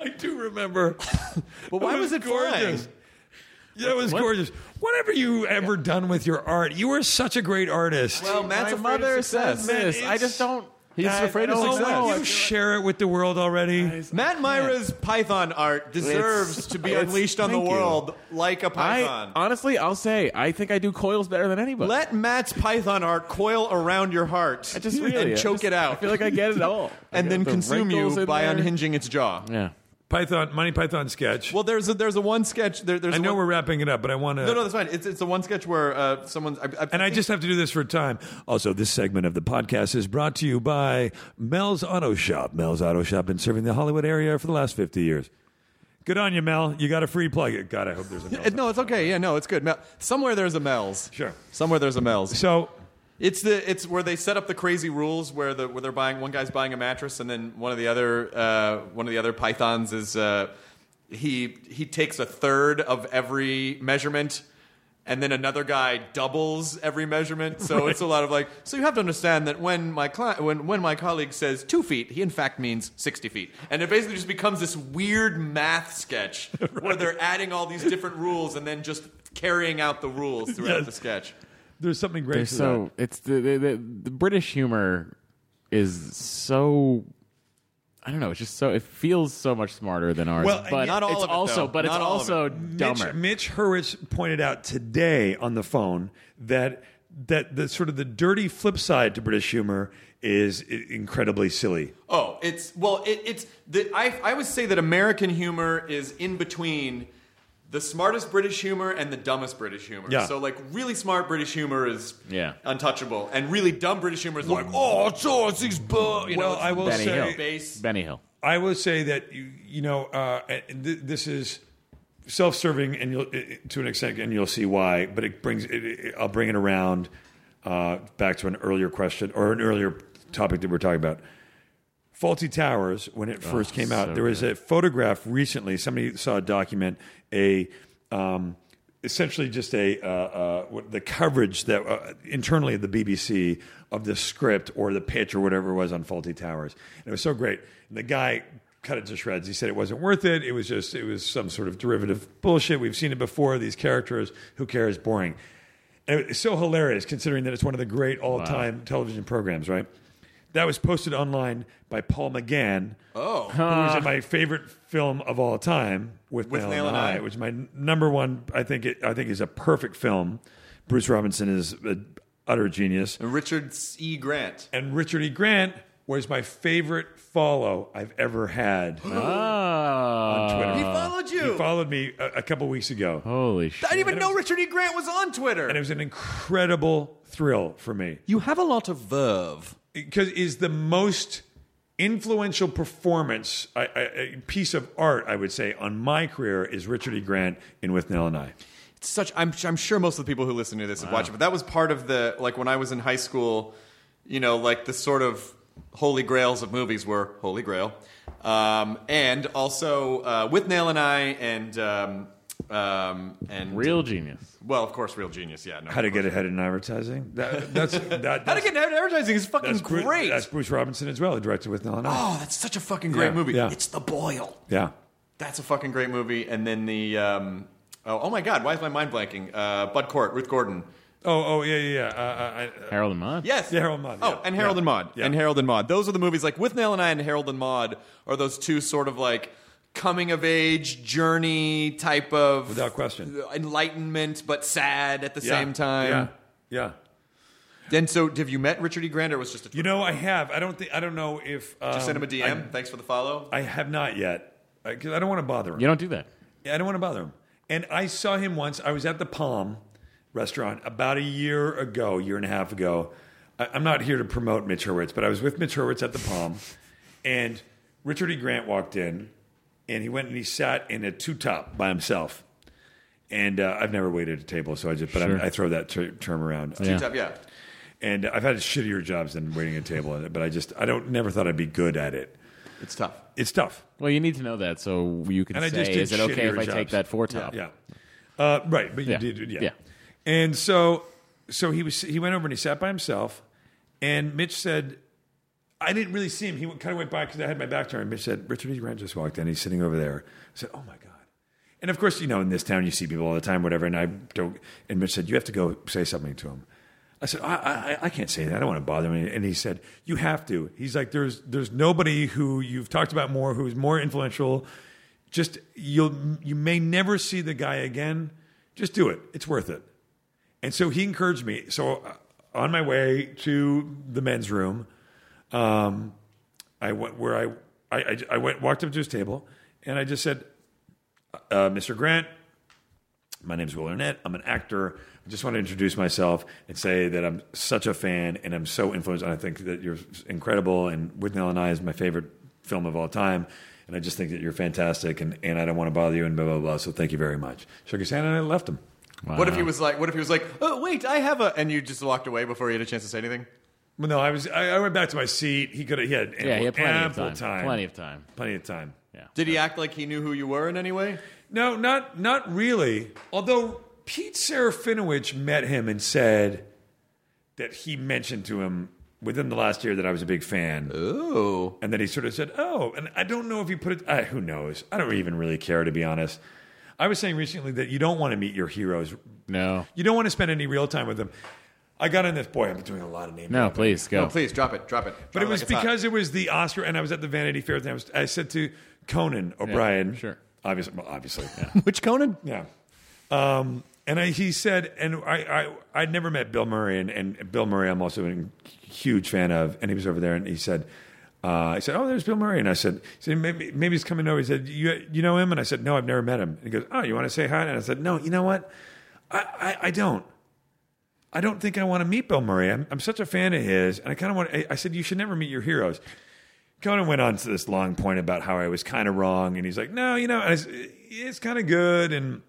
I do remember.
But [LAUGHS] why was it flying?
Yeah, it was gorgeous. Whatever you ever done with your art, you were such a great artist.
Well, Matt's
My
afraid
mother
of success.
says this. I just don't. He's
afraid of success.
Oh, will you share it with the world already?
Matt Myra's Python art deserves
It's-
to be
it's-
unleashed on the
thank you.
world like a
I
python.
honestly, I'll say I think I do coils better than anybody.
Let Matt's Python art coil around your heart
I just really
and
I
choke
just-
it out.
I feel like I get it all, I
[LAUGHS] and
got
then
the
consume
wrinkles
you
in
by
there.
unhinging its jaw. [LAUGHS]
Yeah,
Python, Monty Python sketch.
Well, there's a, there's a one sketch. There, there's
I
a
know
one-
we're wrapping it up, but I want to.
No, no, that's fine. It's, it's the one sketch where uh, someone's. I, I,
and I just have to do this for a time. Also, this segment of the podcast is brought to you by Mel's Auto Shop. Mel's Auto Shop been serving the Hollywood area for the last 50 years. Good on you, Mel. You got a free plug. God, I hope there's a Mel.
[LAUGHS] Uh, no, it's okay. Yeah, no, it's good. Mel- Somewhere there's a Mel's.
Sure.
Somewhere there's a Mel's.
So,
It's the it's where they set up the crazy rules where the where they're buying one guy's buying a mattress and then one of the other uh, one of the other pythons is uh, he he takes a third of every measurement and then another guy doubles every measurement so it's a lot of like so you have to understand that when my cli- when when my colleague says two feet he in fact means sixty feet and it basically just becomes this weird math sketch where they're adding all these different rules and then just carrying out the rules throughout
Yes.
the sketch.
there's something great
They're
to
so it's the the, the the British humor is so I don't know. It's just so it feels so much smarter than ours.
Well,
but
not all
it's
of it,
also
though.
but
Not
it's
all of
also
that.
dumber.
Mitch, Mitch Hurwitz pointed out today on the phone that that the sort of the dirty flip side to British humor is i- incredibly silly.
Oh, it's well, it, it's the, I I would say that American humor is in between the smartest British humor and the dumbest British humor.
Yeah.
So like really smart British humor is
Yeah.
untouchable, and really dumb British humor is like oh, George, these bu-, you
Well,
know, it's
I will
Benny
say-
Hill.
base.
Benny Hill.
I will say that you, you know uh, and th- this is self-serving, and you'll i- i- to an extent, and you'll see why. But it brings it, it, I'll bring it around uh, back to an earlier question or an earlier topic that we we're talking about. Faulty Towers, when it first came out, there was a photograph recently. Somebody saw a document, a um, essentially just a uh, uh, what- the coverage that uh, internally of the BBC of the script or the pitch or whatever it was on Faulty Towers, and it was so great. And the guy cut it to shreds. He said it wasn't worth it. It was just it was some sort of derivative bullshit. We've seen it before. These characters, who cares? Boring. And it's so hilarious considering that it's one of the great all-time television programs, right? That was posted online by Paul McGann.
Oh.
who was
Huh.
in my favorite film of all time with,
With Nail and I.
which is my n- number one. I think it, I think is a perfect film. Bruce Robinson is an utter genius.
And Richard E. Grant.
And Richard E. Grant was my favorite follow I've ever had
Oh.
Ah,
on Twitter.
He followed you?
He followed me a, a couple weeks ago.
Holy shit!
I didn't even know Richard E. Grant was on Twitter.
And it was an incredible thrill for me.
You have a lot of verve.
Because is the most influential performance I, I, a piece of art I would say on my career is Richard E. Grant in With Nell and I.
It's such I'm I'm sure most of the people who listen to this have watched it, but that was part of the like when I was in high school, you know, like the sort of holy grails of movies were Holy Grail, um, and also uh, with Nail and I and um, um, and
Real Genius.
Well, of course, Real Genius. Yeah, no.
How to get ahead in advertising? That, that's
[LAUGHS]
that,
How to get ahead in advertising is fucking
that's Bruce,
great.
That's Bruce Robinson as well, who directed With Nell and I.
oh, that's such a fucking great
Yeah,
movie.
yeah.
It's The Boil.
yeah.
That's a fucking great movie. And then the um, oh, oh my god, why is my mind blanking? Uh, Bud Cort, Ruth Gordon.
Oh, oh, yeah, yeah, yeah. Uh, I, uh,
Harold and Maude.
Yes.
Yeah, Harold and Maude,
Oh,
yeah.
and Harold
Yeah.
and Maude. And Harold and Maude. Those are the movies like with Nail and I and Harold and Maude are those two sort of like coming of age journey type of
Without question.
enlightenment but sad at the
Yeah.
same time.
Yeah. Yeah.
Then so have you met Richard E. Grant or was it just a
You know, I have. I don't think. I don't know if. Um,
just send him a DM? Thanks for the follow.
I, I have not yet because I don't want to bother him.
You don't do that.
Yeah, I don't want to bother him. And I saw him once. I was at the Palm restaurant about a year ago, year and a half ago. I, I'm not here to promote Mitch Hurwitz, but I was with Mitch Hurwitz at the Palm, and Richard E. Grant walked in, and he went and he sat in a two top by himself. And uh, I've never waited at a table, so I just but
Sure.
I, I throw that ter- term around.
Yeah.
Two-top, yeah.
And I've had shittier jobs than waiting at a table, but I just I don't never thought I'd be good at it.
It's tough.
It's tough.
Well, you need to know that so you can
And I
say,
just did
is it okay if
shittier
I take
jobs.
that four top?
Yeah. Uh, right, but you
Yeah.
did, yeah.
Yeah.
And so, so he was. He went over and he sat by himself, and Mitch said, "I didn't really see him. He kind of went by because I had my back turned." Mitch said, "Richard E. Grant just walked in. He's sitting over there." I said, "Oh my god." And of course, you know, in this town, you see people all the time, whatever. And I don't. And Mitch said, "You have to go say something to him." I said, I, I, I can't say that. I don't want to bother him. And he said, You have to. He's like, There's, there's nobody who you've talked about more, who's more influential. Just, you'll, you may never see the guy again. Just do it. It's worth it. And so he encouraged me. So uh, on my way to the men's room, um, I went where I, I, I, I went, walked up to his table and I just said, uh, Mr. Grant, my name's Will Arnett. I'm an actor. I just want to introduce myself and say that I'm such a fan and I'm so influenced. And I think that you're incredible. And With Nell and I is my favorite film of all time. And I just think that you're fantastic. And, and I don't want to bother you and blah, blah, blah. So thank you very much. Shook his hand and I left him.
What if he was like what if he was like, Oh wait, I have a and you just walked away before he had a chance to say anything?
Well, no, I was. I, I went back to my seat. He could have. He had. Ample,
Yeah, he had plenty of
ample
time. Plenty of time.
Plenty of time.
Yeah.
Did he act like he knew who you were in any way?
No, not not really. Although Pete Serafinovich met him and said that he mentioned to him within the last year that I was a big fan.
Ooh.
And then he sort of said, "Oh," and I don't know if he put it. I, who knows? I don't even really care to be honest. I was saying recently that you don't want to meet your heroes.
No.
You don't want to spend any real time with them. I got on this. Boy, I'm doing a lot of names.
No, please go.
No, please [LAUGHS] drop it, drop it.
But
Drop
it was
like it's hot.
because it was the Oscar, and I was at the Vanity Fair. And I, was, I said to Conan O'Brien,
sure.
obviously, well, obviously,
Which Conan?
yeah. Um, and I, he said, and I, I, I'd never met Bill Murray, and, and Bill Murray, I'm also a huge fan of, and he was over there, and he said, uh, I said, oh, there's Bill Murray, and I said, he said maybe, maybe he's coming over. He said, you, you know him? And I said, no, I've never met him. And he goes, oh, you want to say hi? And I said, no, you know what? I, I, I don't. I don't think I want to meet Bill Murray. I'm, I'm such a fan of his, and I kind of want. I, I said you should never meet your heroes. Conan went on to this long point about how I was kind of wrong, and he's like, "No, you know, I s- it's kind of good, and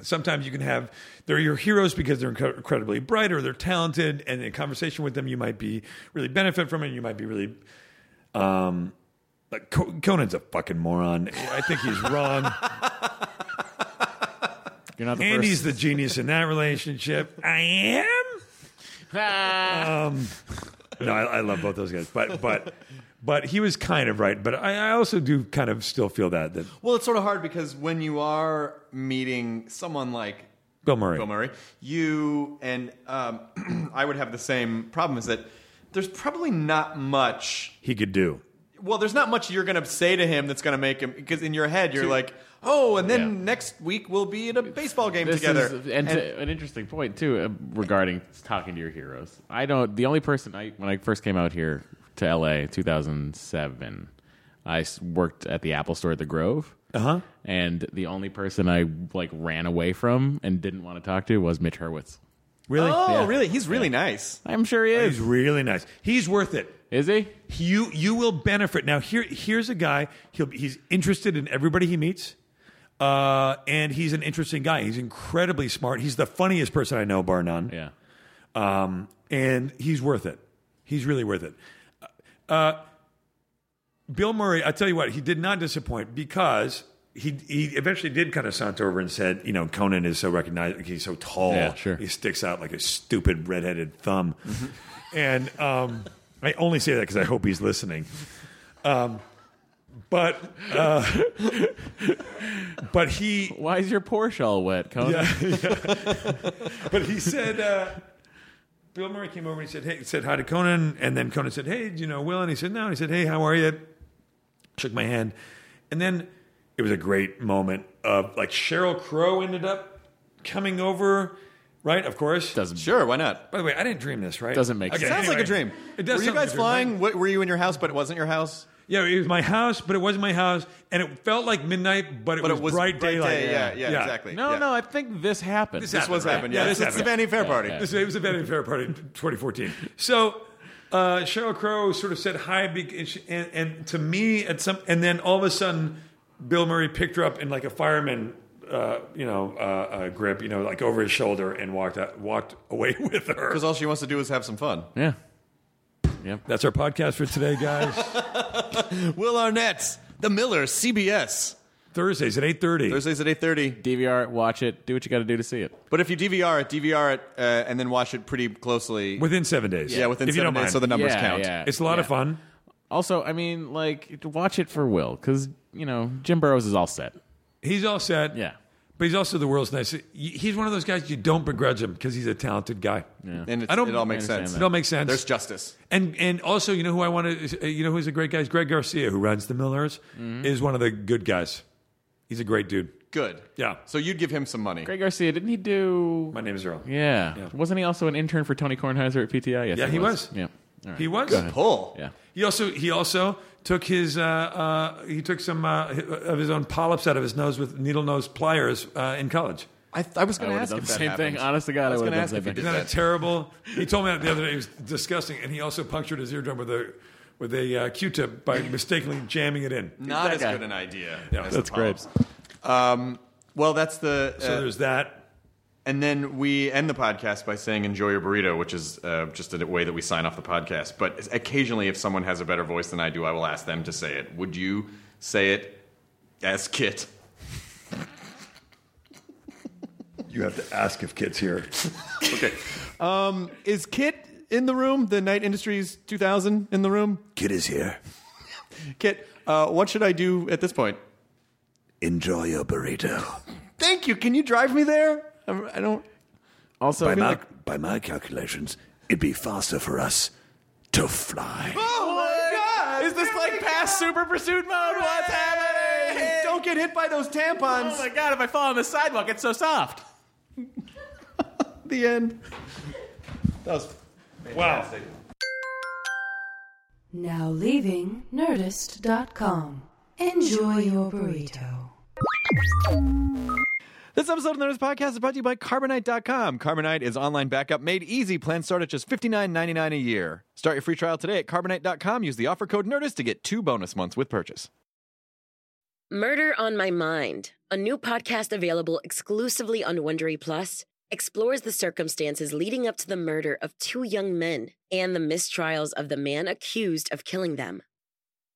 sometimes you can have they're your heroes because they're inc- incredibly bright or they're talented, and in conversation with them, you might be really benefit from it. You might be really, um, like Co- Conan's a fucking moron. I think he's wrong.
You're not the
Andy's
first.
the genius in that relationship. I am.
Ah!
No, I, I love both those guys, but but but he was kind of right. But I, I also do kind of still feel that that
Well, it's sort of hard because when you are meeting someone like
Bill
[CLEARS THROAT]
Murray.
Bill Murray, you and um, I would have the same problem is that there's probably not much
He could do.
Well, there's not much you're going to say to him that's going to make him because in your head you're like, oh, and then next week we'll be at a baseball game
This
together.
is- and, to- an interesting point too uh, regarding talking to your heroes. I don't. The only person I when I first came out here to LA, 2007, I s- worked at the Apple Store at the Grove.
Uh-huh.
And the only person I like ran away from and didn't want to talk to was Mitch Hurwitz.
Really?
Oh,
Yeah.
really? He's really nice.
I'm sure he is.
He's really nice. He's worth it.
Is he?
You you will benefit. Now here here's a guy. He'll be- he's interested in everybody he meets. Uh, and he's an interesting guy. He's incredibly smart. He's the funniest person I know, bar none.
Yeah.
Um, and he's worth it. He's really worth it. Uh, Bill Murray, I tell you what, he did not disappoint because he he eventually did kind of saunter over and said, you know, Conan is so recognized. He's so tall.
Yeah, sure. Mm-hmm.
He sticks out like a stupid redheaded thumb. and um, I only say that because I hope he's listening. Um, but uh, [LAUGHS] but he.
Why is your Porsche all wet, Conan?
but he said uh, Bill Murray came over and he said, "Hey," said hi to Conan, and then Conan said, "Hey, do you know Will?" And he said, "No." And he said, "Hey, how are you?" Shook my hand, and then it was a great moment of like Cheryl Crow ended up coming over. Right, of course. Doesn't
sure, why not?
By the way, I didn't dream this, right?
Doesn't make
Okay,
Sounds like
anyway.
a dream.
It does.
Were you
sound like
guys
a dream, right?
flying? What, were you in your house, but it wasn't your house?
Yeah, it was my house, but it wasn't my house, and it felt like midnight, but it,
But
was,
it was
bright,
bright
daylight.
day, yeah, yeah, exactly.
[LAUGHS] No,
Yeah.
no, I think this happened.
This,
This
happened,
was
right?
happened, yeah. This- it's the Vanity Fair
yeah,
party.
yeah. This, it was the Vanity Fair party, 2014. So uh, Cheryl Crow sort of said hi, bec- and, she, and, and to me at some, and then all of a sudden, Bill Murray picked her up in like a fireman, uh, you know, uh, uh, grip, you know, like over his shoulder, and walked out, walked away [LAUGHS] with her.
Because all she wants to do is have some fun.
Yeah.
That's our podcast for today, guys.
[LAUGHS] Will Arnett, The Miller, CBS.
[LAUGHS] Thursdays at 8.30.
Thursdays at 8.30.
DVR it, watch it, do what you got to do to see it.
But if you DVR it, DVR it, uh, and then watch it pretty closely.
Within seven days.
Yeah, within
If you
seven
don't
days,
mind.
so the numbers
Yeah,
count.
yeah,
It's a lot of
yeah.
fun.
Also, I mean, like, watch it for Will because you know Jim Burrows is all set.
He's all set.
Yeah.
But he's also the world's nicest. He's one of those guys you don't begrudge him because he's a talented guy.
And it's,
I don't-
it all
I
makes sense.
that. It all makes sense.
There's justice.
And and also, you know who I want to, you know who's a great guy? Is Greg Garcia, who runs the Millers, is one of the good guys. He's a great dude.
Good.
Yeah.
So you'd give him some money.
Greg Garcia, didn't he do?
My name is Earl.
Yeah. Wasn't he also an intern for Tony Kornheiser at PTI? Yes,
Yeah, he was.
Yeah. All right.
He was.
Go ahead.
Pull.
Yeah.
He also he also took his uh, uh, he took some uh, of his own polyps out of his nose with needle nose pliers uh, in college.
I, I was going to
I would have
ask
done
if
the
that
same
happened.
thing. Honest to God,
I
I
was
would
gonna
have
ask
done
if
the same
he
thing.
Isn't that
that.
a terrible? He told me that the other day. It was disgusting, and he also punctured his eardrum with a with a uh, Q-tip by mistakenly jamming it in.
Not
That
as
guy.
good an idea.
Yeah.
as
That's
the Pops. Um, well, that's the.
So
uh,
there's that.
And then we end the podcast by saying "Enjoy your burrito," which is uh, just a way that we sign off the podcast. But occasionally, if someone has a better voice than I do, I will ask them to say it. Would you say it as Kit?
You have to ask if kids here.
Okay. um, is Kit in the room? The Night Industries 2000 in the room?
Kid is here.
Kit, uh, what should I do at this point?
Enjoy your burrito.
Thank you. Can you drive me there? I'm, I don't.
Also,
by
I feel
my
like-
by my calculations, it'd be faster for us to fly.
Oh my God! Is this like past
super pursuit mode? What's happening?
Don't get hit by those tampons.
Oh my God! If I fall on the sidewalk, it's so soft.
the end. That was
Wow.
Now leaving Nerdist.com. Enjoy your burrito.
This episode of the Nerdist Podcast is brought to you by Carbonite.com. Carbonite is online backup made easy. Plans start at just $59.99 a year. Start your free trial today at Carbonite.com. Use the offer code NERDIST to get two bonus months with purchase.
Murder on My Mind, a new podcast available exclusively on Wondery Plus, explores the circumstances leading up to the murder of two young men and the mistrials of the man accused of killing them.